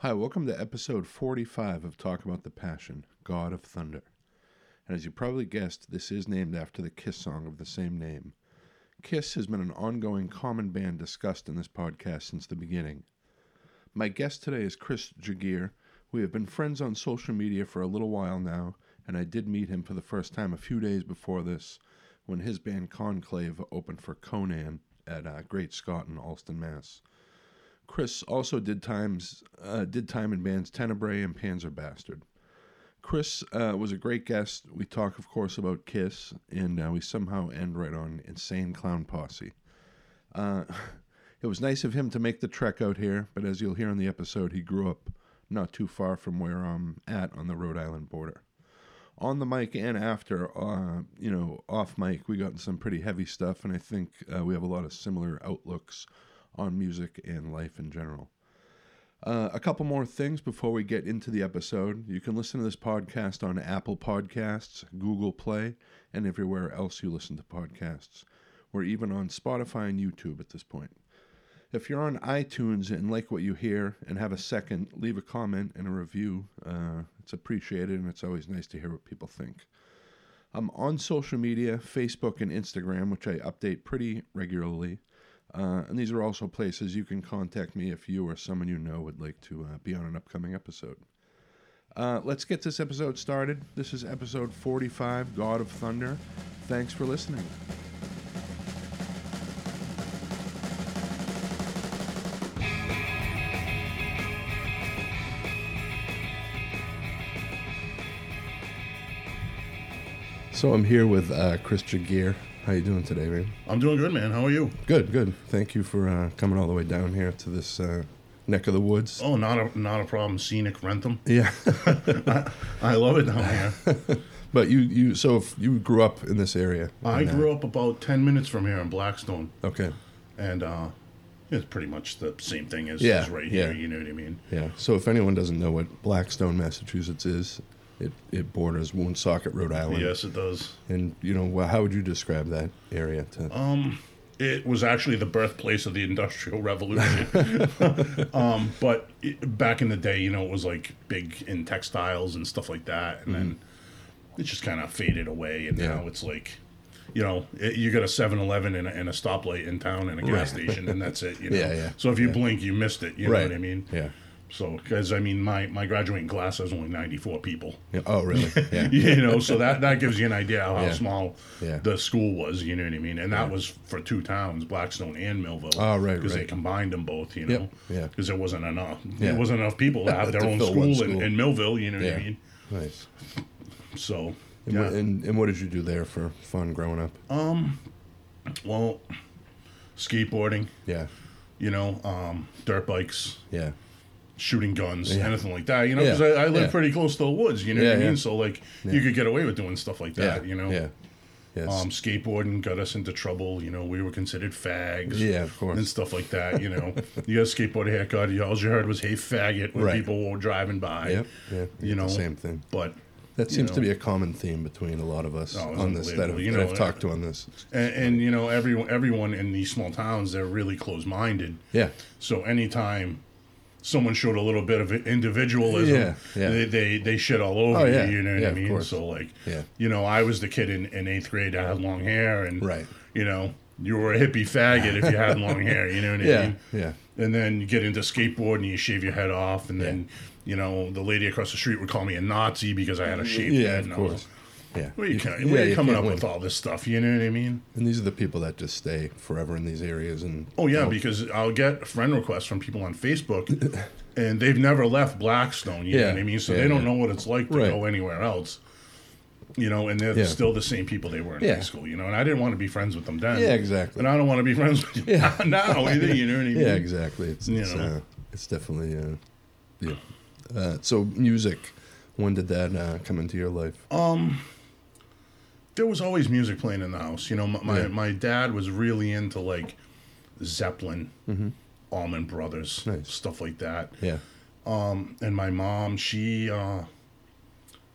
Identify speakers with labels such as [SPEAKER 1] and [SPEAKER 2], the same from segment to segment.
[SPEAKER 1] Hi, welcome to episode 45 of Talk About the Passion, God of Thunder. And as you probably guessed, this is named after the Kiss song of the same name. Kiss has been an ongoing common band discussed in this podcast since the beginning. My guest today is Chris Jagir. We have been friends on social media for a little while now, and I did meet him for the first time a few days before this when his band Conclave opened for Conan at uh, Great Scott in Alston, Mass. Chris also did times uh, did time in bands Tenebrae and Panzer Bastard. Chris uh, was a great guest. We talk, of course, about Kiss, and uh, we somehow end right on Insane Clown Posse. Uh, it was nice of him to make the trek out here, but as you'll hear in the episode, he grew up not too far from where I'm at on the Rhode Island border. On the mic and after, uh, you know, off mic, we got in some pretty heavy stuff, and I think uh, we have a lot of similar outlooks on music and life in general. Uh, a couple more things before we get into the episode. You can listen to this podcast on Apple Podcasts, Google Play, and everywhere else you listen to podcasts. We're even on Spotify and YouTube at this point. If you're on iTunes and like what you hear and have a second, leave a comment and a review. Uh, it's appreciated and it's always nice to hear what people think. I'm on social media, Facebook and Instagram, which I update pretty regularly. Uh, and these are also places you can contact me if you or someone you know would like to uh, be on an upcoming episode. Uh, let's get this episode started. This is episode 45, God of Thunder. Thanks for listening. So I'm here with uh, Chris Jagir. How you doing today, man?
[SPEAKER 2] I'm doing good, man. How are you?
[SPEAKER 1] Good, good. Thank you for uh, coming all the way down here to this uh, neck of the woods.
[SPEAKER 2] Oh, not a not a problem. Scenic Rentham.
[SPEAKER 1] Yeah,
[SPEAKER 2] I love it down here.
[SPEAKER 1] but you, you so if you grew up in this area. uh,
[SPEAKER 2] I grew up about ten minutes from here in Blackstone,
[SPEAKER 1] Okay.
[SPEAKER 2] and uh, it's pretty much the same thing as,
[SPEAKER 1] Yeah,
[SPEAKER 2] as right here.
[SPEAKER 1] yeah.
[SPEAKER 2] You know what I mean?
[SPEAKER 1] Yeah. So if anyone doesn't know what Blackstone, Massachusetts is, it, it borders Woonsocket, Rhode Island.
[SPEAKER 2] Yes, it does.
[SPEAKER 1] And you know, well, how would you describe that area to
[SPEAKER 2] Um, It was actually the birthplace of the Industrial Revolution. um, but it, back in the day, you know, it was like big in textiles and stuff like that, and then it just kind of faded away, and now
[SPEAKER 1] Mm-hmm. Yeah.
[SPEAKER 2] it's like. You know, it, you got a 7 Eleven and, a- and a stoplight in town and a gas station, and that's it. You know?
[SPEAKER 1] Yeah, yeah,
[SPEAKER 2] So if you blink, you missed it. You know what I mean?
[SPEAKER 1] Yeah.
[SPEAKER 2] So, because I mean, my, my graduating class has only 94 people
[SPEAKER 1] yeah. Oh, really? Yeah.
[SPEAKER 2] you know so that that gives you an idea how
[SPEAKER 1] Yeah.
[SPEAKER 2] small
[SPEAKER 1] Yeah.
[SPEAKER 2] the school was you know what i mean and that was for two towns blackstone and millville
[SPEAKER 1] Oh, right,
[SPEAKER 2] because they
[SPEAKER 1] right.
[SPEAKER 2] combined them both you
[SPEAKER 1] Yep,
[SPEAKER 2] know
[SPEAKER 1] yeah.
[SPEAKER 2] because there wasn't enough
[SPEAKER 1] Yeah.
[SPEAKER 2] there wasn't enough people to have their
[SPEAKER 1] To
[SPEAKER 2] own
[SPEAKER 1] fill one
[SPEAKER 2] school, In,
[SPEAKER 1] school.
[SPEAKER 2] in millville you know what
[SPEAKER 1] Yeah.
[SPEAKER 2] i mean
[SPEAKER 1] Nice.
[SPEAKER 2] so
[SPEAKER 1] And,
[SPEAKER 2] yeah.
[SPEAKER 1] what, and and what did you do there for fun growing up?
[SPEAKER 2] Um, well skateboarding
[SPEAKER 1] yeah.
[SPEAKER 2] you know um, dirt bikes
[SPEAKER 1] Yeah.
[SPEAKER 2] shooting guns
[SPEAKER 1] Yeah.
[SPEAKER 2] anything like that you know
[SPEAKER 1] Yeah,
[SPEAKER 2] because I, I live
[SPEAKER 1] yeah.
[SPEAKER 2] pretty close to the woods you know
[SPEAKER 1] Yeah,
[SPEAKER 2] what i
[SPEAKER 1] yeah.
[SPEAKER 2] mean so like you could get away with doing stuff like that
[SPEAKER 1] yeah.
[SPEAKER 2] you know
[SPEAKER 1] Yeah. Yes.
[SPEAKER 2] um, skateboarding got us into trouble. You know, we were considered fags.
[SPEAKER 1] Yeah, of course.
[SPEAKER 2] And stuff like that. You know, you got a skateboard haircut. You, all you heard was "Hey, faggot" when
[SPEAKER 1] Right.
[SPEAKER 2] people were driving by.
[SPEAKER 1] Yep, yeah,
[SPEAKER 2] You
[SPEAKER 1] it's the
[SPEAKER 2] know,
[SPEAKER 1] same thing.
[SPEAKER 2] But
[SPEAKER 1] that
[SPEAKER 2] you
[SPEAKER 1] seems to
[SPEAKER 2] know.
[SPEAKER 1] be a common theme between a lot of us
[SPEAKER 2] Oh, it's
[SPEAKER 1] on this that I've,
[SPEAKER 2] unbelievable. You
[SPEAKER 1] that
[SPEAKER 2] know,
[SPEAKER 1] I've talked to on this.
[SPEAKER 2] and, and you know, everyone everyone in these small towns they're really closed minded.
[SPEAKER 1] Yeah.
[SPEAKER 2] So anytime someone showed a little bit of individualism,
[SPEAKER 1] Yeah, yeah.
[SPEAKER 2] They, they they shit all over
[SPEAKER 1] Oh,
[SPEAKER 2] you.
[SPEAKER 1] yeah,
[SPEAKER 2] You know what
[SPEAKER 1] yeah,
[SPEAKER 2] I
[SPEAKER 1] of
[SPEAKER 2] mean?
[SPEAKER 1] course.
[SPEAKER 2] So like,
[SPEAKER 1] Yeah.
[SPEAKER 2] you know, I was the kid in, in eighth grade. I had long hair, and
[SPEAKER 1] Right.
[SPEAKER 2] you know, you were a hippie faggot if you had long hair. You know what I
[SPEAKER 1] Yeah.
[SPEAKER 2] mean?
[SPEAKER 1] Yeah.
[SPEAKER 2] And then you get into skateboard and you shave your head off, and then you know the lady across the street would call me a Nazi because I had a shaved
[SPEAKER 1] Yeah,
[SPEAKER 2] head.
[SPEAKER 1] of
[SPEAKER 2] and I was
[SPEAKER 1] course. Yeah.
[SPEAKER 2] Where you,
[SPEAKER 1] You-
[SPEAKER 2] ca-
[SPEAKER 1] yeah,
[SPEAKER 2] where you
[SPEAKER 1] you
[SPEAKER 2] coming
[SPEAKER 1] can't
[SPEAKER 2] up
[SPEAKER 1] win.
[SPEAKER 2] with all this stuff? You know what I mean?
[SPEAKER 1] And these are the people that just stay forever in these areas and
[SPEAKER 2] Oh yeah, because I'll get friend requests from people on Facebook, and they've never left Blackstone. You
[SPEAKER 1] Yeah,
[SPEAKER 2] know what I mean? So
[SPEAKER 1] yeah,
[SPEAKER 2] they don't
[SPEAKER 1] yeah.
[SPEAKER 2] know what it's like to
[SPEAKER 1] Right.
[SPEAKER 2] go anywhere else. You know, and they're
[SPEAKER 1] Yeah.
[SPEAKER 2] still the same people they were in
[SPEAKER 1] Yeah.
[SPEAKER 2] high school. You know, and I didn't want to be friends with them then.
[SPEAKER 1] Yeah, exactly.
[SPEAKER 2] And I don't want to be friends with you
[SPEAKER 1] Yeah.
[SPEAKER 2] now either. You know what I mean?
[SPEAKER 1] Yeah, exactly. It's
[SPEAKER 2] You
[SPEAKER 1] it's,
[SPEAKER 2] know.
[SPEAKER 1] uh, it's definitely uh, yeah. Uh, so music, when did that uh, come into your life?
[SPEAKER 2] There was always music playing in the house. You know, my my,
[SPEAKER 1] Yeah.
[SPEAKER 2] my dad was really into like Zeppelin, Allman Brothers,
[SPEAKER 1] Mm-hmm. Nice.
[SPEAKER 2] stuff like that.
[SPEAKER 1] yeah,
[SPEAKER 2] and my mom she uh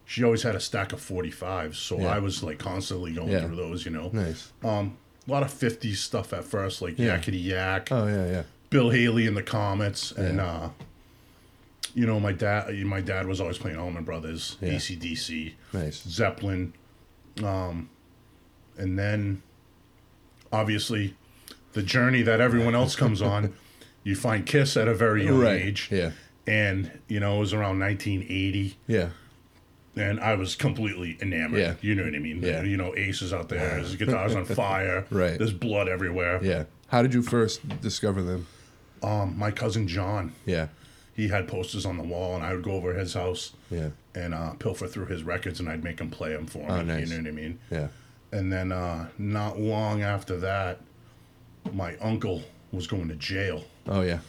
[SPEAKER 2] she always had a stack of 45s so
[SPEAKER 1] Yeah.
[SPEAKER 2] i was like constantly going
[SPEAKER 1] Yeah.
[SPEAKER 2] through those you know
[SPEAKER 1] nice.
[SPEAKER 2] uh, a lot of 50s stuff at first like
[SPEAKER 1] Yeah.
[SPEAKER 2] yakety yak
[SPEAKER 1] Oh yeah, yeah,
[SPEAKER 2] bill haley and the comets and
[SPEAKER 1] Yeah.
[SPEAKER 2] uh you know, my dad, my dad was always playing Allman Brothers,
[SPEAKER 1] Yeah.
[SPEAKER 2] ACDC,
[SPEAKER 1] Nice.
[SPEAKER 2] Zeppelin, um, and then obviously the journey that everyone else comes on. You find Kiss at a very young
[SPEAKER 1] Right.
[SPEAKER 2] age,
[SPEAKER 1] Yeah.
[SPEAKER 2] and you know it was around 1980
[SPEAKER 1] Yeah.
[SPEAKER 2] and I was completely enamored.
[SPEAKER 1] Yeah.
[SPEAKER 2] You know what I mean?
[SPEAKER 1] Yeah.
[SPEAKER 2] You know, Ace is out there, his guitar's on fire,
[SPEAKER 1] Right.
[SPEAKER 2] there's blood everywhere.
[SPEAKER 1] Yeah. How did you first discover them?
[SPEAKER 2] Um, my cousin John,
[SPEAKER 1] Yeah.
[SPEAKER 2] he had posters on the wall, and I would go over to his house
[SPEAKER 1] Yeah.
[SPEAKER 2] and uh, pilfer through his records, and I'd make him play them for me.
[SPEAKER 1] Oh, nice.
[SPEAKER 2] You know what I mean?
[SPEAKER 1] Yeah.
[SPEAKER 2] And then uh, not long after that, my uncle was going to jail.
[SPEAKER 1] Oh yeah.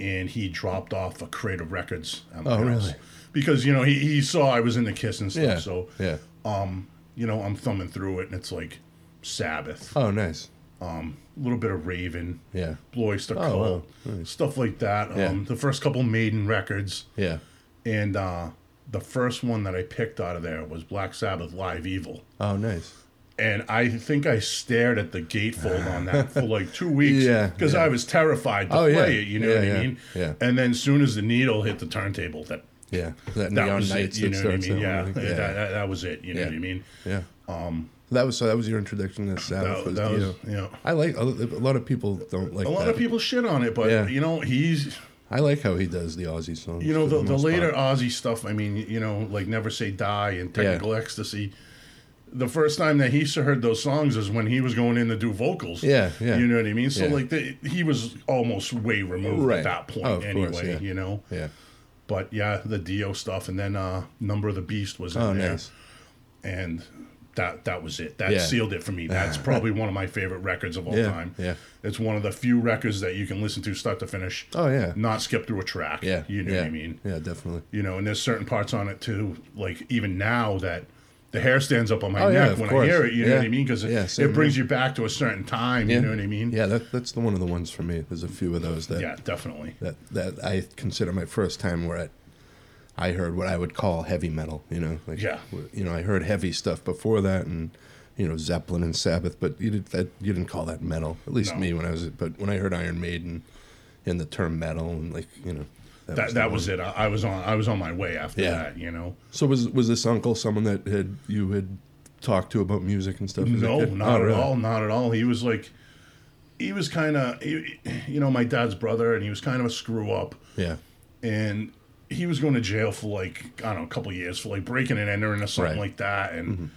[SPEAKER 2] and he dropped off a crate of records at my
[SPEAKER 1] Oh,
[SPEAKER 2] house.
[SPEAKER 1] really?
[SPEAKER 2] Because you know he, he saw I was into Kiss and stuff,
[SPEAKER 1] Yeah.
[SPEAKER 2] so
[SPEAKER 1] yeah.
[SPEAKER 2] you know I'm thumbing through it, and it's like Sabbath,
[SPEAKER 1] Oh nice.
[SPEAKER 2] a little bit of Raven,
[SPEAKER 1] Yeah.
[SPEAKER 2] Blue Oyster
[SPEAKER 1] Oh,
[SPEAKER 2] Cult, stuff like that.
[SPEAKER 1] Yeah.
[SPEAKER 2] Um, the first couple Maiden records,
[SPEAKER 1] Yeah.
[SPEAKER 2] and uh, the first one that I picked out of there was Black Sabbath Live Evil,
[SPEAKER 1] Oh nice.
[SPEAKER 2] and I think I stared at the gatefold on that for like two weeks,
[SPEAKER 1] Yeah,
[SPEAKER 2] because I was terrified to
[SPEAKER 1] Oh,
[SPEAKER 2] play
[SPEAKER 1] yeah.
[SPEAKER 2] it. You know
[SPEAKER 1] Yeah,
[SPEAKER 2] what
[SPEAKER 1] yeah,
[SPEAKER 2] I mean?
[SPEAKER 1] yeah.
[SPEAKER 2] And then soon as the needle hit the turntable, that
[SPEAKER 1] Yeah. That,
[SPEAKER 2] that
[SPEAKER 1] neon
[SPEAKER 2] was
[SPEAKER 1] nights
[SPEAKER 2] it, you
[SPEAKER 1] that
[SPEAKER 2] know what I
[SPEAKER 1] starts
[SPEAKER 2] mean? Yeah,
[SPEAKER 1] that one, I think.
[SPEAKER 2] That, that, that was it. You know
[SPEAKER 1] Yeah.
[SPEAKER 2] what I mean?
[SPEAKER 1] Yeah. Um, that was so. That was your introduction to Sabbath.
[SPEAKER 2] That,
[SPEAKER 1] was,
[SPEAKER 2] that
[SPEAKER 1] you
[SPEAKER 2] was
[SPEAKER 1] know,
[SPEAKER 2] yeah.
[SPEAKER 1] I like a lot of people don't like.
[SPEAKER 2] A lot
[SPEAKER 1] that.
[SPEAKER 2] of people shit on it, but
[SPEAKER 1] Yeah.
[SPEAKER 2] you know he's
[SPEAKER 1] I like how he does the Aussie songs.
[SPEAKER 2] you know
[SPEAKER 1] for
[SPEAKER 2] the, the
[SPEAKER 1] most
[SPEAKER 2] later
[SPEAKER 1] part.
[SPEAKER 2] Aussie stuff. I mean, you know, like Never Say Die and Technical Ecstasy. The first time that he heard those songs is when he was going in to do vocals.
[SPEAKER 1] Yeah, yeah.
[SPEAKER 2] You know what I mean? So
[SPEAKER 1] Yeah.
[SPEAKER 2] like the, he was almost way removed
[SPEAKER 1] Right.
[SPEAKER 2] at that point
[SPEAKER 1] Oh, of
[SPEAKER 2] anyway.
[SPEAKER 1] course, yeah.
[SPEAKER 2] You know,
[SPEAKER 1] Yeah.
[SPEAKER 2] but yeah, the Dio stuff, and then uh Number of the Beast was in
[SPEAKER 1] Oh,
[SPEAKER 2] there.
[SPEAKER 1] nice.
[SPEAKER 2] and that that was it. That
[SPEAKER 1] Yeah.
[SPEAKER 2] sealed it for me. That's probably one of my favorite records of all
[SPEAKER 1] Yeah,
[SPEAKER 2] time.
[SPEAKER 1] yeah.
[SPEAKER 2] It's one of the few records that you can listen to start to finish.
[SPEAKER 1] Oh yeah.
[SPEAKER 2] Not skip through a track.
[SPEAKER 1] Yeah.
[SPEAKER 2] You know
[SPEAKER 1] yeah.
[SPEAKER 2] what I mean?
[SPEAKER 1] Yeah, definitely.
[SPEAKER 2] You know, and there's certain parts on it too, like even now that the hair stands up on my
[SPEAKER 1] Oh, yeah,
[SPEAKER 2] neck
[SPEAKER 1] of
[SPEAKER 2] when
[SPEAKER 1] course.
[SPEAKER 2] I hear it, you know
[SPEAKER 1] Yeah.
[SPEAKER 2] what I mean? Because
[SPEAKER 1] Yeah,
[SPEAKER 2] it,
[SPEAKER 1] same
[SPEAKER 2] it brings you back to a certain time,
[SPEAKER 1] Yeah.
[SPEAKER 2] you know what I mean?
[SPEAKER 1] Yeah, that, that's the one of the ones for me. There's a few of those that
[SPEAKER 2] Yeah, definitely.
[SPEAKER 1] that that I consider my first time where I, I heard what I would call heavy metal. You know, like
[SPEAKER 2] Yeah.
[SPEAKER 1] you know, I heard heavy stuff before that, and you know Zeppelin and Sabbath, but you did that you didn't call that metal. At least
[SPEAKER 2] No.
[SPEAKER 1] me when I was, but when I heard Iron Maiden, and the term metal, and like you know,
[SPEAKER 2] That
[SPEAKER 1] the
[SPEAKER 2] that
[SPEAKER 1] one.
[SPEAKER 2] was it. I, I was on I was on my way after
[SPEAKER 1] Yeah.
[SPEAKER 2] that, you know.
[SPEAKER 1] So was was this uncle someone that had you had talked to about music and stuff? as a
[SPEAKER 2] No,
[SPEAKER 1] kid?
[SPEAKER 2] not
[SPEAKER 1] Oh,
[SPEAKER 2] at
[SPEAKER 1] really?
[SPEAKER 2] all. Not at all. He was like, he was kind of, you know, my dad's brother, and he was kind of a screw up,
[SPEAKER 1] Yeah,
[SPEAKER 2] and he was going to jail for like I don't know, a couple of years for like breaking and entering or something
[SPEAKER 1] Right. Mm-hmm.
[SPEAKER 2] like that, and.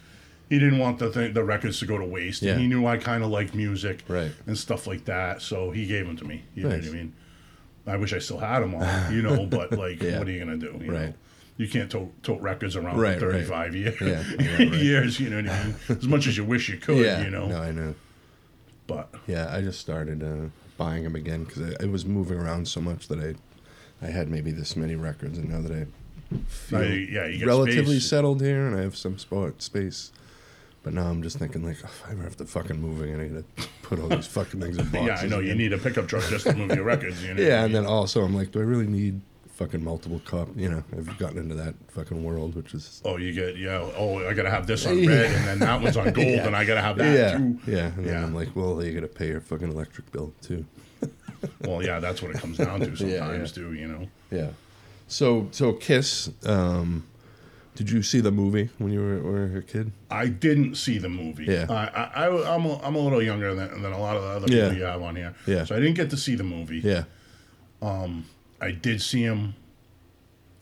[SPEAKER 2] He didn't want the thing, the records to go to waste.
[SPEAKER 1] Yeah.
[SPEAKER 2] And he knew I kind of liked music
[SPEAKER 1] Right.
[SPEAKER 2] and stuff like that, so he gave them to me. You know
[SPEAKER 1] Nice.
[SPEAKER 2] what I mean? I wish I still had them all, you know. But like,
[SPEAKER 1] Yeah.
[SPEAKER 2] what are you gonna do? You
[SPEAKER 1] Right.
[SPEAKER 2] Know? You can't tote, tote records around
[SPEAKER 1] Right, right.
[SPEAKER 2] for 35 years,
[SPEAKER 1] Yeah, yeah, right.
[SPEAKER 2] years. You know what I mean? As much as you wish you could,
[SPEAKER 1] yeah.
[SPEAKER 2] you know.
[SPEAKER 1] no, I know.
[SPEAKER 2] But
[SPEAKER 1] Yeah, I just started uh, buying them again because I, I was moving around so much that I, I had maybe this many records, and now that I feel
[SPEAKER 2] Now you- yeah, you get
[SPEAKER 1] relatively
[SPEAKER 2] space.
[SPEAKER 1] settled here and I have some spot space. But now I'm just thinking like, oh, if I ever have to fucking move again, I gotta put all these fucking things in boxes.
[SPEAKER 2] yeah, I know you
[SPEAKER 1] again.
[SPEAKER 2] need a pickup truck just to move your records. You know?
[SPEAKER 1] Yeah, and then also I'm like, do I really need fucking multiple cop? You know, I've gotten into that fucking world, which is
[SPEAKER 2] Oh, you get yeah. Oh, I gotta have this on
[SPEAKER 1] Yeah.
[SPEAKER 2] red, and then that one's on gold,
[SPEAKER 1] Yeah.
[SPEAKER 2] and I gotta have that
[SPEAKER 1] yeah,
[SPEAKER 2] too.
[SPEAKER 1] yeah. And then
[SPEAKER 2] Yeah.
[SPEAKER 1] I'm like, well, you gotta pay your fucking electric bill too.
[SPEAKER 2] Well, yeah, that's what it comes down to sometimes
[SPEAKER 1] yeah.
[SPEAKER 2] too. You know.
[SPEAKER 1] Yeah. So so Kiss. Um, did you see the movie when you were, were a kid?
[SPEAKER 2] I didn't see the movie.
[SPEAKER 1] Yeah.
[SPEAKER 2] I, I, I am a, I'm a little younger than, than a lot of the other
[SPEAKER 1] Yeah.
[SPEAKER 2] people you have on here.
[SPEAKER 1] Yeah.
[SPEAKER 2] So I didn't get to see the movie.
[SPEAKER 1] Yeah.
[SPEAKER 2] I did see him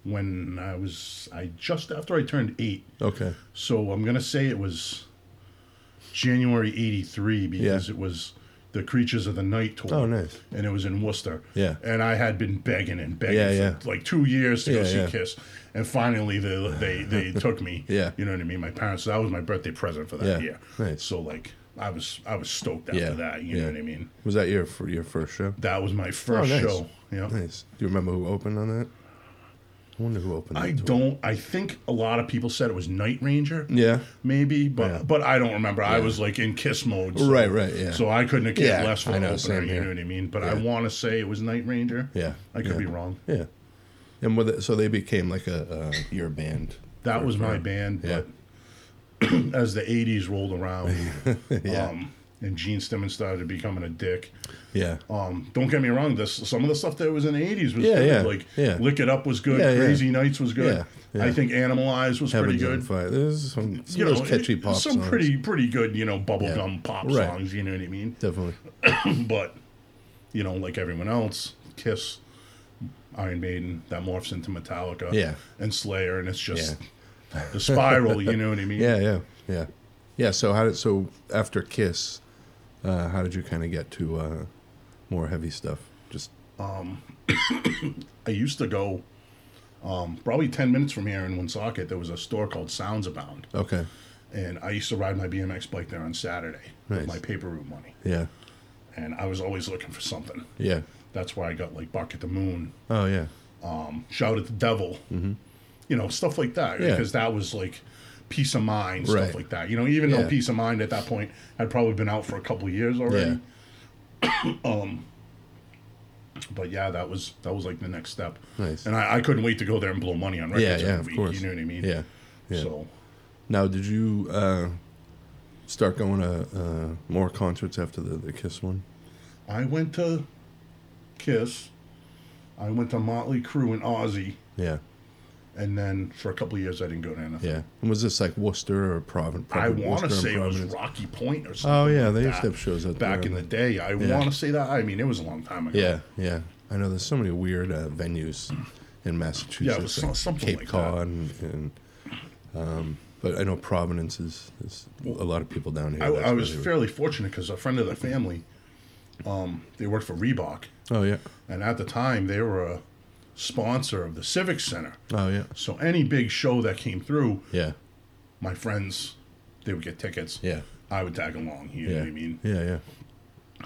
[SPEAKER 2] when I was I just after I turned eight.
[SPEAKER 1] Okay.
[SPEAKER 2] So I'm gonna say it was January '83 because
[SPEAKER 1] Yeah.
[SPEAKER 2] it was the Creatures of the Night tour.
[SPEAKER 1] Oh, nice.
[SPEAKER 2] And it was in Worcester.
[SPEAKER 1] Yeah.
[SPEAKER 2] And I had been begging and begging
[SPEAKER 1] Yeah,
[SPEAKER 2] for
[SPEAKER 1] yeah.
[SPEAKER 2] like two years to
[SPEAKER 1] Yeah,
[SPEAKER 2] go see
[SPEAKER 1] yeah.
[SPEAKER 2] Kiss, and finally they they, they took me.
[SPEAKER 1] Yeah.
[SPEAKER 2] You know what I mean? My parents. That was my birthday present for
[SPEAKER 1] Yeah,
[SPEAKER 2] that year.
[SPEAKER 1] nice.
[SPEAKER 2] So like I was I was stoked after
[SPEAKER 1] Yeah,
[SPEAKER 2] that. You
[SPEAKER 1] yeah.
[SPEAKER 2] know what I mean?
[SPEAKER 1] Was that your fir- your first show?
[SPEAKER 2] That was my first
[SPEAKER 1] nice.
[SPEAKER 2] show. Yeah.
[SPEAKER 1] Nice. Do you remember who opened on that? I wonder who opened.
[SPEAKER 2] I
[SPEAKER 1] that tour.
[SPEAKER 2] don't. I think a lot of people said it was Night Ranger.
[SPEAKER 1] Yeah.
[SPEAKER 2] maybe, but
[SPEAKER 1] Yeah.
[SPEAKER 2] but I don't remember. I was like in kiss mode, so,
[SPEAKER 1] Right, right, yeah.
[SPEAKER 2] So I couldn't have cared
[SPEAKER 1] Yeah,
[SPEAKER 2] less for
[SPEAKER 1] I
[SPEAKER 2] the
[SPEAKER 1] know,
[SPEAKER 2] opener.
[SPEAKER 1] same
[SPEAKER 2] You
[SPEAKER 1] here.
[SPEAKER 2] know what I mean? But I
[SPEAKER 1] Yeah.
[SPEAKER 2] want to say it was Night Ranger.
[SPEAKER 1] Yeah.
[SPEAKER 2] I could
[SPEAKER 1] yeah.
[SPEAKER 2] be wrong.
[SPEAKER 1] Yeah. And with it, so they became like a uh, your band.
[SPEAKER 2] That
[SPEAKER 1] for-
[SPEAKER 2] was my
[SPEAKER 1] for-
[SPEAKER 2] band,
[SPEAKER 1] Yeah.
[SPEAKER 2] but as the '80s rolled around,
[SPEAKER 1] yeah.
[SPEAKER 2] um, and Gene Simmons started becoming a dick.
[SPEAKER 1] Yeah.
[SPEAKER 2] Um, don't get me wrong. This some of the stuff that was in the eighties was
[SPEAKER 1] Yeah,
[SPEAKER 2] good.
[SPEAKER 1] yeah,
[SPEAKER 2] like
[SPEAKER 1] yeah.
[SPEAKER 2] Lick It Up was good.
[SPEAKER 1] Yeah, yeah.
[SPEAKER 2] Crazy Nights was good.
[SPEAKER 1] Yeah, yeah.
[SPEAKER 2] I think Animal Eyes was pretty
[SPEAKER 1] Heavens on
[SPEAKER 2] good.
[SPEAKER 1] Fire. There's some, some of those
[SPEAKER 2] it-
[SPEAKER 1] catchy pop
[SPEAKER 2] some
[SPEAKER 1] songs.
[SPEAKER 2] pretty pretty good you know bubblegum pop
[SPEAKER 1] Right.
[SPEAKER 2] songs. You know what I mean?
[SPEAKER 1] Definitely.
[SPEAKER 2] but you know, like everyone else, Kiss, Iron Maiden, that morphs into Metallica,
[SPEAKER 1] Yeah.
[SPEAKER 2] and Slayer, and it's just the spiral. You know what I mean?
[SPEAKER 1] Yeah, yeah, yeah, yeah. So how did so after Kiss, uh, how did you kind of get to uh, more heavy stuff? Just
[SPEAKER 2] I used to go um, probably ten minutes from here in Woonsocket. There was a store called Sounds Abound,
[SPEAKER 1] okay,
[SPEAKER 2] and I used to ride my BMX bike there on Saturday
[SPEAKER 1] Nice.
[SPEAKER 2] with my paper route money,
[SPEAKER 1] yeah,
[SPEAKER 2] and I was always looking for something.
[SPEAKER 1] yeah.
[SPEAKER 2] That's where I got like Buck at the Moon,
[SPEAKER 1] Oh yeah,
[SPEAKER 2] um, Shout at the Devil, you know, stuff like that.
[SPEAKER 1] Mm-hmm. Yeah.
[SPEAKER 2] Because that was like peace of mind, stuff
[SPEAKER 1] Right.
[SPEAKER 2] like that. You know, even
[SPEAKER 1] Yeah.
[SPEAKER 2] though peace of mind at that point had probably been out for a couple of years already.
[SPEAKER 1] Yeah.
[SPEAKER 2] But yeah, that was that was like the next step.
[SPEAKER 1] Nice.
[SPEAKER 2] And I, I couldn't wait to go there and blow money on records
[SPEAKER 1] yeah, yeah.
[SPEAKER 2] every
[SPEAKER 1] Of
[SPEAKER 2] week.
[SPEAKER 1] course.
[SPEAKER 2] You know what I mean?
[SPEAKER 1] Yeah, yeah.
[SPEAKER 2] So
[SPEAKER 1] Now, did you uh, start going to uh, more concerts after the, the Kiss one?
[SPEAKER 2] I went to Kiss. I went to Motley Crue and Ozzy,
[SPEAKER 1] Yeah,
[SPEAKER 2] and then for a couple of years I didn't go to anything.
[SPEAKER 1] yeah. And was this like Worcester or Providence?
[SPEAKER 2] I want to say it was
[SPEAKER 1] Providence?
[SPEAKER 2] Rocky Point or something.
[SPEAKER 1] Oh yeah, they
[SPEAKER 2] like
[SPEAKER 1] used to
[SPEAKER 2] that.
[SPEAKER 1] have shows out
[SPEAKER 2] back
[SPEAKER 1] there.
[SPEAKER 2] in the day. I want to say that. I mean, it was a long time ago.
[SPEAKER 1] Yeah, yeah. I know there's so many weird uh, venues in Massachusetts.
[SPEAKER 2] Yeah, it was so- something
[SPEAKER 1] Cape
[SPEAKER 2] like that.
[SPEAKER 1] Cod and, and um, but I know Providence is, is a lot of people down here.
[SPEAKER 2] I,
[SPEAKER 1] that's
[SPEAKER 2] I was
[SPEAKER 1] really-
[SPEAKER 2] fairly fortunate because a friend of the family, um, they worked for Reebok,
[SPEAKER 1] Oh yeah.
[SPEAKER 2] and at the time they were a sponsor of the Civic Center.
[SPEAKER 1] Oh yeah.
[SPEAKER 2] So any big show that came through,
[SPEAKER 1] Yeah.
[SPEAKER 2] my friends, they would get tickets.
[SPEAKER 1] Yeah.
[SPEAKER 2] I would tag along. You know
[SPEAKER 1] Yeah.
[SPEAKER 2] what I mean?
[SPEAKER 1] Yeah. Yeah.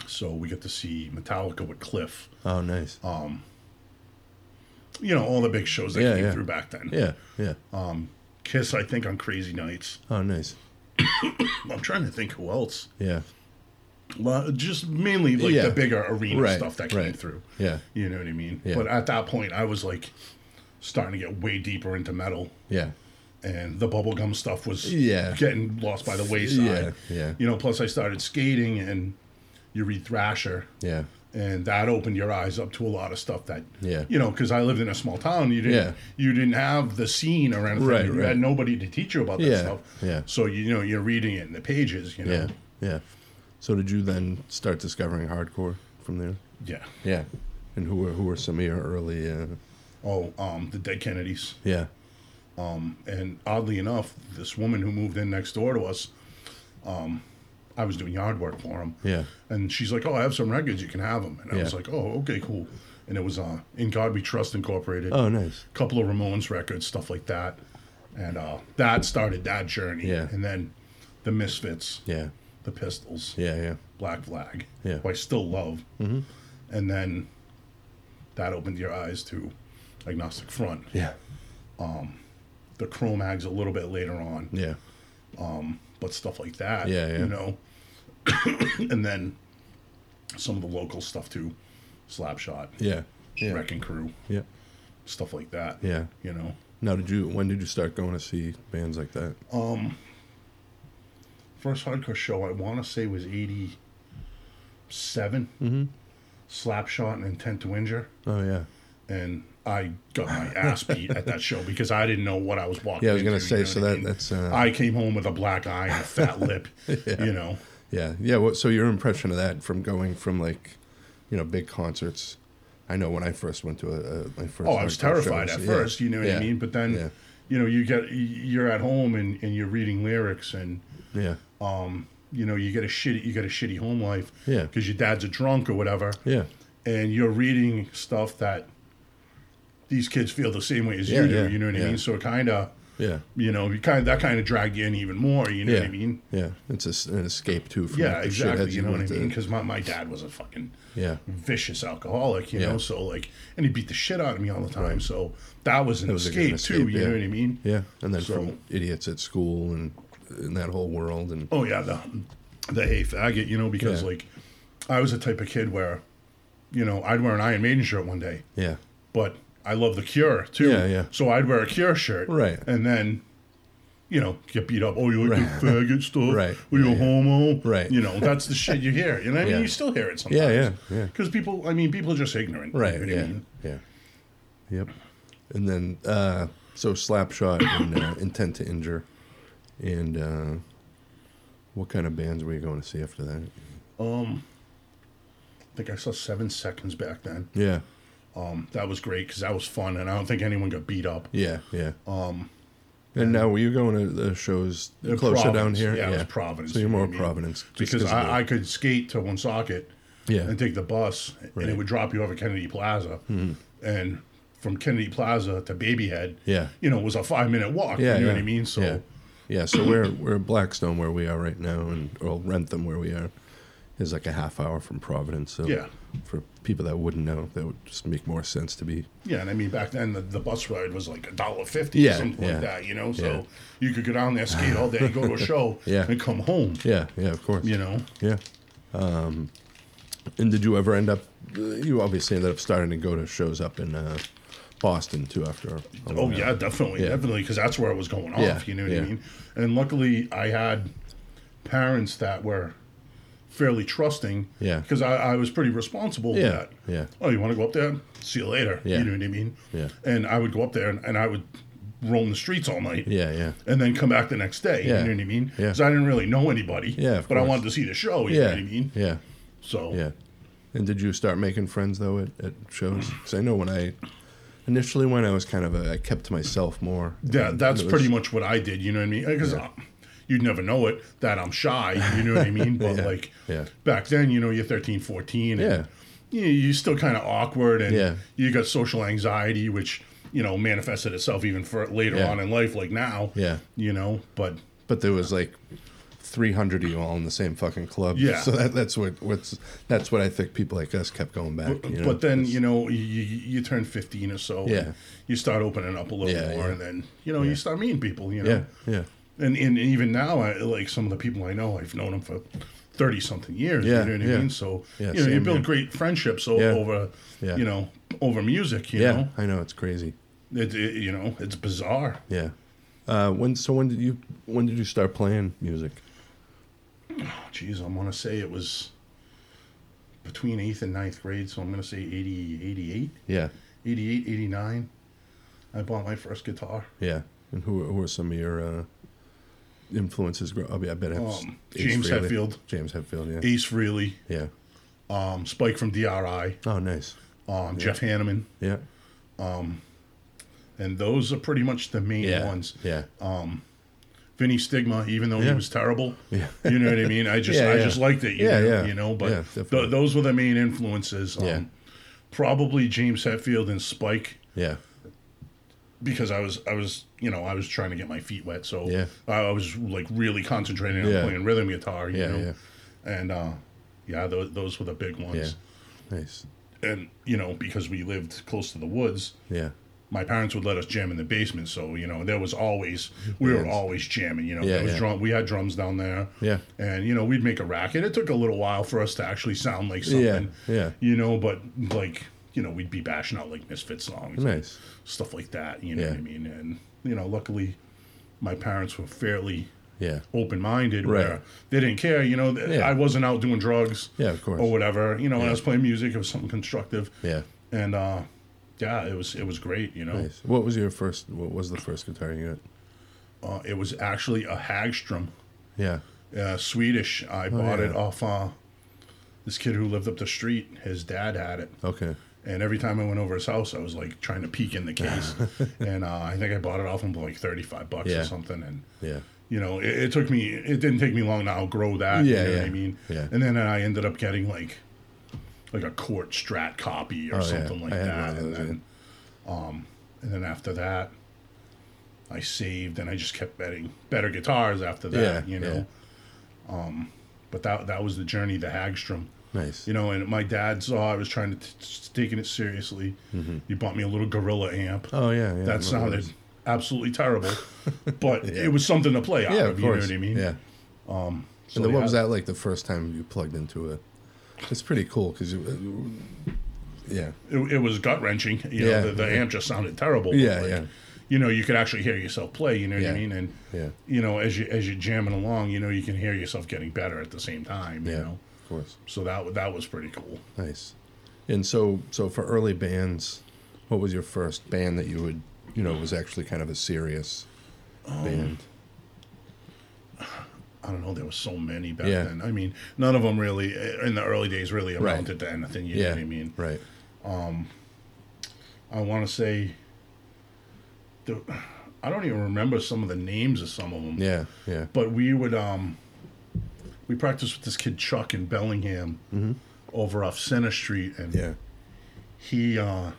[SPEAKER 2] So we get to see Metallica with Cliff.
[SPEAKER 1] Oh nice.
[SPEAKER 2] Uh, You know all the big shows that
[SPEAKER 1] Yeah,
[SPEAKER 2] came
[SPEAKER 1] yeah.
[SPEAKER 2] through back then.
[SPEAKER 1] yeah. Yeah.
[SPEAKER 2] Kiss, I think, on Crazy Nights.
[SPEAKER 1] Oh nice.
[SPEAKER 2] I'm trying to think who else.
[SPEAKER 1] Yeah.
[SPEAKER 2] Lo- Just mainly like
[SPEAKER 1] Yeah.
[SPEAKER 2] the bigger arena
[SPEAKER 1] Right,
[SPEAKER 2] stuff that came
[SPEAKER 1] right.
[SPEAKER 2] through.
[SPEAKER 1] Yeah.
[SPEAKER 2] You know what I mean?
[SPEAKER 1] Yeah.
[SPEAKER 2] But at that point, I was like starting to get way deeper into metal,
[SPEAKER 1] Yeah.
[SPEAKER 2] and the bubblegum stuff was
[SPEAKER 1] Yeah.
[SPEAKER 2] getting lost by the wayside.
[SPEAKER 1] Yeah, yeah.
[SPEAKER 2] You know, plus I started skating, and you read Thrasher,
[SPEAKER 1] Yeah.
[SPEAKER 2] and that opened your eyes up to a lot of stuff that,
[SPEAKER 1] Yeah.
[SPEAKER 2] you know, because I lived in a small town, you didn't,
[SPEAKER 1] Yeah.
[SPEAKER 2] you didn't have the scene or anything.
[SPEAKER 1] Right,
[SPEAKER 2] you
[SPEAKER 1] right.
[SPEAKER 2] had nobody to teach you about that
[SPEAKER 1] Yeah,
[SPEAKER 2] stuff.
[SPEAKER 1] yeah.
[SPEAKER 2] So you know, you're reading it in the pages. You know.
[SPEAKER 1] Yeah. Yeah. So did you then start discovering hardcore from there?
[SPEAKER 2] Yeah.
[SPEAKER 1] Yeah. And who were who were some of your early? Uh,
[SPEAKER 2] Oh, um, the Dead Kennedys.
[SPEAKER 1] yeah.
[SPEAKER 2] and oddly enough, this woman who moved in next door to us, um, I was doing yard work for him.
[SPEAKER 1] Yeah.
[SPEAKER 2] And she's like, "Oh, I have some records. You can have them." And I
[SPEAKER 1] Yeah.
[SPEAKER 2] was like, "Oh, okay, cool." And it was uh, "In God We Trust" Incorporated, a
[SPEAKER 1] Oh nice.
[SPEAKER 2] couple of Ramones records, stuff like that, and uh, that started that journey.
[SPEAKER 1] Yeah.
[SPEAKER 2] And then the Misfits,
[SPEAKER 1] Yeah.
[SPEAKER 2] the Pistols,
[SPEAKER 1] Yeah. Yeah.
[SPEAKER 2] Black Flag,
[SPEAKER 1] Yeah.
[SPEAKER 2] who I still love. Mm-hmm. And then that opened your eyes to Agnostic Front,
[SPEAKER 1] Yeah.
[SPEAKER 2] the Chromags a little bit later on.
[SPEAKER 1] Yeah.
[SPEAKER 2] but stuff like that.
[SPEAKER 1] Yeah, yeah.
[SPEAKER 2] You know, and then some of the local stuff too, Slapshot,
[SPEAKER 1] Yeah. Yeah.
[SPEAKER 2] Wrecking Crew,
[SPEAKER 1] Yeah.
[SPEAKER 2] stuff like that.
[SPEAKER 1] Yeah.
[SPEAKER 2] You know,
[SPEAKER 1] Now, did you? When did you start going to see bands like that?
[SPEAKER 2] first hardcore show I want to say was eighty
[SPEAKER 1] Mm-hmm.
[SPEAKER 2] Slapshot and Intent to Injure,
[SPEAKER 1] Oh yeah,
[SPEAKER 2] and I got my ass beat at that show because I didn't know what I was walking.
[SPEAKER 1] Yeah, I was gonna
[SPEAKER 2] into,
[SPEAKER 1] say,
[SPEAKER 2] you know
[SPEAKER 1] so
[SPEAKER 2] what I
[SPEAKER 1] that-
[SPEAKER 2] mean?
[SPEAKER 1] that's, uh,
[SPEAKER 2] I came home with a black eye and a fat lip. You know,
[SPEAKER 1] yeah, yeah. What, so your impression of that from going from like, you know, big concerts. I know when I first went to a, a my first.
[SPEAKER 2] Oh, I was
[SPEAKER 1] hardcore
[SPEAKER 2] terrified
[SPEAKER 1] shows,
[SPEAKER 2] at
[SPEAKER 1] yeah,
[SPEAKER 2] first. You know what
[SPEAKER 1] yeah,
[SPEAKER 2] I mean? But then,
[SPEAKER 1] yeah.
[SPEAKER 2] you know, you get you're at home and, and you're reading lyrics, and
[SPEAKER 1] yeah,
[SPEAKER 2] you know you get a shitty you get a shitty home life.
[SPEAKER 1] Yeah.
[SPEAKER 2] Because your dad's a drunk or whatever,
[SPEAKER 1] yeah,
[SPEAKER 2] and you're reading stuff that these kids feel the same way as
[SPEAKER 1] Yeah,
[SPEAKER 2] you do.
[SPEAKER 1] yeah,
[SPEAKER 2] you know what
[SPEAKER 1] yeah.
[SPEAKER 2] I mean? So it kind of,
[SPEAKER 1] yeah,
[SPEAKER 2] you know, you kind of, that kind of dragged you in even more. You know
[SPEAKER 1] yeah.
[SPEAKER 2] what I mean?
[SPEAKER 1] Yeah, it's a s an escape too. From
[SPEAKER 2] Yeah,
[SPEAKER 1] the
[SPEAKER 2] exactly.
[SPEAKER 1] shitheads
[SPEAKER 2] You know what I
[SPEAKER 1] went to-
[SPEAKER 2] mean? Because my, my dad was a fucking
[SPEAKER 1] Yeah.
[SPEAKER 2] vicious alcoholic, you
[SPEAKER 1] Yeah.
[SPEAKER 2] know. So like, and he beat the shit out of me all the time. So that was an
[SPEAKER 1] was a
[SPEAKER 2] escape,
[SPEAKER 1] good
[SPEAKER 2] too.
[SPEAKER 1] escape,
[SPEAKER 2] You
[SPEAKER 1] yeah.
[SPEAKER 2] know what I mean?
[SPEAKER 1] Yeah, and then
[SPEAKER 2] So-
[SPEAKER 1] from idiots at school and in that whole world and
[SPEAKER 2] Oh yeah, the the hey faggot, you know, because
[SPEAKER 1] Yeah.
[SPEAKER 2] like I was the type of kid where, you know, I'd wear an Iron Maiden shirt one day,
[SPEAKER 1] yeah,
[SPEAKER 2] but I love the Cure too.
[SPEAKER 1] Yeah, yeah.
[SPEAKER 2] So I'd wear a Cure shirt,
[SPEAKER 1] Right.
[SPEAKER 2] And then, you know, get beat up. Oh, you like the faggot stuff?
[SPEAKER 1] Right.
[SPEAKER 2] Or you're a homo?
[SPEAKER 1] Right.
[SPEAKER 2] You know, that's the shit you hear. You know, what I mean,
[SPEAKER 1] Yeah.
[SPEAKER 2] you still hear it sometimes.
[SPEAKER 1] Yeah, yeah, yeah.
[SPEAKER 2] Because people, I mean, people are just ignorant.
[SPEAKER 1] Right.
[SPEAKER 2] you know what I
[SPEAKER 1] Yeah.
[SPEAKER 2] mean?
[SPEAKER 1] Yeah. Yep. And then uh, so Slapshot and uh, Intent to Injure, and uh, what kind of bands were you going to see after that?
[SPEAKER 2] I think I saw seven seconds back then.
[SPEAKER 1] Yeah.
[SPEAKER 2] Um, that was great because that was fun, and I don't think anyone got beat up.
[SPEAKER 1] Yeah. Yeah. Um. And now were you going to the shows
[SPEAKER 2] Uh,
[SPEAKER 1] closer down
[SPEAKER 2] Providence.
[SPEAKER 1] here?
[SPEAKER 2] Yeah, it was Providence,
[SPEAKER 1] So you're
[SPEAKER 2] you know
[SPEAKER 1] more
[SPEAKER 2] what I mean?
[SPEAKER 1] Providence just
[SPEAKER 2] Because
[SPEAKER 1] of
[SPEAKER 2] I, I
[SPEAKER 1] the-
[SPEAKER 2] could skate to Woonsocket
[SPEAKER 1] yeah
[SPEAKER 2] and take the bus, and
[SPEAKER 1] Right. Hmm.
[SPEAKER 2] it would drop you off at Kennedy Plaza. And from Kennedy Plaza to Babyhead,
[SPEAKER 1] Yeah.
[SPEAKER 2] you know, was a five minute walk.
[SPEAKER 1] yeah
[SPEAKER 2] you know
[SPEAKER 1] yeah.
[SPEAKER 2] what I mean? So
[SPEAKER 1] yeah. Yeah, so we're we're Blackstone where we are right now, and or Rentham where we are, is like a half hour from Providence. So
[SPEAKER 2] Yeah.
[SPEAKER 1] for people that wouldn't know, that would just make more sense to be
[SPEAKER 2] Yeah, and I mean back then the, the bus ride was like a dollar fifty
[SPEAKER 1] Yeah,
[SPEAKER 2] or something
[SPEAKER 1] yeah,
[SPEAKER 2] like that, you know. So
[SPEAKER 1] yeah.
[SPEAKER 2] you could go down there, skate all day, go to a show,
[SPEAKER 1] Yeah.
[SPEAKER 2] and come home.
[SPEAKER 1] Yeah, yeah, of course.
[SPEAKER 2] You know,
[SPEAKER 1] Yeah. Um, and did you ever end up? You obviously ended up starting to go to shows up in uh, Boston too. After a
[SPEAKER 2] Oh
[SPEAKER 1] while.
[SPEAKER 2] yeah, definitely,
[SPEAKER 1] Yeah.
[SPEAKER 2] definitely, because that's where I was going off.
[SPEAKER 1] Yeah,
[SPEAKER 2] You know what
[SPEAKER 1] yeah.
[SPEAKER 2] I mean? And luckily, I had parents that were fairly trusting.
[SPEAKER 1] Yeah.
[SPEAKER 2] Because I, I was pretty responsible.
[SPEAKER 1] Yeah,
[SPEAKER 2] With that.
[SPEAKER 1] yeah.
[SPEAKER 2] Oh, you want to go up there? See you later.
[SPEAKER 1] Yeah.
[SPEAKER 2] You know what I mean?
[SPEAKER 1] Yeah.
[SPEAKER 2] And I would go up there and, and I would roam the streets all night.
[SPEAKER 1] yeah, yeah,
[SPEAKER 2] And then come back the next day.
[SPEAKER 1] Yeah.
[SPEAKER 2] You know what I mean?
[SPEAKER 1] Yeah.
[SPEAKER 2] Because I didn't really know anybody.
[SPEAKER 1] Yeah, of
[SPEAKER 2] But I
[SPEAKER 1] course.
[SPEAKER 2] wanted to see the show. You
[SPEAKER 1] yeah,
[SPEAKER 2] know what I mean?
[SPEAKER 1] yeah,
[SPEAKER 2] So.
[SPEAKER 1] yeah. And did you start making friends though at, at shows? Because I know when I initially when I was kind of a, I kept to myself more.
[SPEAKER 2] Yeah,
[SPEAKER 1] And
[SPEAKER 2] that's
[SPEAKER 1] it was-
[SPEAKER 2] pretty much what I did. You know what I mean? Because you'd never know it that I'm shy. You know what I mean? But
[SPEAKER 1] Yeah,
[SPEAKER 2] like
[SPEAKER 1] yeah.
[SPEAKER 2] back then, you know, you're 13, 14. And
[SPEAKER 1] Yeah.
[SPEAKER 2] you know, you're still kind of awkward and
[SPEAKER 1] Yeah.
[SPEAKER 2] you got social anxiety, which, you know, manifested itself even for later
[SPEAKER 1] Yeah.
[SPEAKER 2] on in life, like now.
[SPEAKER 1] Yeah.
[SPEAKER 2] You know, but
[SPEAKER 1] But there was like. 300 of you all in the same fucking club.
[SPEAKER 2] Yeah.
[SPEAKER 1] So that, that's what what's that's what I think people like us kept going back. You know?
[SPEAKER 2] but then you know you, you you turn 15 or so and
[SPEAKER 1] Yeah.
[SPEAKER 2] you start opening up a little
[SPEAKER 1] Yeah,
[SPEAKER 2] more
[SPEAKER 1] yeah.
[SPEAKER 2] and then you know you start meeting people you know
[SPEAKER 1] yeah, yeah.
[SPEAKER 2] and, and even now, I, like some of the people I know, I've known them for thirty something years.
[SPEAKER 1] Yeah,
[SPEAKER 2] you know what
[SPEAKER 1] yeah.
[SPEAKER 2] I mean. So
[SPEAKER 1] Yeah,
[SPEAKER 2] you know, you
[SPEAKER 1] same
[SPEAKER 2] build
[SPEAKER 1] here.
[SPEAKER 2] great friendships o-
[SPEAKER 1] Yeah.
[SPEAKER 2] over,
[SPEAKER 1] Yeah.
[SPEAKER 2] you know, over music. You
[SPEAKER 1] Yeah,
[SPEAKER 2] know,
[SPEAKER 1] I know it's crazy.
[SPEAKER 2] it, it- you know, it's bizarre.
[SPEAKER 1] Yeah. Uh, when so when did you when did you start playing music?
[SPEAKER 2] Jeez, I want to say it was between eighth and ninth grade. So I'm going to say 80, 88,
[SPEAKER 1] Yeah,
[SPEAKER 2] 88, 89. I bought my first guitar.
[SPEAKER 1] yeah. And who who are some of your uh, influences? Grow- I, mean, I bet I have
[SPEAKER 2] Um, James
[SPEAKER 1] Frehley.
[SPEAKER 2] Hetfield.
[SPEAKER 1] James Hetfield. Yeah.
[SPEAKER 2] Ace Frehley,
[SPEAKER 1] Yeah.
[SPEAKER 2] um, Spike from DRI,
[SPEAKER 1] Oh, nice.
[SPEAKER 2] um, Jeff Hanneman,
[SPEAKER 1] Yeah.
[SPEAKER 2] and those are pretty much the main
[SPEAKER 1] Yeah.
[SPEAKER 2] ones.
[SPEAKER 1] Yeah.
[SPEAKER 2] Vinny Stigma, even though
[SPEAKER 1] Yeah.
[SPEAKER 2] he was terrible.
[SPEAKER 1] Yeah.
[SPEAKER 2] You know what I mean? I just
[SPEAKER 1] Yeah,
[SPEAKER 2] I
[SPEAKER 1] yeah.
[SPEAKER 2] just liked it. You
[SPEAKER 1] Yeah,
[SPEAKER 2] know,
[SPEAKER 1] yeah.
[SPEAKER 2] You know, but
[SPEAKER 1] Yeah,
[SPEAKER 2] th-
[SPEAKER 1] definitely.
[SPEAKER 2] those were the main influences. Um,
[SPEAKER 1] Yeah.
[SPEAKER 2] Probably James Hetfield and Spike
[SPEAKER 1] yeah.
[SPEAKER 2] because I was I was you know I was trying to get my feet wet, so
[SPEAKER 1] Yeah.
[SPEAKER 2] I I was like really concentrating on
[SPEAKER 1] Yeah.
[SPEAKER 2] playing rhythm guitar. You
[SPEAKER 1] Yeah,
[SPEAKER 2] know, and uh, yeah, those those were the big ones.
[SPEAKER 1] Nice.
[SPEAKER 2] And you know because we lived close to the woods.
[SPEAKER 1] Yeah.
[SPEAKER 2] my parents would let us jam in the basement. So you know, there was always we were
[SPEAKER 1] Bands.
[SPEAKER 2] always jamming. You know,
[SPEAKER 1] Yeah,
[SPEAKER 2] there was
[SPEAKER 1] yeah.
[SPEAKER 2] drum. We had drums down there.
[SPEAKER 1] Yeah.
[SPEAKER 2] and you know, we'd make a racket. It took a little while for us to actually sound like something.
[SPEAKER 1] yeah.
[SPEAKER 2] You know, but like you know, we'd be bashing out like Misfit songs, and
[SPEAKER 1] Nice.
[SPEAKER 2] stuff like that. You know
[SPEAKER 1] Yeah.
[SPEAKER 2] what I mean? And you know, luckily, my parents were fairly
[SPEAKER 1] Yeah.
[SPEAKER 2] open-minded
[SPEAKER 1] Right.
[SPEAKER 2] where they didn't care you know th-
[SPEAKER 1] Yeah.
[SPEAKER 2] i wasn't out doing drugs
[SPEAKER 1] Yeah, of course.
[SPEAKER 2] or whatever you know when i was playing music it was something constructive
[SPEAKER 1] Yeah.
[SPEAKER 2] and uh yeah it was it was great you know
[SPEAKER 1] Nice. What was your first? What was the first guitar you got?
[SPEAKER 2] Uh, it was actually a Hagstrom,
[SPEAKER 1] Yeah.
[SPEAKER 2] uh, Swedish. I bought
[SPEAKER 1] Oh, yeah.
[SPEAKER 2] it off uh, this kid who lived up the street. His dad had it.
[SPEAKER 1] Okay.
[SPEAKER 2] And every time I went over his house, I was like trying to peek in the case. and uh, I think I bought it off him for like 35 bucks
[SPEAKER 1] Yeah.
[SPEAKER 2] or something. And,
[SPEAKER 1] Yeah.
[SPEAKER 2] you know, it, it took me, it didn't take me long to outgrow that.
[SPEAKER 1] Yeah,
[SPEAKER 2] you know
[SPEAKER 1] yeah,
[SPEAKER 2] what I mean?
[SPEAKER 1] yeah.
[SPEAKER 2] And then I ended up getting like, like a court strat copy or
[SPEAKER 1] Oh, yeah.
[SPEAKER 2] something like
[SPEAKER 1] I had one
[SPEAKER 2] that.
[SPEAKER 1] of
[SPEAKER 2] And
[SPEAKER 1] those, yeah.
[SPEAKER 2] then, um, and then after that, I saved and I just kept betting better guitars after that,
[SPEAKER 1] Yeah,
[SPEAKER 2] you know.
[SPEAKER 1] yeah.
[SPEAKER 2] Um, but that that was the journey to Hagstrom.
[SPEAKER 1] Nice.
[SPEAKER 2] You know, and my dad saw I was trying to t- t- taking it seriously.
[SPEAKER 1] Mm-hmm.
[SPEAKER 2] He bought me a little gorilla amp.
[SPEAKER 1] oh yeah. yeah
[SPEAKER 2] that
[SPEAKER 1] I remember
[SPEAKER 2] sounded
[SPEAKER 1] those.
[SPEAKER 2] absolutely terrible, but it was something to play out
[SPEAKER 1] Yeah,
[SPEAKER 2] of.
[SPEAKER 1] of
[SPEAKER 2] You know
[SPEAKER 1] course.
[SPEAKER 2] what I mean?
[SPEAKER 1] Yeah.
[SPEAKER 2] So
[SPEAKER 1] And then
[SPEAKER 2] they
[SPEAKER 1] what was
[SPEAKER 2] had-
[SPEAKER 1] that like the first time you plugged into a? It's pretty cool because, yeah,
[SPEAKER 2] It, it was gut wrenching. You
[SPEAKER 1] Yeah,
[SPEAKER 2] know, the, the amp just sounded terrible.
[SPEAKER 1] Yeah,
[SPEAKER 2] but, like,
[SPEAKER 1] yeah.
[SPEAKER 2] you know you could actually hear yourself play. You know
[SPEAKER 1] Yeah.
[SPEAKER 2] what I mean? And
[SPEAKER 1] Yeah.
[SPEAKER 2] you know as you as you're jamming along, you know you can hear yourself getting better at the same time. You
[SPEAKER 1] Yeah.
[SPEAKER 2] know,
[SPEAKER 1] Of course.
[SPEAKER 2] so that wa- that was pretty cool.
[SPEAKER 1] Nice. And so, so for early bands, what was your first band that you would, you know, was actually kind of a serious
[SPEAKER 2] Oh,
[SPEAKER 1] band?
[SPEAKER 2] I don't know. There were so many back
[SPEAKER 1] Yeah.
[SPEAKER 2] then. I mean, none of them really eh, in the early days really
[SPEAKER 1] Right.
[SPEAKER 2] amounted to anything. You
[SPEAKER 1] yeah.
[SPEAKER 2] know what I mean?
[SPEAKER 1] Right.
[SPEAKER 2] I want to say, the, I don't even remember some of the names of some of them.
[SPEAKER 1] Yeah. Yeah.
[SPEAKER 2] But we would um, we practiced with this kid Chuck in Bellingham over off Center Street, and
[SPEAKER 1] Mm-hmm. Yeah.
[SPEAKER 2] he uh,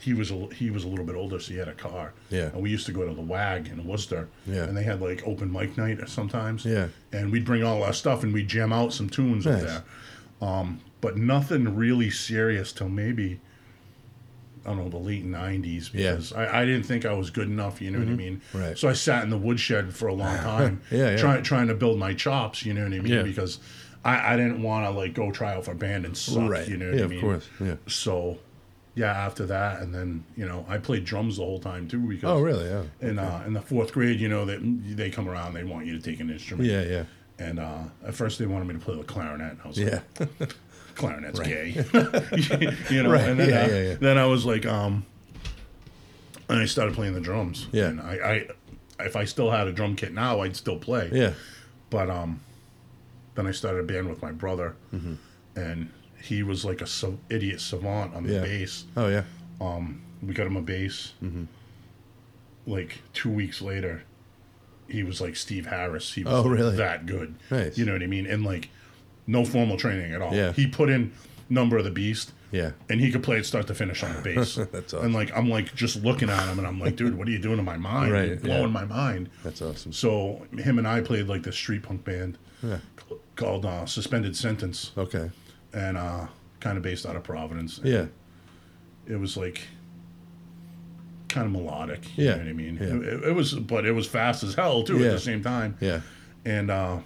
[SPEAKER 2] he was a, l- he was a little bit older, so he had a car.
[SPEAKER 1] Yeah.
[SPEAKER 2] And we used to go to the Wag in Worcester.
[SPEAKER 1] Yeah.
[SPEAKER 2] And they had like open mic night sometimes.
[SPEAKER 1] Yeah.
[SPEAKER 2] And we'd bring all our stuff and we'd jam out some tunes
[SPEAKER 1] Nice.
[SPEAKER 2] up there. Um, but nothing really serious till maybe I don't know the late '90s
[SPEAKER 1] Yeah. Mm-hmm.
[SPEAKER 2] because I, I didn't think I was good enough. You know what I mean?
[SPEAKER 1] Right.
[SPEAKER 2] So I sat in the woodshed for a long time,
[SPEAKER 1] Yeah, yeah.
[SPEAKER 2] trying trying to build my chops. You know what I mean?
[SPEAKER 1] Yeah.
[SPEAKER 2] Because I, I didn't want to like go try out for a band and suck.
[SPEAKER 1] right.
[SPEAKER 2] You know what
[SPEAKER 1] yeah.
[SPEAKER 2] I mean?
[SPEAKER 1] Of course. Yeah.
[SPEAKER 2] so yeah after that and then you know i played drums the whole time too because
[SPEAKER 1] Oh, really? Yeah.
[SPEAKER 2] in, uh, in the fourth grade you know that they, come around they want you to take an instrument
[SPEAKER 1] Yeah. Yeah.
[SPEAKER 2] and uh, at first they wanted me to play the clarinet and i was like
[SPEAKER 1] Yeah.
[SPEAKER 2] clarinet's gay you know
[SPEAKER 1] Right,
[SPEAKER 2] and then,
[SPEAKER 1] yeah,
[SPEAKER 2] uh,
[SPEAKER 1] yeah, yeah.
[SPEAKER 2] then i was like um and i started playing the drums
[SPEAKER 1] Yeah.
[SPEAKER 2] and i i if i still had a drum kit now i'd still play
[SPEAKER 1] yeah.
[SPEAKER 2] but um, then I started a band with my brother,
[SPEAKER 1] Mm-hmm.
[SPEAKER 2] and he was like a sa- idiot savant on the
[SPEAKER 1] Yeah.
[SPEAKER 2] bass.
[SPEAKER 1] Oh, yeah.
[SPEAKER 2] We got him a bass.
[SPEAKER 1] Mm-hmm.
[SPEAKER 2] Like two weeks later, he was like Steve Harris. He was
[SPEAKER 1] Oh,
[SPEAKER 2] like,
[SPEAKER 1] really?
[SPEAKER 2] that good.
[SPEAKER 1] Nice.
[SPEAKER 2] You know what I mean? And like, no formal training at all.
[SPEAKER 1] Yeah.
[SPEAKER 2] He put in Number of the Beast.
[SPEAKER 1] Yeah.
[SPEAKER 2] And he could play it start to finish on the bass.
[SPEAKER 1] That's awesome.
[SPEAKER 2] And like I'm like just looking at him, and I'm like, dude, what are you doing to my mind?
[SPEAKER 1] Right,
[SPEAKER 2] You're blowing
[SPEAKER 1] yeah.
[SPEAKER 2] my mind.
[SPEAKER 1] That's awesome.
[SPEAKER 2] So him and I played like this street punk band c- called uh, Suspended Sentence,
[SPEAKER 1] Okay.
[SPEAKER 2] and uh, kind of based out of Providence. And
[SPEAKER 1] Yeah.
[SPEAKER 2] it was like kind of melodic.
[SPEAKER 1] Yeah,
[SPEAKER 2] you know what I mean.
[SPEAKER 1] yeah.
[SPEAKER 2] It, it was, but it was fast as hell too
[SPEAKER 1] Yeah.
[SPEAKER 2] at the same time.
[SPEAKER 1] Yeah.
[SPEAKER 2] and uh,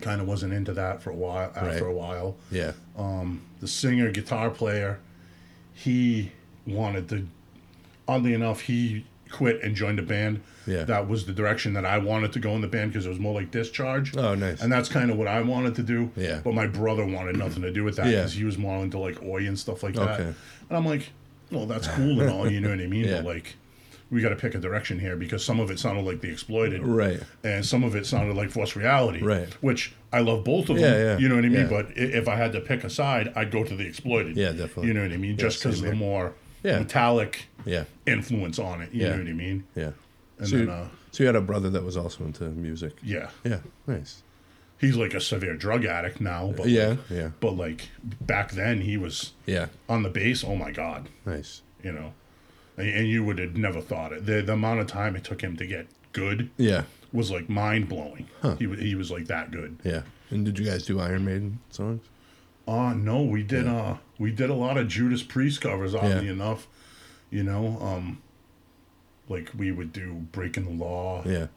[SPEAKER 2] kind of wasn't into that for a while. After
[SPEAKER 1] Right.
[SPEAKER 2] a while,
[SPEAKER 1] Yeah.
[SPEAKER 2] the singer guitar player, he wanted to. Oddly enough, he quit and joined a band.
[SPEAKER 1] Yeah.
[SPEAKER 2] That was the direction that I wanted to go in the band because it was more like discharge.
[SPEAKER 1] Oh, nice.
[SPEAKER 2] And that's kind of what I wanted to do.
[SPEAKER 1] Yeah.
[SPEAKER 2] But my brother wanted nothing to do with that
[SPEAKER 1] Yeah.
[SPEAKER 2] because he was more into like oi and stuff like that.
[SPEAKER 1] Okay.
[SPEAKER 2] And I'm like, well, that's cool and all, you know what I mean?
[SPEAKER 1] Yeah.
[SPEAKER 2] But like, we got to pick a direction here because some of it sounded like the exploited,
[SPEAKER 1] Right.
[SPEAKER 2] And some of it sounded like forced reality,
[SPEAKER 1] Right.
[SPEAKER 2] Which I love both of
[SPEAKER 1] Yeah,
[SPEAKER 2] them.
[SPEAKER 1] yeah,
[SPEAKER 2] You know what I mean?
[SPEAKER 1] yeah.
[SPEAKER 2] But i- if I had to pick a side, I'd go to the exploited.
[SPEAKER 1] Yeah, definitely.
[SPEAKER 2] You know what I mean? Just 'cause Just
[SPEAKER 1] same
[SPEAKER 2] because of the
[SPEAKER 1] here.
[SPEAKER 2] more
[SPEAKER 1] Yeah.
[SPEAKER 2] metallic
[SPEAKER 1] Yeah.
[SPEAKER 2] influence on it. You
[SPEAKER 1] Yeah.
[SPEAKER 2] know what I mean?
[SPEAKER 1] Yeah.
[SPEAKER 2] And
[SPEAKER 1] so,
[SPEAKER 2] then,
[SPEAKER 1] you,
[SPEAKER 2] uh,
[SPEAKER 1] so you had a brother that was also into music.
[SPEAKER 2] Yeah.
[SPEAKER 1] Yeah. Nice.
[SPEAKER 2] He's like a severe drug addict now. But
[SPEAKER 1] Yeah.
[SPEAKER 2] Like,
[SPEAKER 1] Yeah.
[SPEAKER 2] but like back then, he was
[SPEAKER 1] Yeah.
[SPEAKER 2] on the bass. Oh my God.
[SPEAKER 1] Nice.
[SPEAKER 2] You know, and, and you would have never thought it. The, the amount of time it took him to get good
[SPEAKER 1] Yeah.
[SPEAKER 2] was like mind blowing. He, wa- he was like that good.
[SPEAKER 1] Yeah. And did you guys do Iron Maiden songs?
[SPEAKER 2] Uh no, we did uh we did a lot of Judas Priest covers, oddly
[SPEAKER 1] Yeah.
[SPEAKER 2] enough. You know, um like we would do Breaking the Law
[SPEAKER 1] Yeah.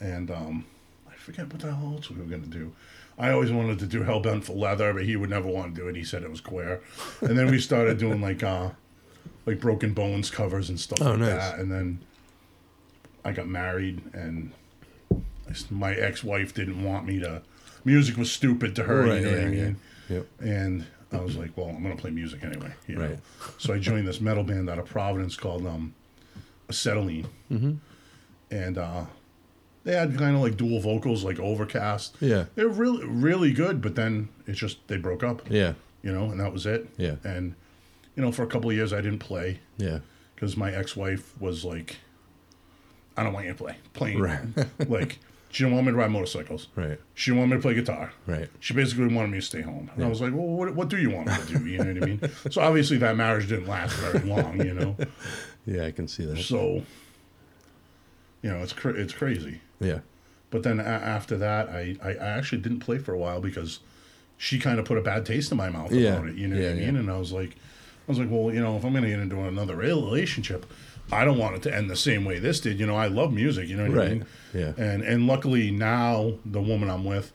[SPEAKER 2] and um I forget what the hell else we were gonna do. I always wanted to do Hellbent for Leather, but he would never want to do it. He said it was queer. And then we started doing like uh like Broken Bones covers and stuff
[SPEAKER 1] Oh,
[SPEAKER 2] like
[SPEAKER 1] nice.
[SPEAKER 2] that. And then I got married and I s- my ex-wife didn't want me to music was stupid to her, you know what I mean?
[SPEAKER 1] yeah. Yep.
[SPEAKER 2] and I was like, well, I'm gonna play music anyway. You know?
[SPEAKER 1] Right.
[SPEAKER 2] So I joined this metal band out of Providence called um, Acetylene,
[SPEAKER 1] Mm-hmm.
[SPEAKER 2] and uh, they had kind of like dual vocals, like Overcast.
[SPEAKER 1] Yeah.
[SPEAKER 2] they're really really good, but then it's just they broke up.
[SPEAKER 1] Yeah.
[SPEAKER 2] you know, and that was it.
[SPEAKER 1] Yeah.
[SPEAKER 2] and you know, for a couple of years I didn't play
[SPEAKER 1] Yeah.
[SPEAKER 2] because my ex-wife was like, I don't want you to play playing.
[SPEAKER 1] Right.
[SPEAKER 2] like she didn't want me to ride motorcycles.
[SPEAKER 1] Right.
[SPEAKER 2] She wanted me to play guitar.
[SPEAKER 1] Right.
[SPEAKER 2] She basically wanted me to stay home. And I was like, well, what, what do you want me to do? You know what I mean? So obviously that marriage didn't last very long, you know?
[SPEAKER 1] Yeah, I can see that.
[SPEAKER 2] So, you know, it's, cra- it's crazy.
[SPEAKER 1] Yeah.
[SPEAKER 2] But then a- after that, I, I, I actually didn't play for a while because she kind of put a bad taste in my mouth
[SPEAKER 1] Yeah.
[SPEAKER 2] about it. You know
[SPEAKER 1] Yeah,
[SPEAKER 2] what I
[SPEAKER 1] yeah.
[SPEAKER 2] mean? And I was like, I was like, well, you know, if I'm going to get into another relationship, I don't want it to end the same way this did. You know, I love music. You know what I
[SPEAKER 1] Right.
[SPEAKER 2] mean?
[SPEAKER 1] Yeah.
[SPEAKER 2] And and luckily now the woman I'm with,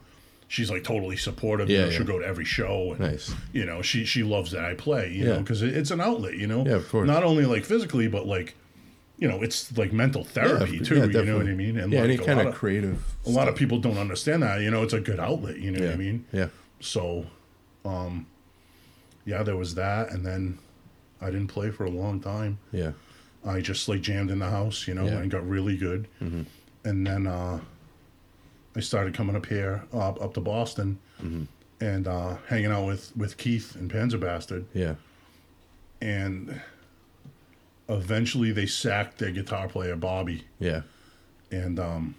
[SPEAKER 2] she's like totally supportive. you
[SPEAKER 1] Yeah,
[SPEAKER 2] know,
[SPEAKER 1] yeah.
[SPEAKER 2] she'll go to every show. And,
[SPEAKER 1] Nice.
[SPEAKER 2] You know, she she loves that I play. You know,
[SPEAKER 1] Yeah.
[SPEAKER 2] 'cause know, because it, it's an outlet. You know,
[SPEAKER 1] Yeah, of course.
[SPEAKER 2] Not only like physically, but like you know, it's like mental therapy
[SPEAKER 1] Yeah,
[SPEAKER 2] too.
[SPEAKER 1] yeah,
[SPEAKER 2] you know what
[SPEAKER 1] definitely.
[SPEAKER 2] I mean? And
[SPEAKER 1] yeah,
[SPEAKER 2] like
[SPEAKER 1] any
[SPEAKER 2] a
[SPEAKER 1] kind
[SPEAKER 2] lot
[SPEAKER 1] of creative.
[SPEAKER 2] a lot of people don't understand that. You know, it's a good outlet. You know
[SPEAKER 1] yeah.
[SPEAKER 2] what I mean?
[SPEAKER 1] Yeah.
[SPEAKER 2] So, um, yeah, there was that, and then I didn't play for a long time.
[SPEAKER 1] Yeah.
[SPEAKER 2] I just like jammed in the house, you know,
[SPEAKER 1] Yeah. Mm-hmm.
[SPEAKER 2] and got really good. And then uh, I started coming up here, uh, up to Boston,
[SPEAKER 1] Mm-hmm.
[SPEAKER 2] and uh, hanging out with with Keith and Panzer Bastard.
[SPEAKER 1] Yeah.
[SPEAKER 2] And eventually, they sacked their guitar player Bobby,
[SPEAKER 1] Yeah.
[SPEAKER 2] and um,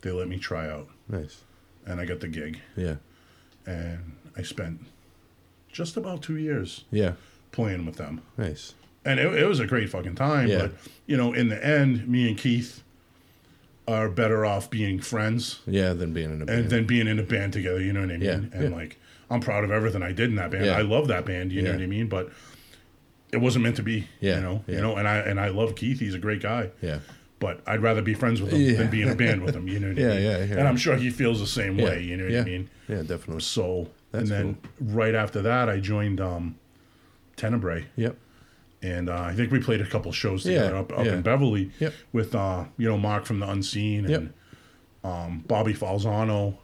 [SPEAKER 2] they let me try out,
[SPEAKER 1] Nice.
[SPEAKER 2] and I got the gig.
[SPEAKER 1] Yeah.
[SPEAKER 2] And I spent just about two years
[SPEAKER 1] Yeah.
[SPEAKER 2] playing with them.
[SPEAKER 1] Nice.
[SPEAKER 2] and it, it was a great fucking time.
[SPEAKER 1] Yeah.
[SPEAKER 2] But you know, in the end, me and Keith are better off being friends
[SPEAKER 1] Yeah. Than being in a
[SPEAKER 2] and
[SPEAKER 1] band.
[SPEAKER 2] than being in a band together. You know what I mean?
[SPEAKER 1] Yeah,
[SPEAKER 2] And
[SPEAKER 1] yeah.
[SPEAKER 2] like, I'm proud of everything I did in that band.
[SPEAKER 1] Yeah.
[SPEAKER 2] I love that band. You know
[SPEAKER 1] Yeah.
[SPEAKER 2] what I mean? But it wasn't meant to be.
[SPEAKER 1] Yeah,
[SPEAKER 2] You know.
[SPEAKER 1] yeah.
[SPEAKER 2] You know. And I and I love Keith. He's a great guy.
[SPEAKER 1] yeah.
[SPEAKER 2] But I'd rather be friends with him
[SPEAKER 1] Yeah.
[SPEAKER 2] than be in a band with him. You know what
[SPEAKER 1] Yeah,
[SPEAKER 2] I mean?
[SPEAKER 1] yeah, I hear
[SPEAKER 2] And I'm
[SPEAKER 1] you.
[SPEAKER 2] sure he feels the same way. You know what
[SPEAKER 1] yeah.
[SPEAKER 2] I mean?
[SPEAKER 1] Yeah. Definitely.
[SPEAKER 2] So
[SPEAKER 1] That's
[SPEAKER 2] and then right after that, I joined um, Tenebrae
[SPEAKER 1] Yep.
[SPEAKER 2] and uh, I think we played a couple shows
[SPEAKER 1] Yeah,
[SPEAKER 2] together up, up
[SPEAKER 1] yeah.
[SPEAKER 2] in Beverly
[SPEAKER 1] Yep.
[SPEAKER 2] with uh, you know Mark from the Unseen and
[SPEAKER 1] Yep. Mm-hmm.
[SPEAKER 2] um, Bobby Falzano.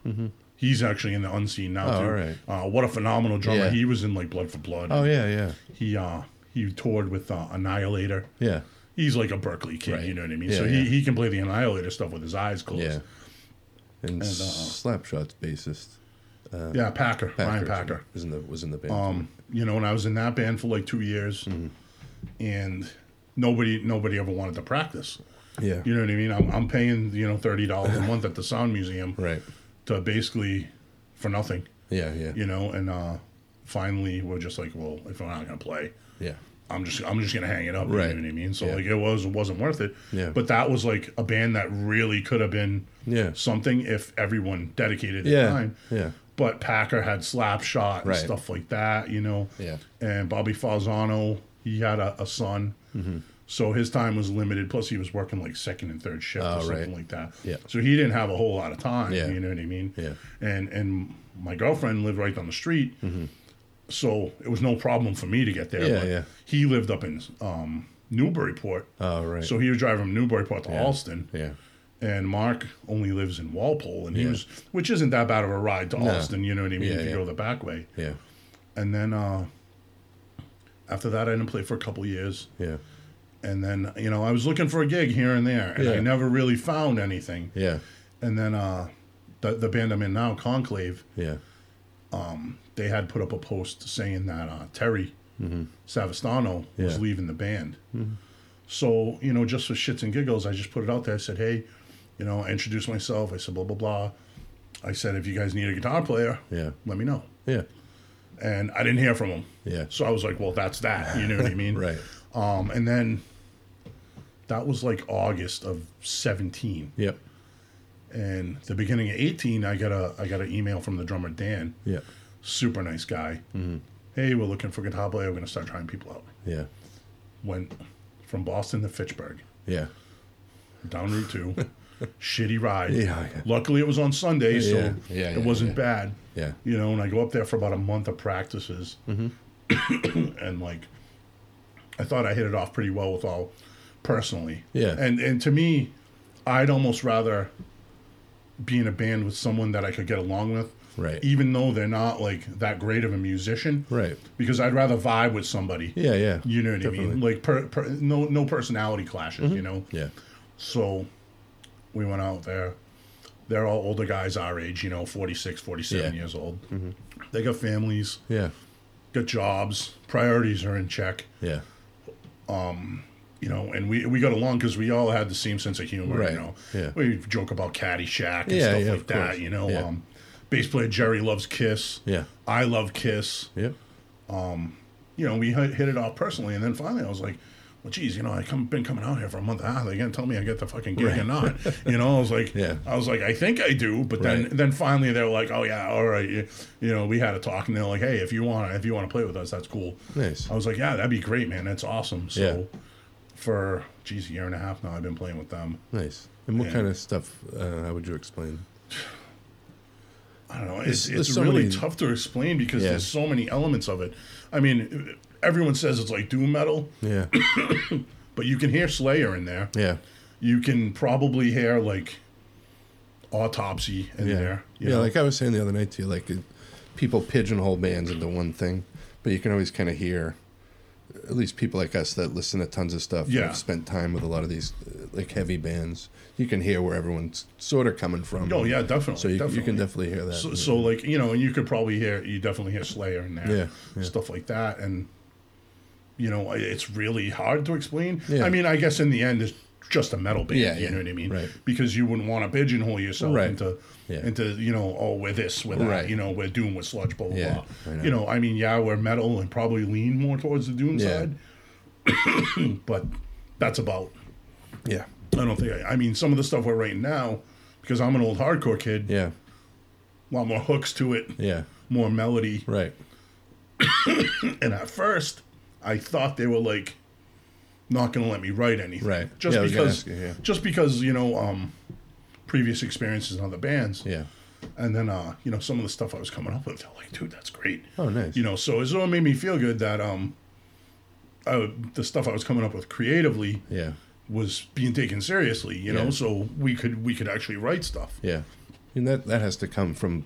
[SPEAKER 2] He's actually in the Unseen now
[SPEAKER 1] Oh,
[SPEAKER 2] too.
[SPEAKER 1] all right.
[SPEAKER 2] Uh, what a phenomenal drummer!
[SPEAKER 1] Yeah.
[SPEAKER 2] He was in like Blood for Blood.
[SPEAKER 1] Oh yeah. Yeah.
[SPEAKER 2] He uh, he toured with uh, Annihilator.
[SPEAKER 1] Yeah.
[SPEAKER 2] He's like a Berkeley kid, you know what I mean?
[SPEAKER 1] Yeah,
[SPEAKER 2] so
[SPEAKER 1] yeah.
[SPEAKER 2] He, he can play the Annihilator stuff with his eyes closed.
[SPEAKER 1] Yeah.
[SPEAKER 2] uh,
[SPEAKER 1] And, Slapshot's bassist
[SPEAKER 2] Yeah, Packer,
[SPEAKER 1] Packer
[SPEAKER 2] Ryan Packer.
[SPEAKER 1] was in the was in the band.
[SPEAKER 2] um, you know, and I was in that band for like two years, and nobody nobody ever wanted to practice.
[SPEAKER 1] yeah.
[SPEAKER 2] You know what I mean? I'm, I'm paying you know thirty dollars a month at the sound museum
[SPEAKER 1] right.
[SPEAKER 2] to basically for nothing,
[SPEAKER 1] Yeah. Yeah.
[SPEAKER 2] you know. And uh, finally, we're just like, well, if I'm not gonna play,
[SPEAKER 1] Yeah.
[SPEAKER 2] I'm just I'm just gonna hang it up.
[SPEAKER 1] Right.
[SPEAKER 2] You know what I mean? So
[SPEAKER 1] Yeah.
[SPEAKER 2] like, it was it wasn't worth it.
[SPEAKER 1] Yeah.
[SPEAKER 2] But that was like a band that really could have been
[SPEAKER 1] Yeah.
[SPEAKER 2] something if everyone dedicated their
[SPEAKER 1] Yeah.
[SPEAKER 2] time.
[SPEAKER 1] Yeah.
[SPEAKER 2] But Packer had Slapshot and
[SPEAKER 1] Right.
[SPEAKER 2] stuff like that, you know.
[SPEAKER 1] Yeah.
[SPEAKER 2] And Bobby Falzano, he had a, a son.
[SPEAKER 1] Mm-hmm.
[SPEAKER 2] So his time was limited. Plus, he was working like second and third shift
[SPEAKER 1] Oh,
[SPEAKER 2] or something
[SPEAKER 1] right.
[SPEAKER 2] like that.
[SPEAKER 1] Yeah.
[SPEAKER 2] So he didn't have a whole lot of time.
[SPEAKER 1] Yeah.
[SPEAKER 2] You know what I mean?
[SPEAKER 1] Yeah.
[SPEAKER 2] And and my girlfriend lived right down the street, so it was no problem for me to get there.
[SPEAKER 1] Mm-hmm. Yeah, yeah.
[SPEAKER 2] He lived up in um, Newburyport.
[SPEAKER 1] Oh right.
[SPEAKER 2] So he was driving from Newburyport to Alston
[SPEAKER 1] yeah.
[SPEAKER 2] and Mark only lives in Walpole, and he was, which isn't that bad of a ride to Austin, you know what I mean,
[SPEAKER 1] Yeah,
[SPEAKER 2] if you
[SPEAKER 1] yeah.
[SPEAKER 2] go the back way.
[SPEAKER 1] Yeah.
[SPEAKER 2] And then uh, after that, I didn't play for a couple years,
[SPEAKER 1] Yeah.
[SPEAKER 2] and then you know I was looking for a gig here and there, and I
[SPEAKER 1] Yeah.
[SPEAKER 2] never really found anything.
[SPEAKER 1] Yeah.
[SPEAKER 2] And then uh, the the band I'm in now, Conclave,
[SPEAKER 1] Yeah.
[SPEAKER 2] they had put up a post saying that uh, Terry Savastano was
[SPEAKER 1] Mm-hmm. Yeah. Mm-hmm.
[SPEAKER 2] leaving the band. So, you know, just for shits and giggles, I just put it out there. I said, hey, you know, I introduced myself. I said, blah, blah, blah. I said, if you guys need a guitar player,
[SPEAKER 1] Yeah.
[SPEAKER 2] let me know.
[SPEAKER 1] Yeah.
[SPEAKER 2] And I didn't hear from him.
[SPEAKER 1] Yeah.
[SPEAKER 2] So I was like, well, that's that. You know what I mean?
[SPEAKER 1] Right.
[SPEAKER 2] Um, and then that was like August of 17.
[SPEAKER 1] Yep.
[SPEAKER 2] And the beginning of 18, I got a I got an email from the drummer Dan
[SPEAKER 1] Yeah.
[SPEAKER 2] super nice guy.
[SPEAKER 1] Mm-hmm.
[SPEAKER 2] Hey, we're looking for guitar player. We're going to start trying people out.
[SPEAKER 1] Yeah.
[SPEAKER 2] Went from Boston to Fitchburg,
[SPEAKER 1] Yeah.
[SPEAKER 2] down Route 2. Shitty ride.
[SPEAKER 1] Yeah, yeah.
[SPEAKER 2] Luckily, it was on Sunday, so
[SPEAKER 1] Yeah, yeah,
[SPEAKER 2] it
[SPEAKER 1] yeah,
[SPEAKER 2] wasn't
[SPEAKER 1] yeah.
[SPEAKER 2] bad.
[SPEAKER 1] Yeah.
[SPEAKER 2] You know, and I go up there for about a month of practices.
[SPEAKER 1] Mm-hmm.
[SPEAKER 2] and, like, I thought I hit it off pretty well with all personally.
[SPEAKER 1] Yeah.
[SPEAKER 2] And, and to me, I'd almost rather be in a band with someone that I could get along with.
[SPEAKER 1] Right.
[SPEAKER 2] Even though they're not, like, that great of a musician
[SPEAKER 1] Right.
[SPEAKER 2] because I'd rather vibe with somebody.
[SPEAKER 1] Yeah. Yeah.
[SPEAKER 2] You know what I
[SPEAKER 1] Definitely. Mm-hmm.
[SPEAKER 2] mean? Like per, per, no no personality clashes. You know.
[SPEAKER 1] Yeah.
[SPEAKER 2] So we went out there. They're all older guys our age, you know, 46, 47
[SPEAKER 1] Yeah. Mm-hmm.
[SPEAKER 2] years old. They got families,
[SPEAKER 1] Yeah.
[SPEAKER 2] got jobs, priorities are in check,
[SPEAKER 1] Yeah.
[SPEAKER 2] you know, and we, we got along because we all had the same sense of humor,
[SPEAKER 1] Right.
[SPEAKER 2] you know.
[SPEAKER 1] Yeah.
[SPEAKER 2] We joke about Caddyshack and
[SPEAKER 1] Yeah,
[SPEAKER 2] stuff
[SPEAKER 1] yeah,
[SPEAKER 2] like
[SPEAKER 1] of
[SPEAKER 2] that,
[SPEAKER 1] course.
[SPEAKER 2] you know.
[SPEAKER 1] Yeah.
[SPEAKER 2] Um, bass player Jerry loves Kiss.
[SPEAKER 1] Yeah.
[SPEAKER 2] I love Kiss.
[SPEAKER 1] Yep.
[SPEAKER 2] you know, we hit, hit it off personally, and then finally I was like, well, geez, you know, I come been coming out here for a month. Ah, they gonna tell me I get the fucking gig or not? You know, I was like,
[SPEAKER 1] Yeah.
[SPEAKER 2] I was like, I think I do, but
[SPEAKER 1] Right.
[SPEAKER 2] then then finally they're like, oh yeah, all right, you, you know, we had a talk, and they're like, hey, if you want if you want to play with us, that's cool.
[SPEAKER 1] Nice.
[SPEAKER 2] I was like, yeah, that'd be great, man. That's awesome. So
[SPEAKER 1] Yeah.
[SPEAKER 2] for geez, a year and a half now, I've been playing with them.
[SPEAKER 1] Nice. And what
[SPEAKER 2] Yeah.
[SPEAKER 1] kind of stuff? Uh, how would you explain?
[SPEAKER 2] I don't know. It's,
[SPEAKER 1] There's-
[SPEAKER 2] it's
[SPEAKER 1] there's so
[SPEAKER 2] really
[SPEAKER 1] many-
[SPEAKER 2] tough to explain because
[SPEAKER 1] Yeah.
[SPEAKER 2] there's so many elements of it. I mean, everyone says it's like doom metal.
[SPEAKER 1] Yeah.
[SPEAKER 2] But you can hear Slayer in there.
[SPEAKER 1] Yeah.
[SPEAKER 2] You can probably hear like Autopsy in
[SPEAKER 1] Yeah.
[SPEAKER 2] there. you
[SPEAKER 1] yeah,
[SPEAKER 2] know?
[SPEAKER 1] like I was saying the other night too, like it, people pigeonhole bands into one thing, but you can always kind of hear, at least people like us that listen to tons of stuff, and
[SPEAKER 2] Yeah.
[SPEAKER 1] have spent time with a lot of these uh, like heavy bands. You can hear where everyone's sort of coming from.
[SPEAKER 2] oh yeah, definitely.
[SPEAKER 1] so you,
[SPEAKER 2] definitely.
[SPEAKER 1] you can definitely hear that.
[SPEAKER 2] So, so like you know, and you could probably hear you definitely hear Slayer in there,
[SPEAKER 1] Yeah, yeah.
[SPEAKER 2] stuff like that, and you know, I- it's really hard to explain.
[SPEAKER 1] Yeah.
[SPEAKER 2] I mean, I guess in the end, it's just a metal band.
[SPEAKER 1] Yeah,
[SPEAKER 2] you
[SPEAKER 1] yeah,
[SPEAKER 2] know what I mean?
[SPEAKER 1] right.
[SPEAKER 2] Because you wouldn't want to pigeonhole yourself
[SPEAKER 1] Right.
[SPEAKER 2] into
[SPEAKER 1] Yeah.
[SPEAKER 2] into you know, oh, we're this, we're that,
[SPEAKER 1] Right.
[SPEAKER 2] you know, we're doom, we're sludge, blah blah
[SPEAKER 1] Yeah,
[SPEAKER 2] blah.
[SPEAKER 1] I know.
[SPEAKER 2] You know, I mean, yeah, we're metal and probably lean more towards the doom
[SPEAKER 1] Yeah.
[SPEAKER 2] side, but that's about
[SPEAKER 1] yeah,
[SPEAKER 2] I don't think. I, I mean, some of the stuff we're writing now, because I'm an old hardcore kid,
[SPEAKER 1] yeah,
[SPEAKER 2] a lot more hooks to it,
[SPEAKER 1] yeah,
[SPEAKER 2] more melody.
[SPEAKER 1] right,
[SPEAKER 2] And at first, I thought they were like not going to let me write anything,
[SPEAKER 1] Right.
[SPEAKER 2] Just
[SPEAKER 1] Yeah, I was gonna
[SPEAKER 2] because,
[SPEAKER 1] ask you, yeah.
[SPEAKER 2] just because you know, um, previous experiences in other bands,
[SPEAKER 1] yeah,
[SPEAKER 2] and then uh, you know, some of the stuff I was coming up with, they're like, dude, that's great.
[SPEAKER 1] Oh, nice.
[SPEAKER 2] You know, so it sort of made me feel good that um, I, would- the stuff I was coming up with creatively
[SPEAKER 1] yeah,
[SPEAKER 2] was being taken seriously. You know,
[SPEAKER 1] Yeah.
[SPEAKER 2] so we could we could actually write stuff.
[SPEAKER 1] yeah. And that that has to come from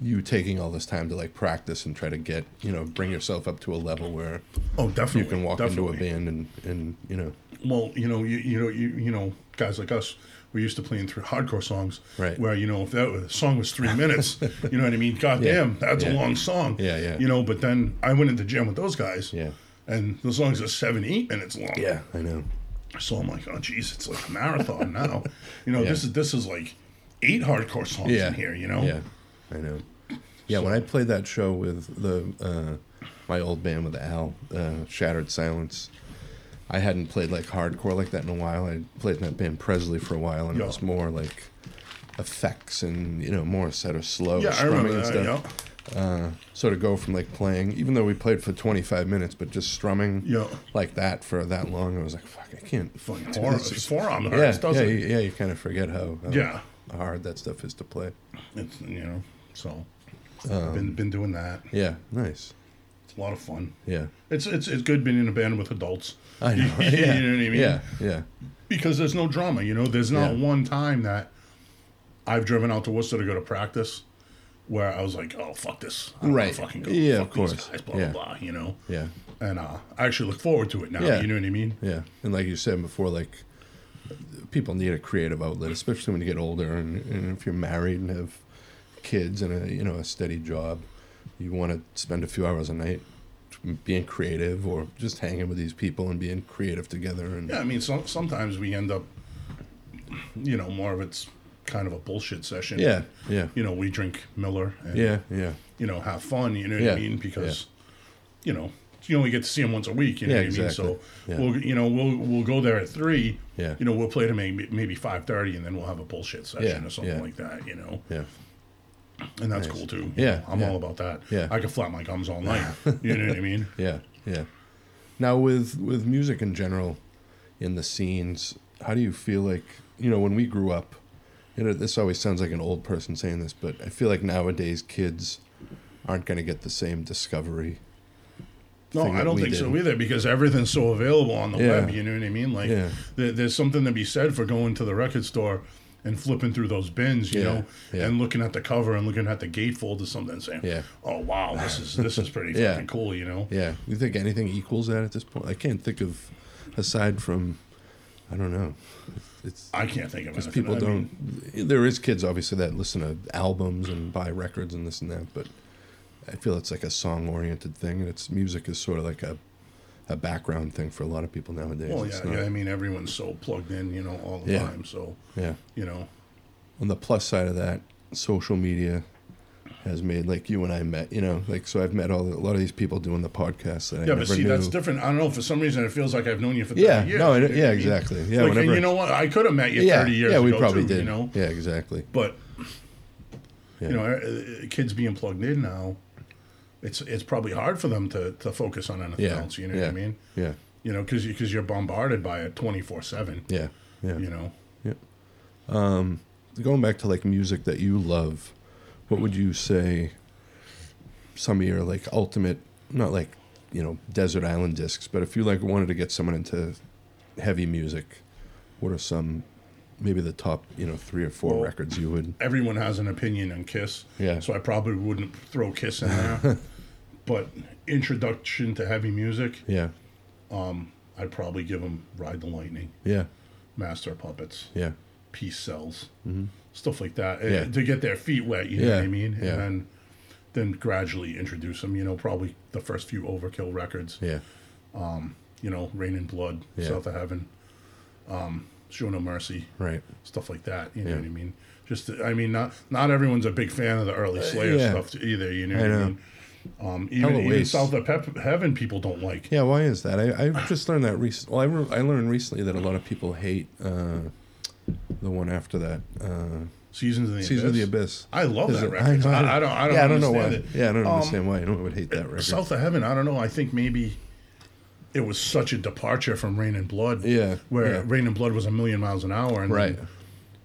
[SPEAKER 1] you taking all this time to like practice and try to get you know bring yourself up to a level where
[SPEAKER 2] Oh, definitely.
[SPEAKER 1] you can walk
[SPEAKER 2] definitely.
[SPEAKER 1] into a band and and you know
[SPEAKER 2] well, you know, you, you know, you, you know, guys like us, we're used to playing through hardcore songs,
[SPEAKER 1] Right.
[SPEAKER 2] Where you know, if that was- song was three minutes, you know what I mean? God damn, that's a
[SPEAKER 1] yeah.
[SPEAKER 2] long song.
[SPEAKER 1] Yeah, yeah.
[SPEAKER 2] You know, but then I went into jam with those guys.
[SPEAKER 1] Yeah.
[SPEAKER 2] And the songs are seven, eight minutes long.
[SPEAKER 1] I know.
[SPEAKER 2] So I'm like, oh, geez, it's like a marathon now. You know, this is this is like eight hardcore songs
[SPEAKER 1] Yeah.
[SPEAKER 2] in here. You know.
[SPEAKER 1] Yeah, I know. Yeah, when I played that show with the uh, my old band with Al, uh, Shattered Silence, I hadn't played like hardcore like that in a while. I played in that band Presley for a while, and
[SPEAKER 2] Yeah.
[SPEAKER 1] it was more like effects and you know more sort of slow
[SPEAKER 2] Yeah, I
[SPEAKER 1] strumming
[SPEAKER 2] remember that.
[SPEAKER 1] and stuff.
[SPEAKER 2] Yeah.
[SPEAKER 1] So to go from like playing, even though we played for 25 minutes, but just strumming
[SPEAKER 2] Yeah.
[SPEAKER 1] like that for that long, I was like, fuck, I can't.
[SPEAKER 2] Fucking
[SPEAKER 1] do
[SPEAKER 2] forearm,
[SPEAKER 1] this.
[SPEAKER 2] forearm
[SPEAKER 1] Yeah,
[SPEAKER 2] hurts,
[SPEAKER 1] yeah,
[SPEAKER 2] doesn't
[SPEAKER 1] you,
[SPEAKER 2] it?
[SPEAKER 1] yeah, you kind of forget how, how
[SPEAKER 2] Yeah.
[SPEAKER 1] hard that stuff is to play.
[SPEAKER 2] It's, you know, so
[SPEAKER 1] Um,
[SPEAKER 2] been been doing that.
[SPEAKER 1] Yeah, nice.
[SPEAKER 2] It's a lot of fun.
[SPEAKER 1] Yeah.
[SPEAKER 2] It's it's it's good being in a band with adults.
[SPEAKER 1] I know.
[SPEAKER 2] you,
[SPEAKER 1] yeah.
[SPEAKER 2] know what I mean?
[SPEAKER 1] Yeah, yeah,
[SPEAKER 2] Because there's no drama. You know, there's not
[SPEAKER 1] Yeah.
[SPEAKER 2] one time that I've driven out to Worcester to go to practice where I was like, oh fuck this, I don't wanna
[SPEAKER 1] Right.
[SPEAKER 2] Fucking go.
[SPEAKER 1] Yeah,
[SPEAKER 2] fuck
[SPEAKER 1] of
[SPEAKER 2] these
[SPEAKER 1] course.
[SPEAKER 2] guys, blah
[SPEAKER 1] Yeah.
[SPEAKER 2] blah blah. You know.
[SPEAKER 1] yeah,
[SPEAKER 2] And uh, I actually look forward to it now.
[SPEAKER 1] Yeah.
[SPEAKER 2] You know what I mean?
[SPEAKER 1] yeah. And like you said before, like people need a creative outlet, especially when you get older, and, and if you're married and have kids and a you know a steady job, you want to spend a few hours a night being creative or just hanging with these people and being creative together. And
[SPEAKER 2] Yeah. I mean, some sometimes we end up, you know, more of it's kind of a bullshit session.
[SPEAKER 1] yeah, yeah,
[SPEAKER 2] You know, we drink Miller. And,
[SPEAKER 1] yeah, yeah.
[SPEAKER 2] you know, have fun. You know what
[SPEAKER 1] Yeah,
[SPEAKER 2] I mean? Because, you know, you only get to see them once a week. You know
[SPEAKER 1] Yeah,
[SPEAKER 2] what I
[SPEAKER 1] exactly.
[SPEAKER 2] mean? So
[SPEAKER 1] Yeah.
[SPEAKER 2] we'll, you know, we'll we'll go there at three.
[SPEAKER 1] Yeah.
[SPEAKER 2] You know, we'll play to maybe maybe five thirty, and then we'll have a bullshit session
[SPEAKER 1] Yeah,
[SPEAKER 2] or something
[SPEAKER 1] yeah.
[SPEAKER 2] like that. You know,
[SPEAKER 1] yeah.
[SPEAKER 2] and that's cool too.
[SPEAKER 1] Yeah,
[SPEAKER 2] I'm
[SPEAKER 1] yeah.
[SPEAKER 2] all about that.
[SPEAKER 1] Yeah.
[SPEAKER 2] I could flap my gums all night. you know what I mean?
[SPEAKER 1] Yeah, yeah. Now with with music in general, in the scenes, how do you feel like you know when we grew up? You know, this always sounds like an old person saying this, but I feel like nowadays kids aren't going to get the same discovery.
[SPEAKER 2] No,
[SPEAKER 1] Thing
[SPEAKER 2] I
[SPEAKER 1] that
[SPEAKER 2] don't
[SPEAKER 1] we
[SPEAKER 2] think so
[SPEAKER 1] did.
[SPEAKER 2] either because everything's so available on the
[SPEAKER 1] Yeah.
[SPEAKER 2] web. You know what I mean? Like,
[SPEAKER 1] Yeah.
[SPEAKER 2] there, there's something to be said for going to the record store and flipping through those bins, you
[SPEAKER 1] Yeah,
[SPEAKER 2] know,
[SPEAKER 1] yeah.
[SPEAKER 2] and looking at the cover and looking at the gatefold or something, and saying,
[SPEAKER 1] Yeah.
[SPEAKER 2] "Oh wow, this is this is pretty
[SPEAKER 1] Yeah.
[SPEAKER 2] fucking cool," you know.
[SPEAKER 1] Yeah, you think anything equals that at this point? I can't think of aside from I don't know. It's
[SPEAKER 2] I can't think of anything.
[SPEAKER 1] people
[SPEAKER 2] I mean,
[SPEAKER 1] don't. there is kids obviously that listen to albums and buy records and this and that, but I feel it's like a song-oriented thing, and it's music is sort of like a a background thing for a lot of people nowadays.
[SPEAKER 2] well,
[SPEAKER 1] It's
[SPEAKER 2] Oh, yeah,
[SPEAKER 1] not-
[SPEAKER 2] yeah. I mean, everyone's so plugged in, you know, all the
[SPEAKER 1] Yeah.
[SPEAKER 2] time. So,
[SPEAKER 1] yeah.
[SPEAKER 2] you know,
[SPEAKER 1] On the plus side of that, social media has made like you and I met. You know, like so I've met all a lot of these people doing the podcast that I
[SPEAKER 2] yeah.
[SPEAKER 1] never
[SPEAKER 2] But see,
[SPEAKER 1] knew.
[SPEAKER 2] that's different. I don't know. For some reason, it feels like I've known you for 30
[SPEAKER 1] Yeah,
[SPEAKER 2] years.
[SPEAKER 1] no, I-
[SPEAKER 2] you know what
[SPEAKER 1] yeah,
[SPEAKER 2] I mean?
[SPEAKER 1] exactly. Yeah,
[SPEAKER 2] like, and
[SPEAKER 1] whenever-
[SPEAKER 2] you know what? I could have met you
[SPEAKER 1] yeah,
[SPEAKER 2] 30 years
[SPEAKER 1] yeah,
[SPEAKER 2] ago.
[SPEAKER 1] we probably
[SPEAKER 2] too,
[SPEAKER 1] did.
[SPEAKER 2] You know,
[SPEAKER 1] Yeah, exactly.
[SPEAKER 2] but
[SPEAKER 1] Yeah.
[SPEAKER 2] you know, uh, uh, kids being plugged in now, it's it's probably hard for them to, to focus on anything
[SPEAKER 1] yeah,
[SPEAKER 2] else. You know
[SPEAKER 1] yeah,
[SPEAKER 2] what I mean?
[SPEAKER 1] Yeah,
[SPEAKER 2] You know, because because you're bombarded by it twenty four seven.
[SPEAKER 1] yeah, yeah.
[SPEAKER 2] You know,
[SPEAKER 1] going back to like music that you love, what would you say some of your like ultimate not like, you know, desert island discs, but if you like wanted to get someone into heavy music, what are some maybe the top you know three or four
[SPEAKER 2] Well,
[SPEAKER 1] records you would?
[SPEAKER 2] Everyone has an opinion on Kiss.
[SPEAKER 1] Yeah.
[SPEAKER 2] So I probably wouldn't throw Kiss in there. but introduction to heavy music,
[SPEAKER 1] Yeah,
[SPEAKER 2] I'd probably give them Ride the Lightning,
[SPEAKER 1] yeah,
[SPEAKER 2] Master of Puppets,
[SPEAKER 1] yeah,
[SPEAKER 2] Peace Cells, stuff like that. eh,
[SPEAKER 1] Mm-hmm. Yeah.
[SPEAKER 2] To get their feet wet, you know
[SPEAKER 1] Yeah,
[SPEAKER 2] what I mean?
[SPEAKER 1] yeah.
[SPEAKER 2] And then, then gradually introduce them, you know, probably the first few Overkill records.
[SPEAKER 1] yeah,
[SPEAKER 2] you know, Rain and Blood,
[SPEAKER 1] Yeah.
[SPEAKER 2] South of Heaven, um, Show No Mercy,
[SPEAKER 1] right.
[SPEAKER 2] stuff like that. You know
[SPEAKER 1] Yeah.
[SPEAKER 2] what I mean? Just, I mean, not not everyone's a big fan of the early Slayer
[SPEAKER 1] Uh, yeah.
[SPEAKER 2] stuff either. You know
[SPEAKER 1] I
[SPEAKER 2] what I,
[SPEAKER 1] know.
[SPEAKER 2] mean? Um, even,
[SPEAKER 1] Hella
[SPEAKER 2] even
[SPEAKER 1] waste.
[SPEAKER 2] South of Pep- Heaven, people don't like.
[SPEAKER 1] Yeah, why is that? I, I've just learned that recently. Well, I, re- I learned recently that a lot of people hate uh, the one after that, uh,
[SPEAKER 2] Seasons of the
[SPEAKER 1] Season
[SPEAKER 2] Abyss.
[SPEAKER 1] of the Abyss.
[SPEAKER 2] I love
[SPEAKER 1] Is
[SPEAKER 2] that
[SPEAKER 1] it-
[SPEAKER 2] record.
[SPEAKER 1] know,
[SPEAKER 2] I, I don't. I don't.
[SPEAKER 1] yeah, I don't know why.
[SPEAKER 2] understand it.
[SPEAKER 1] Yeah, I don't
[SPEAKER 2] Um,
[SPEAKER 1] understand why anyone would hate that record.
[SPEAKER 2] South of Heaven, I don't know. I think maybe it was such a departure from Rain and Blood.
[SPEAKER 1] Yeah,
[SPEAKER 2] Where
[SPEAKER 1] yeah.
[SPEAKER 2] Rain and Blood was a million miles an hour, and
[SPEAKER 1] Right.
[SPEAKER 2] then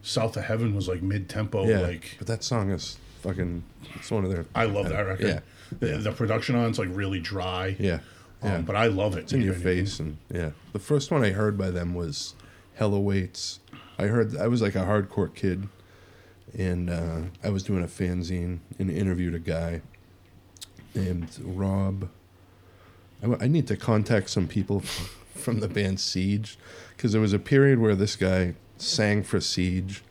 [SPEAKER 2] South of Heaven was like mid tempo,
[SPEAKER 1] yeah,
[SPEAKER 2] like
[SPEAKER 1] but that song is fucking. It's one of their.
[SPEAKER 2] I love that record.
[SPEAKER 1] Yeah.
[SPEAKER 2] The, the production on it's like really dry.
[SPEAKER 1] Yeah,
[SPEAKER 2] Um,
[SPEAKER 1] yeah.
[SPEAKER 2] But I love it.
[SPEAKER 1] It's in
[SPEAKER 2] you
[SPEAKER 1] your
[SPEAKER 2] know what I mean?
[SPEAKER 1] face, and yeah. The first one I heard by them was "Hell Awaits." I heard I was like a hardcore kid, and uh, I was doing a fanzine and interviewed a guy named Rob. I, w- I need to contact some people from the band Siege because there was a period where this guy sang for Siege,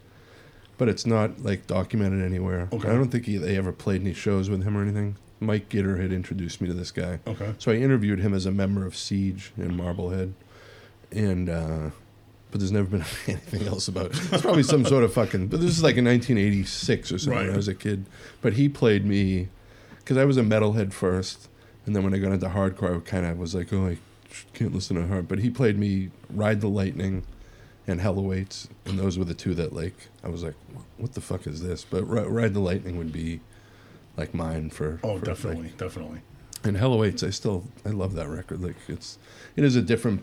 [SPEAKER 1] but it's not like documented anywhere.
[SPEAKER 2] Okay.
[SPEAKER 1] I don't think he, they ever played any shows with him or anything. Mike Gitter had introduced me to this guy.
[SPEAKER 2] Okay.
[SPEAKER 1] So I interviewed him as a member of Siege in Marblehead, and uh, but there's never been anything else about. It. It's probably some sort of fucking. But this is like in 1986 or something when
[SPEAKER 2] Right.
[SPEAKER 1] I was a kid. But he played me because I was a metalhead first, and then when I got into hardcore, I kind of was like, oh, I sh- can't listen to hard. But he played me Ride the Lightning. And Hell Awaits, and those were the two that like I was like, what the fuck is this? But Ri- Ride the Lightning would be like mine for
[SPEAKER 2] Oh,
[SPEAKER 1] for, like,
[SPEAKER 2] definitely, definitely.
[SPEAKER 1] and Hell Awaits, I still I love that record. Like it's it is a different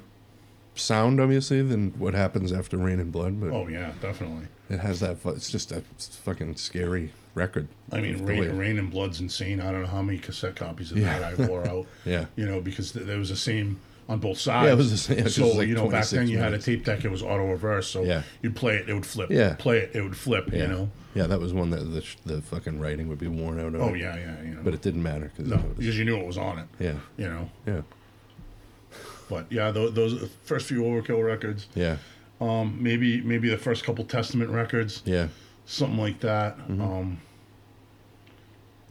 [SPEAKER 1] sound obviously than what happens after Rain and Blood, but
[SPEAKER 2] Oh yeah, definitely.
[SPEAKER 1] it has that fu- it's just a fucking scary record.
[SPEAKER 2] I mean,
[SPEAKER 1] The
[SPEAKER 2] Rain,
[SPEAKER 1] way-
[SPEAKER 2] Rain and Blood's insane. I don't know how many cassette copies of
[SPEAKER 1] Yeah.
[SPEAKER 2] that I wore out.
[SPEAKER 1] Yeah.
[SPEAKER 2] You know, because th- there was the same on both sides.
[SPEAKER 1] Yeah, it was the same. It was
[SPEAKER 2] so
[SPEAKER 1] just like
[SPEAKER 2] you know, back
[SPEAKER 1] 26
[SPEAKER 2] then you had a
[SPEAKER 1] minutes.
[SPEAKER 2] tape deck. It was auto reverse. So
[SPEAKER 1] Yeah.
[SPEAKER 2] you'd play it, it would flip.
[SPEAKER 1] Yeah.
[SPEAKER 2] Play it, it would flip.
[SPEAKER 1] yeah.
[SPEAKER 2] You know.
[SPEAKER 1] Yeah, that was one that the, sh- the fucking writing would be worn out on.
[SPEAKER 2] Oh
[SPEAKER 1] it,
[SPEAKER 2] yeah, yeah. You know.
[SPEAKER 1] But it didn't matter cuz
[SPEAKER 2] no, because you knew it was on it.
[SPEAKER 1] Yeah.
[SPEAKER 2] You know.
[SPEAKER 1] Yeah.
[SPEAKER 2] But yeah, those, those first few Overkill records.
[SPEAKER 1] Yeah.
[SPEAKER 2] Um, maybe maybe the first couple Testament records.
[SPEAKER 1] Yeah. Mm-hmm.
[SPEAKER 2] something like that. Um,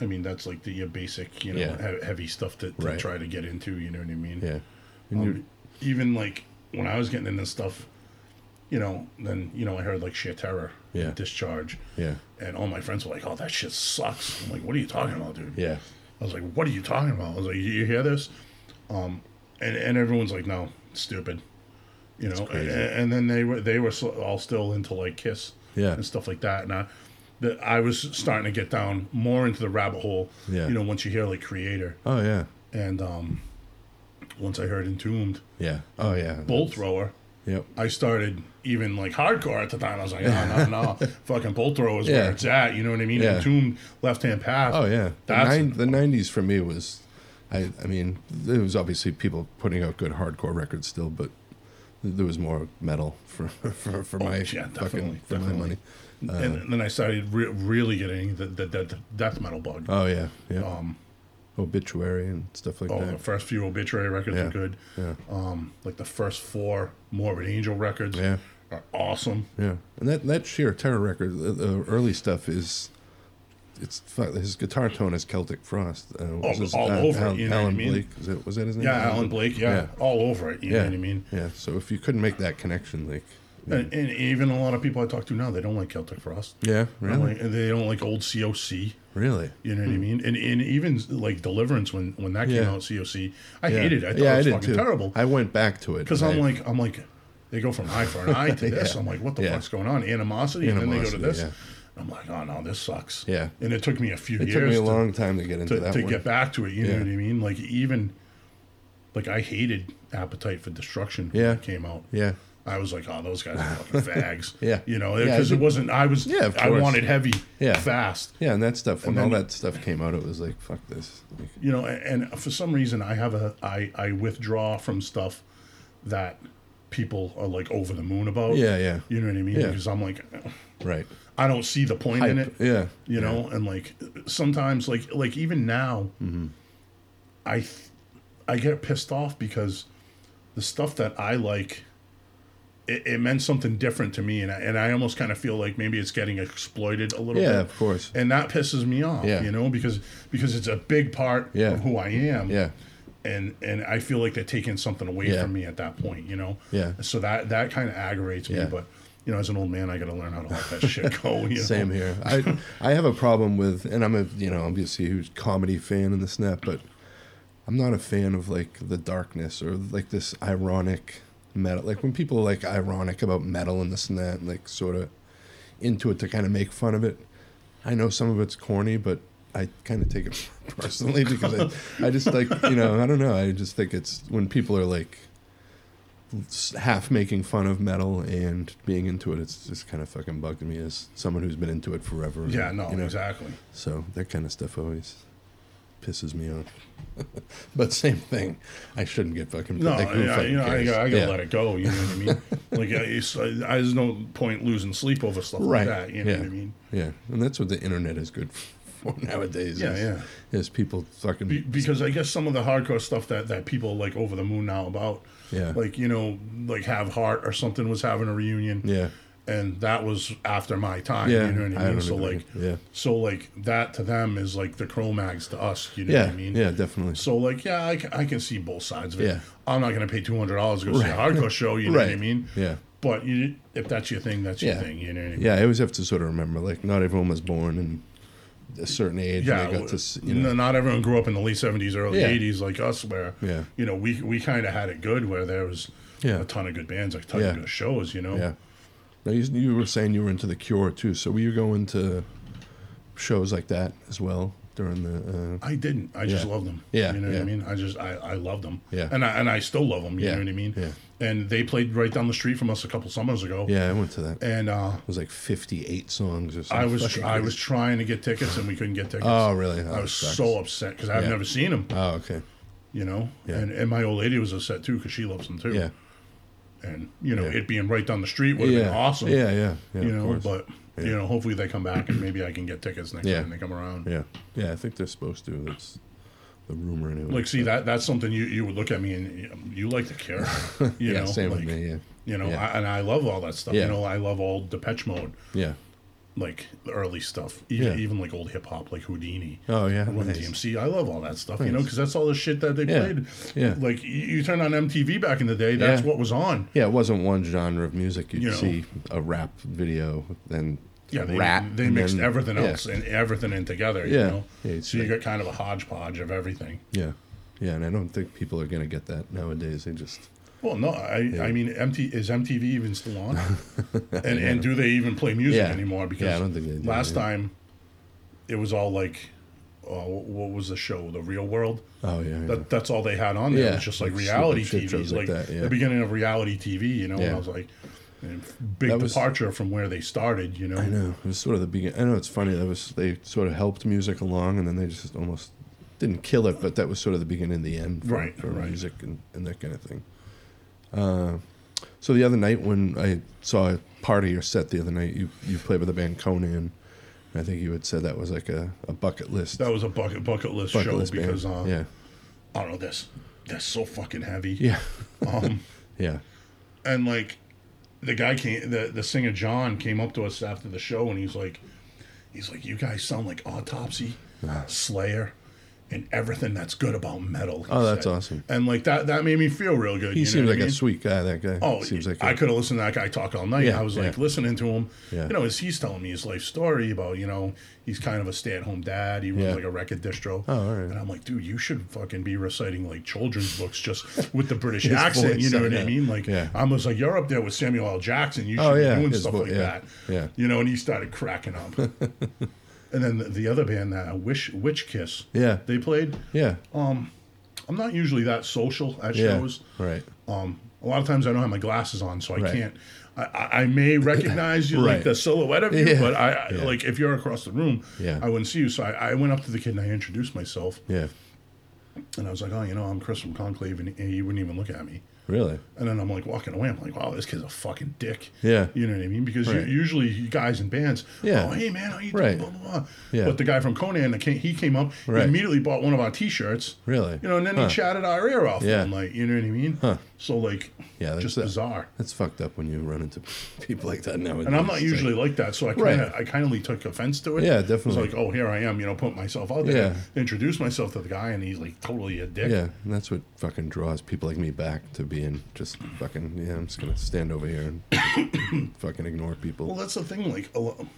[SPEAKER 2] I mean, that's like the your basic, you know,
[SPEAKER 1] Yeah.
[SPEAKER 2] he- heavy stuff to, to
[SPEAKER 1] Right.
[SPEAKER 2] try to get into. You know what I mean?
[SPEAKER 1] Yeah. And
[SPEAKER 2] Um,
[SPEAKER 1] you
[SPEAKER 2] even like when I was getting into stuff, you know, then you know I heard like sheer terror,
[SPEAKER 1] Yeah.
[SPEAKER 2] and discharge,
[SPEAKER 1] yeah.
[SPEAKER 2] and all my friends were like, "Oh, that shit sucks." I'm like, "What are you talking about, dude?"
[SPEAKER 1] Yeah.
[SPEAKER 2] I was like, "What are you talking about?" I was like, "You, you hear this?" Um, and and everyone's like, "No, it's stupid," you know. And,
[SPEAKER 1] crazy.
[SPEAKER 2] and then they were they were so- all still into like Kiss,
[SPEAKER 1] Yeah.
[SPEAKER 2] and stuff like that. And I, the, I was starting to get down more into the rabbit hole,
[SPEAKER 1] Yeah.
[SPEAKER 2] you know. Once you hear like Creator,
[SPEAKER 1] Oh yeah.
[SPEAKER 2] and um, once I heard Entombed,
[SPEAKER 1] Yeah. Oh yeah.
[SPEAKER 2] Bolt Thrower,
[SPEAKER 1] Yep.
[SPEAKER 2] I started even like hardcore at the time. I was like, no, no, no, fucking Bolt Thrower is where
[SPEAKER 1] Yeah.
[SPEAKER 2] it's at. You know what I mean?
[SPEAKER 1] Yeah.
[SPEAKER 2] Entombed, Left Hand Path.
[SPEAKER 1] Oh yeah, the,
[SPEAKER 2] That's-
[SPEAKER 1] nine, the '90s for me was, I I mean, there was obviously people putting out good hardcore records still, but there was more metal for for, for my
[SPEAKER 2] Oh, yeah, definitely,
[SPEAKER 1] fucking for
[SPEAKER 2] definitely.
[SPEAKER 1] my money.
[SPEAKER 2] and then I started re- really getting the, the, the death metal bug.
[SPEAKER 1] Oh yeah, yeah.
[SPEAKER 2] Um,
[SPEAKER 1] Obituary and stuff like
[SPEAKER 2] oh, the
[SPEAKER 1] that.
[SPEAKER 2] first few obituary records
[SPEAKER 1] Yeah,
[SPEAKER 2] are good.
[SPEAKER 1] yeah.
[SPEAKER 2] Um, like the first four Morbid Angel records
[SPEAKER 1] Yeah.
[SPEAKER 2] are awesome.
[SPEAKER 1] Yeah, and that that sheer terror record, the, the early stuff is. It's fu- his guitar tone is Celtic Frost. Uh, was his-
[SPEAKER 2] Oh, all
[SPEAKER 1] Al-
[SPEAKER 2] over it,
[SPEAKER 1] Al-
[SPEAKER 2] you know what I
[SPEAKER 1] Alan
[SPEAKER 2] mean?
[SPEAKER 1] Blake is it, was that his name?
[SPEAKER 2] Yeah, Alan Blake. Yeah,
[SPEAKER 1] Yeah.
[SPEAKER 2] all over it. You
[SPEAKER 1] Yeah,
[SPEAKER 2] know what I mean?
[SPEAKER 1] yeah. So if you couldn't make that connection, like,
[SPEAKER 2] And, and even a lot of people I talk to now, they don't like Celtic Frost.
[SPEAKER 1] yeah,
[SPEAKER 2] They don't
[SPEAKER 1] really,
[SPEAKER 2] like- they don't like old COC.
[SPEAKER 1] really,
[SPEAKER 2] You know what I mean? And, and even like Deliverance when when that came
[SPEAKER 1] Hmm. Yeah.
[SPEAKER 2] out, COC, I hated it. I thought
[SPEAKER 1] Yeah,
[SPEAKER 2] it was
[SPEAKER 1] did
[SPEAKER 2] fucking
[SPEAKER 1] too.
[SPEAKER 2] terrible.
[SPEAKER 1] I went back to it
[SPEAKER 2] Because
[SPEAKER 1] and
[SPEAKER 2] I'm
[SPEAKER 1] I-
[SPEAKER 2] like, I'm like, they go from eye for an eye to this. I'm like, what the
[SPEAKER 1] Yeah.
[SPEAKER 2] fuck's going on? Animosity, and then they go to this.
[SPEAKER 1] Animosity,
[SPEAKER 2] I'm like, oh no, this sucks.
[SPEAKER 1] Yeah.
[SPEAKER 2] And it took me a few
[SPEAKER 1] it
[SPEAKER 2] years
[SPEAKER 1] took me a
[SPEAKER 2] to-
[SPEAKER 1] long time to get into
[SPEAKER 2] to, to,
[SPEAKER 1] that one.
[SPEAKER 2] get back to it. You know
[SPEAKER 1] Yeah.
[SPEAKER 2] what I mean? Like even, like I hated Appetite for Destruction
[SPEAKER 1] Yeah.
[SPEAKER 2] when it came out.
[SPEAKER 1] Yeah,
[SPEAKER 2] I was like, oh, those guys are fucking fags.
[SPEAKER 1] Yeah.
[SPEAKER 2] You know,
[SPEAKER 1] Yeah,
[SPEAKER 2] because
[SPEAKER 1] I
[SPEAKER 2] it
[SPEAKER 1] did-
[SPEAKER 2] wasn't. I was.
[SPEAKER 1] Yeah, of
[SPEAKER 2] I
[SPEAKER 1] course.
[SPEAKER 2] wanted heavy.
[SPEAKER 1] Yeah.
[SPEAKER 2] Fast.
[SPEAKER 1] yeah, and that stuff. When
[SPEAKER 2] And
[SPEAKER 1] all
[SPEAKER 2] then-
[SPEAKER 1] that stuff came out, it was like, fuck this. Like,
[SPEAKER 2] you know and, and for some reason i have a i i withdraw from stuff that people are like over the moon about.
[SPEAKER 1] Yeah, yeah.
[SPEAKER 2] You know what I mean?
[SPEAKER 1] Yeah.
[SPEAKER 2] Because I'm like,
[SPEAKER 1] Right.
[SPEAKER 2] I don't see the point in it.
[SPEAKER 1] Yeah.
[SPEAKER 2] You know, and like sometimes, like like even now,
[SPEAKER 1] Mm-hmm.
[SPEAKER 2] I th- I get pissed off because the stuff that I like, it, it meant something different to me, and I, and I almost kind of feel like maybe it's getting exploited a little bit.
[SPEAKER 1] Yeah, of course.
[SPEAKER 2] And that pisses me off.
[SPEAKER 1] Yeah.
[SPEAKER 2] You know, because because it's a big part
[SPEAKER 1] Yeah.
[SPEAKER 2] of who I am
[SPEAKER 1] Yeah.
[SPEAKER 2] and and I feel like they're taking something away
[SPEAKER 1] Yeah.
[SPEAKER 2] from me at that point, you know.
[SPEAKER 1] Yeah.
[SPEAKER 2] So that that kind of aggravates
[SPEAKER 1] Yeah.
[SPEAKER 2] me, but you know, as an old man, I got to learn how to let that shit go. You know?
[SPEAKER 1] Same here. I I have a problem with, and I'm a you know obviously a huge comedy fan in the snap, but I'm not a fan of like the darkness or like this ironic metal. Like when people are like ironic about metal and this and that, and like sort of into it to kind of make fun of it. I know some of it's corny, but I kind of take it personally because I, I just like you know I don't know. I just think it's when people are like s- half making fun of metal and being into it. It's just kind of fucking bugged me as someone who's been into it forever.
[SPEAKER 2] Yeah, no,
[SPEAKER 1] you know?
[SPEAKER 2] exactly.
[SPEAKER 1] So that kind of stuff always pisses me off. but same thing. I shouldn't get fucking.
[SPEAKER 2] No,
[SPEAKER 1] like, who
[SPEAKER 2] yeah,
[SPEAKER 1] fucking
[SPEAKER 2] you know, I, I
[SPEAKER 1] cares?
[SPEAKER 2] gotta
[SPEAKER 1] Yeah.
[SPEAKER 2] let it go. You know what I mean? like, I, it's- I, there's no point losing sleep over stuff
[SPEAKER 1] Right.
[SPEAKER 2] like that. You know
[SPEAKER 1] yeah.
[SPEAKER 2] what I mean?
[SPEAKER 1] Yeah, and that's what the internet is good for nowadays.
[SPEAKER 2] Yeah,
[SPEAKER 1] is,
[SPEAKER 2] yeah.
[SPEAKER 1] Is people fucking
[SPEAKER 2] Be- because I guess some of the hardcore stuff that that people are, like over the moon now about,
[SPEAKER 1] Yeah.
[SPEAKER 2] like you know, like Have Heart or something was having a reunion,
[SPEAKER 1] yeah.
[SPEAKER 2] and that was after my time.
[SPEAKER 1] Yeah,
[SPEAKER 2] you know what
[SPEAKER 1] I
[SPEAKER 2] I mean.
[SPEAKER 1] don't
[SPEAKER 2] so
[SPEAKER 1] agree.
[SPEAKER 2] like,
[SPEAKER 1] Yeah.
[SPEAKER 2] so like that to them is like the Cro-Mags to us. You know
[SPEAKER 1] Yeah,
[SPEAKER 2] what I mean?
[SPEAKER 1] yeah, definitely.
[SPEAKER 2] So like, yeah, I can, I can see both sides of it.
[SPEAKER 1] Yeah.
[SPEAKER 2] I'm not gonna pay two hundred dollars to go see a hardcore show. You know what I
[SPEAKER 1] Right.
[SPEAKER 2] mean?
[SPEAKER 1] Yeah.
[SPEAKER 2] But you, if that's your thing, that's your
[SPEAKER 1] Yeah.
[SPEAKER 2] thing. You know what I mean?
[SPEAKER 1] Yeah, I always have to sort of remember, like, not everyone was born in a certain age.
[SPEAKER 2] Yeah,
[SPEAKER 1] and they got to, s- you
[SPEAKER 2] n-
[SPEAKER 1] know,
[SPEAKER 2] not everyone grew up in the late seventies, early
[SPEAKER 1] Yeah.
[SPEAKER 2] eighties, like us, where
[SPEAKER 1] Yeah.
[SPEAKER 2] you know we we kind of had it good, where there was
[SPEAKER 1] Yeah.
[SPEAKER 2] a ton of good bands, a ton
[SPEAKER 1] Yeah.
[SPEAKER 2] of good shows, you know.
[SPEAKER 1] yeah. Now you, you were saying you were into the Cure too, so were you going to shows like that as well during the? Uh,
[SPEAKER 2] I didn't. I just
[SPEAKER 1] Yeah.
[SPEAKER 2] loved them.
[SPEAKER 1] Yeah,
[SPEAKER 2] You know
[SPEAKER 1] yeah.
[SPEAKER 2] what I mean? I just I, I loved them.
[SPEAKER 1] Yeah.
[SPEAKER 2] And I and I still love them. You
[SPEAKER 1] Yeah,
[SPEAKER 2] know what I mean?
[SPEAKER 1] yeah.
[SPEAKER 2] And they played right down the street from us a couple summers ago.
[SPEAKER 1] yeah, I went to that. It
[SPEAKER 2] And uh,
[SPEAKER 1] was like fifty-eight songs or something.
[SPEAKER 2] I was
[SPEAKER 1] Fucking
[SPEAKER 2] I
[SPEAKER 1] crazy.
[SPEAKER 2] was trying to get tickets and we couldn't get tickets.
[SPEAKER 1] Oh really?
[SPEAKER 2] I
[SPEAKER 1] Oh,
[SPEAKER 2] was
[SPEAKER 1] sucks.
[SPEAKER 2] so upset because I've
[SPEAKER 1] Yeah.
[SPEAKER 2] never seen them.
[SPEAKER 1] Oh okay.
[SPEAKER 2] You know.
[SPEAKER 1] Yeah.
[SPEAKER 2] And and my old lady was upset too because she loves them too.
[SPEAKER 1] Yeah.
[SPEAKER 2] And you know
[SPEAKER 1] Yeah.
[SPEAKER 2] it being right down the street would have
[SPEAKER 1] Yeah.
[SPEAKER 2] been awesome.
[SPEAKER 1] Yeah, yeah, yeah.
[SPEAKER 2] You
[SPEAKER 1] of
[SPEAKER 2] know,
[SPEAKER 1] course.
[SPEAKER 2] but you know, hopefully they come back and maybe I can get tickets next
[SPEAKER 1] Yeah.
[SPEAKER 2] time they come around.
[SPEAKER 1] yeah, yeah. I think they're supposed to. That's the rumor anyway.
[SPEAKER 2] Like, see that that's something you, you would look at me and you, you like to care. You
[SPEAKER 1] yeah,
[SPEAKER 2] know,
[SPEAKER 1] same
[SPEAKER 2] like,
[SPEAKER 1] with me. Yeah,
[SPEAKER 2] You know,
[SPEAKER 1] Yeah.
[SPEAKER 2] I, and I love all that stuff.
[SPEAKER 1] Yeah.
[SPEAKER 2] You know, I love all Depeche Mode,
[SPEAKER 1] yeah.
[SPEAKER 2] like the early stuff, even,
[SPEAKER 1] Yeah.
[SPEAKER 2] even like old hip hop, like Houdini.
[SPEAKER 1] Oh yeah,
[SPEAKER 2] Run
[SPEAKER 1] nice.
[SPEAKER 2] DMC, I love all that stuff, you know,
[SPEAKER 1] Nice.
[SPEAKER 2] because that's all the shit that they
[SPEAKER 1] Yeah.
[SPEAKER 2] played.
[SPEAKER 1] Yeah.
[SPEAKER 2] Like you, you turn on MTV back in the day, that's
[SPEAKER 1] Yeah.
[SPEAKER 2] what was on.
[SPEAKER 1] Yeah, it wasn't one genre of music. You'd
[SPEAKER 2] You know.
[SPEAKER 1] see a rap video, then
[SPEAKER 2] Yeah, they,
[SPEAKER 1] rap.
[SPEAKER 2] they
[SPEAKER 1] and
[SPEAKER 2] mixed
[SPEAKER 1] then-
[SPEAKER 2] everything
[SPEAKER 1] yeah,
[SPEAKER 2] else and everything in together.
[SPEAKER 1] Yeah.
[SPEAKER 2] You know?
[SPEAKER 1] Yeah, it's
[SPEAKER 2] so you
[SPEAKER 1] like-
[SPEAKER 2] got kind of a hodgepodge of everything.
[SPEAKER 1] Yeah, yeah, and I don't think people are gonna get that nowadays. They just
[SPEAKER 2] Well, no, I, I mean, MT, is MTV even still on? and and do they even play music
[SPEAKER 1] Yeah.
[SPEAKER 2] anymore? Because
[SPEAKER 1] Yeah, I don't think they do,
[SPEAKER 2] last
[SPEAKER 1] yeah.
[SPEAKER 2] time it was all like, uh, what was the show? The Real World.
[SPEAKER 1] oh yeah, yeah.
[SPEAKER 2] That, that's all they had on there.
[SPEAKER 1] Yeah,
[SPEAKER 2] It was just like
[SPEAKER 1] like stupid
[SPEAKER 2] reality
[SPEAKER 1] shit
[SPEAKER 2] TV,
[SPEAKER 1] shows like
[SPEAKER 2] like,
[SPEAKER 1] that, yeah.
[SPEAKER 2] the beginning of reality TV. You know, and
[SPEAKER 1] Yeah.
[SPEAKER 2] I was like, and big
[SPEAKER 1] That was-
[SPEAKER 2] departure from where they started. You know,
[SPEAKER 1] I know it was sort of the beginning. I know it's funny. That was they sort of helped music along, and then they just almost didn't kill it, but that was sort of the beginning and the end for,
[SPEAKER 2] Right,
[SPEAKER 1] for
[SPEAKER 2] right.
[SPEAKER 1] music and, and that kind of thing. Uh, so the other night when I saw a part of your set the other night, you you played with the band Conan. I think you had said that was like a, a bucket list.
[SPEAKER 2] that was a bucket bucket list
[SPEAKER 1] bucket
[SPEAKER 2] show
[SPEAKER 1] list band.
[SPEAKER 2] because uh,
[SPEAKER 1] yeah,
[SPEAKER 2] I don't know this. That's so fucking heavy.
[SPEAKER 1] yeah,
[SPEAKER 2] Um,
[SPEAKER 1] yeah.
[SPEAKER 2] and like the guy came the, the singer john came up to us after the show and he's like he's like you guys sound like autopsy slayer and everything that's good about metal he
[SPEAKER 1] Oh, that's
[SPEAKER 2] said.
[SPEAKER 1] awesome.
[SPEAKER 2] and like that that made me feel real good
[SPEAKER 1] He
[SPEAKER 2] you know
[SPEAKER 1] seems
[SPEAKER 2] what
[SPEAKER 1] like
[SPEAKER 2] I mean?
[SPEAKER 1] a sweet guy. That guy.
[SPEAKER 2] Oh,
[SPEAKER 1] seems like
[SPEAKER 2] I
[SPEAKER 1] a-
[SPEAKER 2] could have listened to that guy talk all night.
[SPEAKER 1] Yeah,
[SPEAKER 2] I was like
[SPEAKER 1] yeah.
[SPEAKER 2] listening to him.
[SPEAKER 1] Yeah.
[SPEAKER 2] You know, as he's telling me his life story about, you know, he's kind of a stay at home dad. He runs
[SPEAKER 1] Yeah.
[SPEAKER 2] like a record distro.
[SPEAKER 1] Oh, all right.
[SPEAKER 2] And I'm like, dude, you should fucking be reciting like children's books just with the British accent.
[SPEAKER 1] voice,
[SPEAKER 2] you know
[SPEAKER 1] uh,
[SPEAKER 2] what
[SPEAKER 1] yeah.
[SPEAKER 2] I mean? Like,
[SPEAKER 1] Yeah.
[SPEAKER 2] I was like, you're up there with Samuel L. Jackson. You should
[SPEAKER 1] Oh, yeah,
[SPEAKER 2] be doing
[SPEAKER 1] his
[SPEAKER 2] stuff
[SPEAKER 1] vo-
[SPEAKER 2] like
[SPEAKER 1] yeah,
[SPEAKER 2] that.
[SPEAKER 1] yeah.
[SPEAKER 2] You know, and he started cracking up. and then the, the other band, that Wish Witch Kiss.
[SPEAKER 1] Yeah.
[SPEAKER 2] They played.
[SPEAKER 1] yeah,
[SPEAKER 2] I'm not usually that social at
[SPEAKER 1] yeah,
[SPEAKER 2] shows.
[SPEAKER 1] right.
[SPEAKER 2] Um, a lot of times I don't have my glasses on, so I
[SPEAKER 1] Right.
[SPEAKER 2] can't. I, I- I may recognize you,
[SPEAKER 1] Right.
[SPEAKER 2] like the silhouette of you,
[SPEAKER 1] Yeah.
[SPEAKER 2] but I, I
[SPEAKER 1] Yeah.
[SPEAKER 2] like if you're across the room,
[SPEAKER 1] Yeah.
[SPEAKER 2] I wouldn't see you. So I, I went up to the kid and I introduced myself,
[SPEAKER 1] Yeah,
[SPEAKER 2] and I was like, "Oh, you know, I'm Chris from Conclave," and he, he wouldn't even look at me.
[SPEAKER 1] Really?
[SPEAKER 2] And then I'm like walking away. I'm like, wow, this kid's a fucking dick.
[SPEAKER 1] Yeah.
[SPEAKER 2] You know what I mean? Because
[SPEAKER 1] Right.
[SPEAKER 2] u- usually you guys in bands,
[SPEAKER 1] Yeah.
[SPEAKER 2] oh, hey, man, how you
[SPEAKER 1] Right.
[SPEAKER 2] doing? Blah, blah, blah.
[SPEAKER 1] Yeah.
[SPEAKER 2] But the guy from Conan, that came, he came up, he
[SPEAKER 1] Right.
[SPEAKER 2] immediately bought one of our t shirts.
[SPEAKER 1] Really?
[SPEAKER 2] You know, and then
[SPEAKER 1] Huh.
[SPEAKER 2] he chatted our ear off.
[SPEAKER 1] Yeah.
[SPEAKER 2] Yeah. like, you know what I mean? So, like,
[SPEAKER 1] Yeah, that's
[SPEAKER 2] just
[SPEAKER 1] that.
[SPEAKER 2] bizarre.
[SPEAKER 1] That's fucked up when you run into people like that now.
[SPEAKER 2] And I'm not usually like that, so I kind
[SPEAKER 1] Right.
[SPEAKER 2] of I kind of took offense to it.
[SPEAKER 1] Yeah,
[SPEAKER 2] It
[SPEAKER 1] definitely.
[SPEAKER 2] was like, oh, here I am, you know, put myself out there,
[SPEAKER 1] Yeah.
[SPEAKER 2] introduce myself to the guy, and he's like totally a dick.
[SPEAKER 1] Yeah, and that's what fucking draws people like me back to being just fucking. Yeah, I'm just gonna stand over here and fucking ignore
[SPEAKER 2] Well,
[SPEAKER 1] people.
[SPEAKER 2] that's the thing. Like a lo-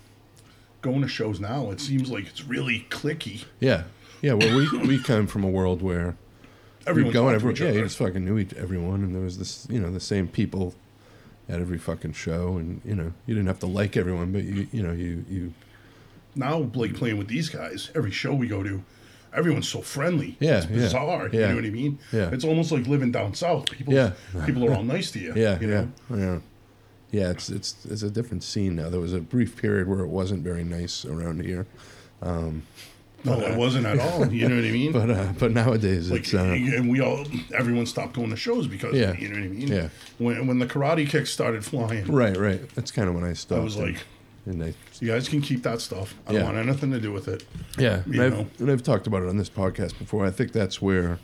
[SPEAKER 2] going to shows now, it seems like it's really clicky.
[SPEAKER 1] Yeah, yeah. Well, we we come from a world where
[SPEAKER 2] Everyone's
[SPEAKER 1] you'd go and
[SPEAKER 2] talking
[SPEAKER 1] everyone,
[SPEAKER 2] to
[SPEAKER 1] yeah,
[SPEAKER 2] each
[SPEAKER 1] you
[SPEAKER 2] other.
[SPEAKER 1] just fucking knew each, everyone, and there was this, you know, the same people at every fucking show, and you know, you didn't have to like everyone, but you, you know, you you
[SPEAKER 2] now, like playing with these guys, every show we go to, everyone's so friendly.
[SPEAKER 1] Yeah,
[SPEAKER 2] it's
[SPEAKER 1] yeah,
[SPEAKER 2] bizarre.
[SPEAKER 1] yeah.
[SPEAKER 2] You know what I mean?
[SPEAKER 1] Yeah.
[SPEAKER 2] it's almost like living down south. People,
[SPEAKER 1] Yeah.
[SPEAKER 2] people are all nice to you.
[SPEAKER 1] Yeah,
[SPEAKER 2] you
[SPEAKER 1] yeah,
[SPEAKER 2] know?
[SPEAKER 1] yeah, yeah. It's it's it's a different scene now. There was a brief period where it wasn't very nice around here,
[SPEAKER 2] No, it wasn't at all. You know what I mean?
[SPEAKER 1] uh, but uh, but nowadays
[SPEAKER 2] Like,
[SPEAKER 1] it's uh,
[SPEAKER 2] and we all, everyone stopped going to shows because,
[SPEAKER 1] Yeah.
[SPEAKER 2] you know what I mean?
[SPEAKER 1] Yeah.
[SPEAKER 2] When, when the karate kicks started flying,
[SPEAKER 1] right, right. That's kind of when I stopped.
[SPEAKER 2] was
[SPEAKER 1] and-
[SPEAKER 2] like-
[SPEAKER 1] and I,
[SPEAKER 2] you guys can keep that stuff. I
[SPEAKER 1] Yeah.
[SPEAKER 2] don't want anything to do with it.
[SPEAKER 1] yeah, and
[SPEAKER 2] you know.
[SPEAKER 1] I've, and I've talked about it on this podcast before. I think that's where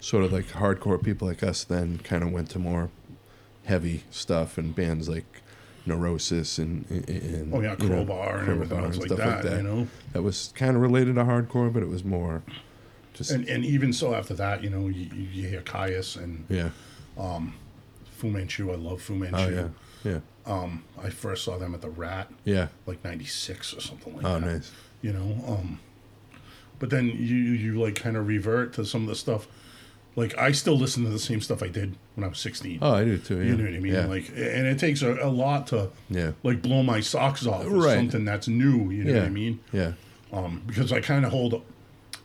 [SPEAKER 1] sort of like hardcore people like us then kind of went to more heavy stuff and bands like Neurosis and, and- and
[SPEAKER 2] Oh, yeah,
[SPEAKER 1] you know,
[SPEAKER 2] Crowbar and everything else like that, you know?
[SPEAKER 1] that was kind of related to hardcore, but it was more just
[SPEAKER 2] And, and even so, after that, you know, you, you hear Caius and
[SPEAKER 1] yeah,
[SPEAKER 2] Fu Manchu. I love Fu Manchu.
[SPEAKER 1] oh yeah, yeah,
[SPEAKER 2] Um, I first saw them at the Rat,
[SPEAKER 1] yeah.
[SPEAKER 2] like '96 or something like
[SPEAKER 1] Oh,
[SPEAKER 2] that.
[SPEAKER 1] nice.
[SPEAKER 2] You know, um, but then you you like kind of revert to some of the stuff. Like I still listen to the same stuff I did when I was 16.
[SPEAKER 1] Oh, I do too. Yeah.
[SPEAKER 2] you know what I mean?
[SPEAKER 1] Yeah.
[SPEAKER 2] Like, and it takes a, a lot to
[SPEAKER 1] Yeah.
[SPEAKER 2] like blow my socks off with
[SPEAKER 1] Right.
[SPEAKER 2] something that's new. You know
[SPEAKER 1] yeah.
[SPEAKER 2] what I mean?
[SPEAKER 1] Yeah.
[SPEAKER 2] um, because I kind of hold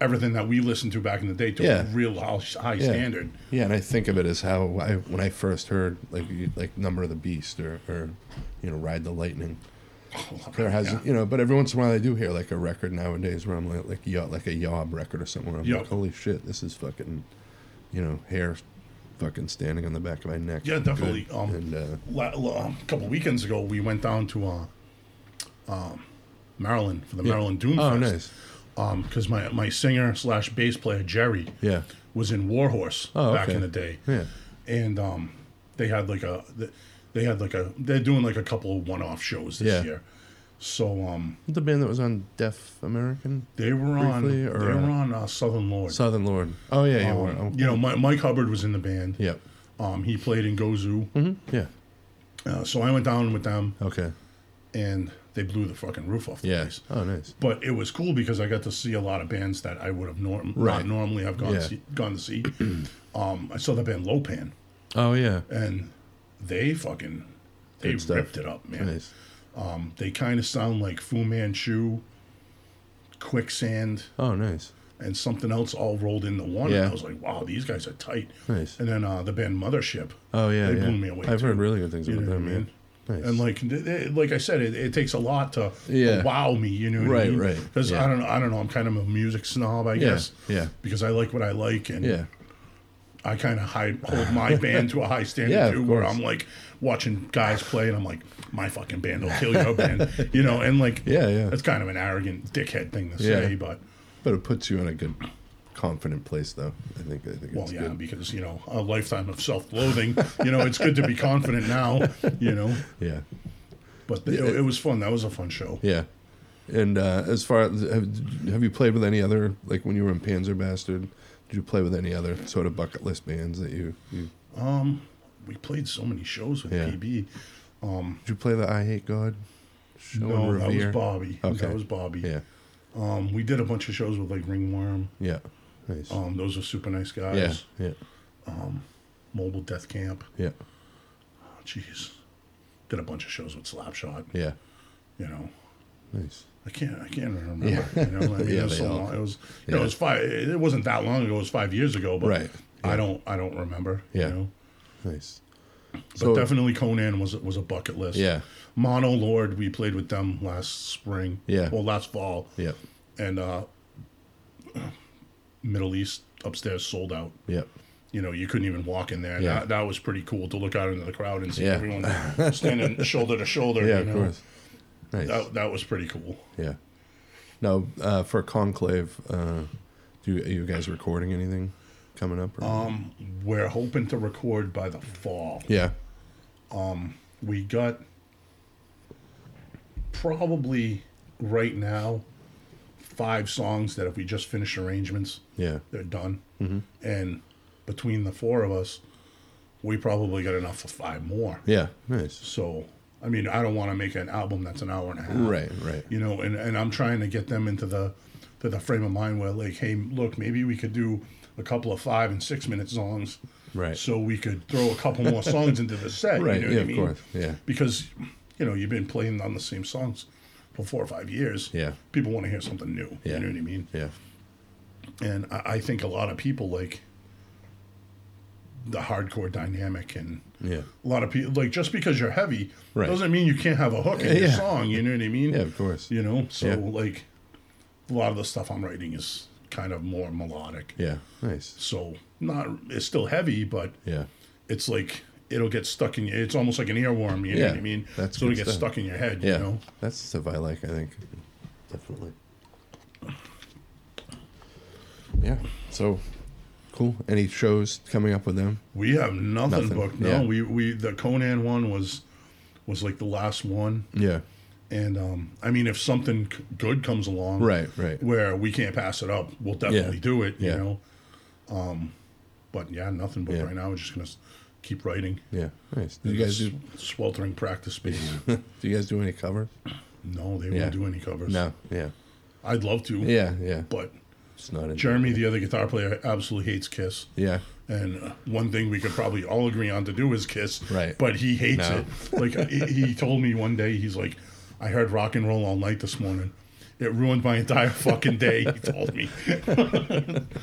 [SPEAKER 2] everything that we listened to back in the day to
[SPEAKER 1] Yeah.
[SPEAKER 2] a real high, high
[SPEAKER 1] Yeah.
[SPEAKER 2] standard.
[SPEAKER 1] Yeah, and I think of it as how I when I first heard like you- like Number of the Beast or, or you know Ride the Lightning. There has
[SPEAKER 2] Oh, Yeah.
[SPEAKER 1] you know, but every once in a while I do hear like a record nowadays where I'm like like yaw, like a yob record or something. Where I'm like,
[SPEAKER 2] Yup.
[SPEAKER 1] holy shit, this is fucking, you know, hair, fucking standing on the back of my neck.
[SPEAKER 2] Yeah, definitely.
[SPEAKER 1] Good.
[SPEAKER 2] Um,
[SPEAKER 1] and uh,
[SPEAKER 2] la, la, a couple weekends ago, we went down to uh, um, Maryland for the Maryland Doom
[SPEAKER 1] oh,
[SPEAKER 2] Fest.
[SPEAKER 1] nice.
[SPEAKER 2] because my my singer slash bass player Jerry
[SPEAKER 1] Yeah.
[SPEAKER 2] was in Warhorse
[SPEAKER 1] Oh,
[SPEAKER 2] back
[SPEAKER 1] okay.
[SPEAKER 2] in the day.
[SPEAKER 1] Yeah.
[SPEAKER 2] and um, they had like a th- they had like a they're doing like a couple of one off shows this
[SPEAKER 1] Yeah.
[SPEAKER 2] year. So um,
[SPEAKER 1] The band that was on Deaf American
[SPEAKER 2] they were on
[SPEAKER 1] Briefly, or,
[SPEAKER 2] they
[SPEAKER 1] uh,
[SPEAKER 2] were on uh, Southern Lord.
[SPEAKER 1] Southern Lord. Oh yeah, yeah.
[SPEAKER 2] Um,
[SPEAKER 1] well, oh,
[SPEAKER 2] you know, Mi- Mike Hubbard was in the band.
[SPEAKER 1] Yep.
[SPEAKER 2] Um, he played in Gozu.
[SPEAKER 1] Yeah.
[SPEAKER 2] Uh, so I went down with them,
[SPEAKER 1] Okay.
[SPEAKER 2] and they blew the fucking roof off the
[SPEAKER 1] Yeah.
[SPEAKER 2] place.
[SPEAKER 1] Oh, nice.
[SPEAKER 2] But it was cool because I got to see a lot of bands that I would have norm-
[SPEAKER 1] Right.
[SPEAKER 2] not normally have gone
[SPEAKER 1] Yeah.
[SPEAKER 2] see- gone to see. um, I saw the band Lopan,
[SPEAKER 1] Oh yeah.
[SPEAKER 2] and they fucking they
[SPEAKER 1] Good stuff.
[SPEAKER 2] ripped it up, man.
[SPEAKER 1] Nice.
[SPEAKER 2] Um, they kind of sound like Fu Manchu, Quicksand,
[SPEAKER 1] Oh, nice.
[SPEAKER 2] and something else all rolled into one.
[SPEAKER 1] Yeah.
[SPEAKER 2] And I was like, wow, these guys are tight.
[SPEAKER 1] Nice.
[SPEAKER 2] And then uh, the band Mothership.
[SPEAKER 1] Oh yeah,
[SPEAKER 2] they
[SPEAKER 1] yeah.
[SPEAKER 2] blew me away.
[SPEAKER 1] I've
[SPEAKER 2] too.
[SPEAKER 1] heard really good things
[SPEAKER 2] You
[SPEAKER 1] about
[SPEAKER 2] know what I
[SPEAKER 1] them, man.
[SPEAKER 2] mean?
[SPEAKER 1] Nice.
[SPEAKER 2] And like, th- th- like I said, it, it takes a lot to
[SPEAKER 1] Yeah.
[SPEAKER 2] wow me. You know, what
[SPEAKER 1] Right,
[SPEAKER 2] I mean?
[SPEAKER 1] right,
[SPEAKER 2] Because
[SPEAKER 1] yeah.
[SPEAKER 2] I don't, know, I don't know. I'm kind of a music snob, I
[SPEAKER 1] Yeah,
[SPEAKER 2] guess.
[SPEAKER 1] yeah.
[SPEAKER 2] Because I like what I like, and
[SPEAKER 1] yeah,
[SPEAKER 2] I kind of hide, hold my band to a high standard
[SPEAKER 1] Yeah, of
[SPEAKER 2] too. Where
[SPEAKER 1] course.
[SPEAKER 2] I'm like watching guys play, and I'm like, my fucking band will kill your band. You know, and like,
[SPEAKER 1] Yeah, yeah.
[SPEAKER 2] That's kind of an arrogant dickhead thing to
[SPEAKER 1] Yeah.
[SPEAKER 2] say, but
[SPEAKER 1] but it puts you in a good, confident place, though. I think. I think
[SPEAKER 2] well,
[SPEAKER 1] it's
[SPEAKER 2] yeah,
[SPEAKER 1] good.
[SPEAKER 2] because you know, a lifetime of self-loathing. you know, it's good to be confident now. You know,
[SPEAKER 1] Yeah,
[SPEAKER 2] but it, it was fun. That was a fun show.
[SPEAKER 1] yeah. And uh, as far as have, have you played with any other like when you were in Panzer Bastard? Did you play with any other sort of bucket list bands that you, you
[SPEAKER 2] we played so many shows with
[SPEAKER 1] Yeah.
[SPEAKER 2] PB.
[SPEAKER 1] did you play the I Hate God? Show and
[SPEAKER 2] No, that was
[SPEAKER 1] Revere?
[SPEAKER 2] Bobby.
[SPEAKER 1] Okay.
[SPEAKER 2] That was Bobby.
[SPEAKER 1] Yeah,
[SPEAKER 2] Um, we did a bunch of shows with like Ringworm.
[SPEAKER 1] yeah, nice.
[SPEAKER 2] Um, those are super nice guys.
[SPEAKER 1] yeah, yeah,
[SPEAKER 2] Mobile Death Camp.
[SPEAKER 1] yeah,
[SPEAKER 2] Oh, Jeez, did a bunch of shows with Slapshot.
[SPEAKER 1] yeah.
[SPEAKER 2] You know,
[SPEAKER 1] Nice.
[SPEAKER 2] I can't. I can't remember. You know, I mean,
[SPEAKER 1] Yeah,
[SPEAKER 2] it was
[SPEAKER 1] they
[SPEAKER 2] so
[SPEAKER 1] all-
[SPEAKER 2] long. It was. You know,
[SPEAKER 1] yeah.
[SPEAKER 2] it was five. It wasn't that long ago. It was five years ago. But
[SPEAKER 1] Right.
[SPEAKER 2] I don't. I don't remember.
[SPEAKER 1] Yeah.
[SPEAKER 2] You know?
[SPEAKER 1] Nice.
[SPEAKER 2] But definitely Conan was was a bucket list.
[SPEAKER 1] Yeah.
[SPEAKER 2] Mono Lord, we played with them last spring.
[SPEAKER 1] Yeah.
[SPEAKER 2] Well, last fall.
[SPEAKER 1] Yeah.
[SPEAKER 2] and uh, Middle East upstairs sold out.
[SPEAKER 1] Yeah.
[SPEAKER 2] you know, you couldn't even walk in there.
[SPEAKER 1] Yeah.
[SPEAKER 2] That, that was pretty cool to look out into the crowd and see
[SPEAKER 1] Yeah.
[SPEAKER 2] everyone standing shoulder to shoulder.
[SPEAKER 1] Yeah,
[SPEAKER 2] you
[SPEAKER 1] of
[SPEAKER 2] know?
[SPEAKER 1] course. Nice.
[SPEAKER 2] That, that was pretty cool.
[SPEAKER 1] Yeah. No, uh, for Conclave, uh, do you, are you guys recording anything coming up? Or?
[SPEAKER 2] Um, we're hoping to record by the fall.
[SPEAKER 1] yeah.
[SPEAKER 2] we got probably right now five songs that if we just finish arrangements
[SPEAKER 1] Yeah.
[SPEAKER 2] they're done
[SPEAKER 1] Mm-hmm.
[SPEAKER 2] and between the four of us we probably got enough for five more
[SPEAKER 1] Yeah. Nice.
[SPEAKER 2] so i mean i don't want to make an album that's an hour and a half
[SPEAKER 1] Right. Right.
[SPEAKER 2] you know and, and i'm trying to get them into the to the frame of mind where like hey look maybe we could do a couple of five and six minute songs
[SPEAKER 1] Right.
[SPEAKER 2] so we could throw a couple more songs into the set
[SPEAKER 1] Right,
[SPEAKER 2] you know
[SPEAKER 1] yeah,
[SPEAKER 2] what I
[SPEAKER 1] of
[SPEAKER 2] mean?
[SPEAKER 1] course, yeah.
[SPEAKER 2] because you know you've been playing on the same songs for four or five years
[SPEAKER 1] Yeah.
[SPEAKER 2] people want to hear something new
[SPEAKER 1] Yeah.
[SPEAKER 2] you know what i mean
[SPEAKER 1] Yeah.
[SPEAKER 2] and I, I think a lot of people like the hardcore dynamic and
[SPEAKER 1] Yeah.
[SPEAKER 2] a lot of people like just because you're heavy
[SPEAKER 1] Right.
[SPEAKER 2] doesn't mean you can't have a hook in your
[SPEAKER 1] Yeah.
[SPEAKER 2] song. You know what I mean?
[SPEAKER 1] Yeah, of course.
[SPEAKER 2] You know, so
[SPEAKER 1] Yeah.
[SPEAKER 2] like a lot of the stuff I'm writing is kind of more melodic.
[SPEAKER 1] Yeah. Nice.
[SPEAKER 2] So not it's still heavy, but
[SPEAKER 1] Yeah.
[SPEAKER 2] it's like it'll get stuck in. your It's almost like an earworm. You know
[SPEAKER 1] Yeah,
[SPEAKER 2] what I mean?
[SPEAKER 1] that's
[SPEAKER 2] so it'll
[SPEAKER 1] good
[SPEAKER 2] get
[SPEAKER 1] stuff.
[SPEAKER 2] stuck in your head.
[SPEAKER 1] Yeah.
[SPEAKER 2] You know?
[SPEAKER 1] That's stuff I like, I think. Definitely. Yeah. So cool. Any shows coming up with them?
[SPEAKER 2] We have nothing,
[SPEAKER 1] Nothing,
[SPEAKER 2] booked. No,
[SPEAKER 1] yeah.
[SPEAKER 2] we we the Conan one was was like the last one.
[SPEAKER 1] Yeah.
[SPEAKER 2] And um, I mean, if something c- good comes along,
[SPEAKER 1] Right, right.
[SPEAKER 2] where we can't pass it up, we'll definitely
[SPEAKER 1] Yeah.
[SPEAKER 2] do it.
[SPEAKER 1] Yeah.
[SPEAKER 2] You know, um, but yeah, nothing. But
[SPEAKER 1] Yeah.
[SPEAKER 2] right now, we're just gonna s- keep writing.
[SPEAKER 1] Yeah. Nice. Do you guys do
[SPEAKER 2] It's sweltering practice space?
[SPEAKER 1] do you guys do any covers?
[SPEAKER 2] no, they
[SPEAKER 1] Yeah.
[SPEAKER 2] won't do any covers.
[SPEAKER 1] Yeah.
[SPEAKER 2] I'd love to.
[SPEAKER 1] Yeah, yeah.
[SPEAKER 2] but
[SPEAKER 1] It's not in
[SPEAKER 2] Jeremy, the other guitar player, absolutely hates Kiss.
[SPEAKER 1] Yeah.
[SPEAKER 2] And uh, one thing we could probably all agree on to do is Kiss.
[SPEAKER 1] Right.
[SPEAKER 2] But he hates
[SPEAKER 1] No.
[SPEAKER 2] it. Like he, he told me one day, he's like, "I heard rock and roll all night this morning. It ruined my entire fucking day." He told me.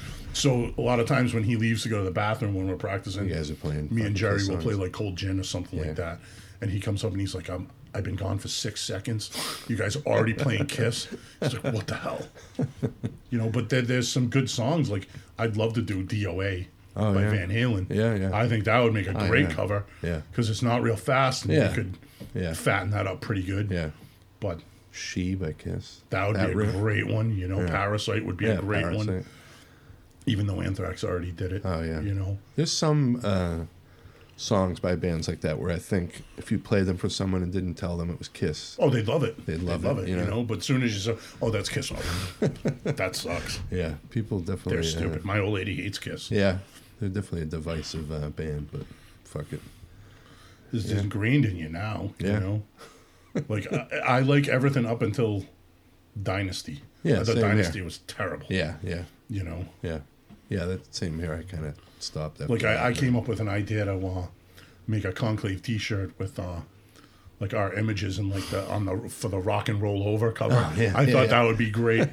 [SPEAKER 2] so a lot of times when he leaves to go to the bathroom when we're practicing,
[SPEAKER 1] You guys are playing
[SPEAKER 2] Me
[SPEAKER 1] fucking
[SPEAKER 2] and Jerry
[SPEAKER 1] Kiss
[SPEAKER 2] will play
[SPEAKER 1] songs.
[SPEAKER 2] like Cold Gin or something
[SPEAKER 1] Yeah.
[SPEAKER 2] like that. And he comes up and he's like, i I've been gone for six seconds. You guys are already playing Kiss. It's like, what the hell? You know, but there, there's some good songs. Like, I'd love to do DOA
[SPEAKER 1] Oh,
[SPEAKER 2] by
[SPEAKER 1] yeah.
[SPEAKER 2] Van Halen.
[SPEAKER 1] Yeah, yeah.
[SPEAKER 2] I think that would make a
[SPEAKER 1] Oh,
[SPEAKER 2] great
[SPEAKER 1] yeah.
[SPEAKER 2] cover.
[SPEAKER 1] Yeah.
[SPEAKER 2] Because it's not real fast and
[SPEAKER 1] Yeah.
[SPEAKER 2] you could
[SPEAKER 1] Yeah.
[SPEAKER 2] fatten that up pretty good.
[SPEAKER 1] Yeah.
[SPEAKER 2] But
[SPEAKER 1] She by Kiss.
[SPEAKER 2] that would be a
[SPEAKER 1] riff?
[SPEAKER 2] great one. You know, Parasite would be
[SPEAKER 1] yeah,
[SPEAKER 2] a great one.
[SPEAKER 1] Parasite.
[SPEAKER 2] Even though Anthrax already did it.
[SPEAKER 1] Oh, yeah.
[SPEAKER 2] You know,
[SPEAKER 1] There's some uh, songs by bands like that where I think if you played them for someone and didn't tell them it was Kiss.
[SPEAKER 2] Oh, they'd love it.
[SPEAKER 1] They'd love it, you
[SPEAKER 2] you,
[SPEAKER 1] know?
[SPEAKER 2] know? But as soon as you say, "Oh, that's Kiss," oh, that sucks.
[SPEAKER 1] Oh, Yeah, people
[SPEAKER 2] They're
[SPEAKER 1] definitely. uh,
[SPEAKER 2] stupid. My old lady hates Kiss.
[SPEAKER 1] yeah, they're definitely a divisive uh, band, but fuck it.
[SPEAKER 2] It's just ingrained in you now.
[SPEAKER 1] Yeah.
[SPEAKER 2] You know, like I, I like everything up until Dynasty.
[SPEAKER 1] Yeah,
[SPEAKER 2] the
[SPEAKER 1] same here.
[SPEAKER 2] Dynasty was terrible.
[SPEAKER 1] Yeah, yeah,
[SPEAKER 2] You know,
[SPEAKER 1] yeah, yeah. That same here. I kind of stopped. After
[SPEAKER 2] like
[SPEAKER 1] that,
[SPEAKER 2] I, I
[SPEAKER 1] but-
[SPEAKER 2] came up with an idea to uh, make a conclave T-shirt with. Uh, like our images and like the on the for the rock and roll over cover.
[SPEAKER 1] Oh, yeah,
[SPEAKER 2] I
[SPEAKER 1] yeah,
[SPEAKER 2] thought
[SPEAKER 1] yeah.
[SPEAKER 2] that would be great.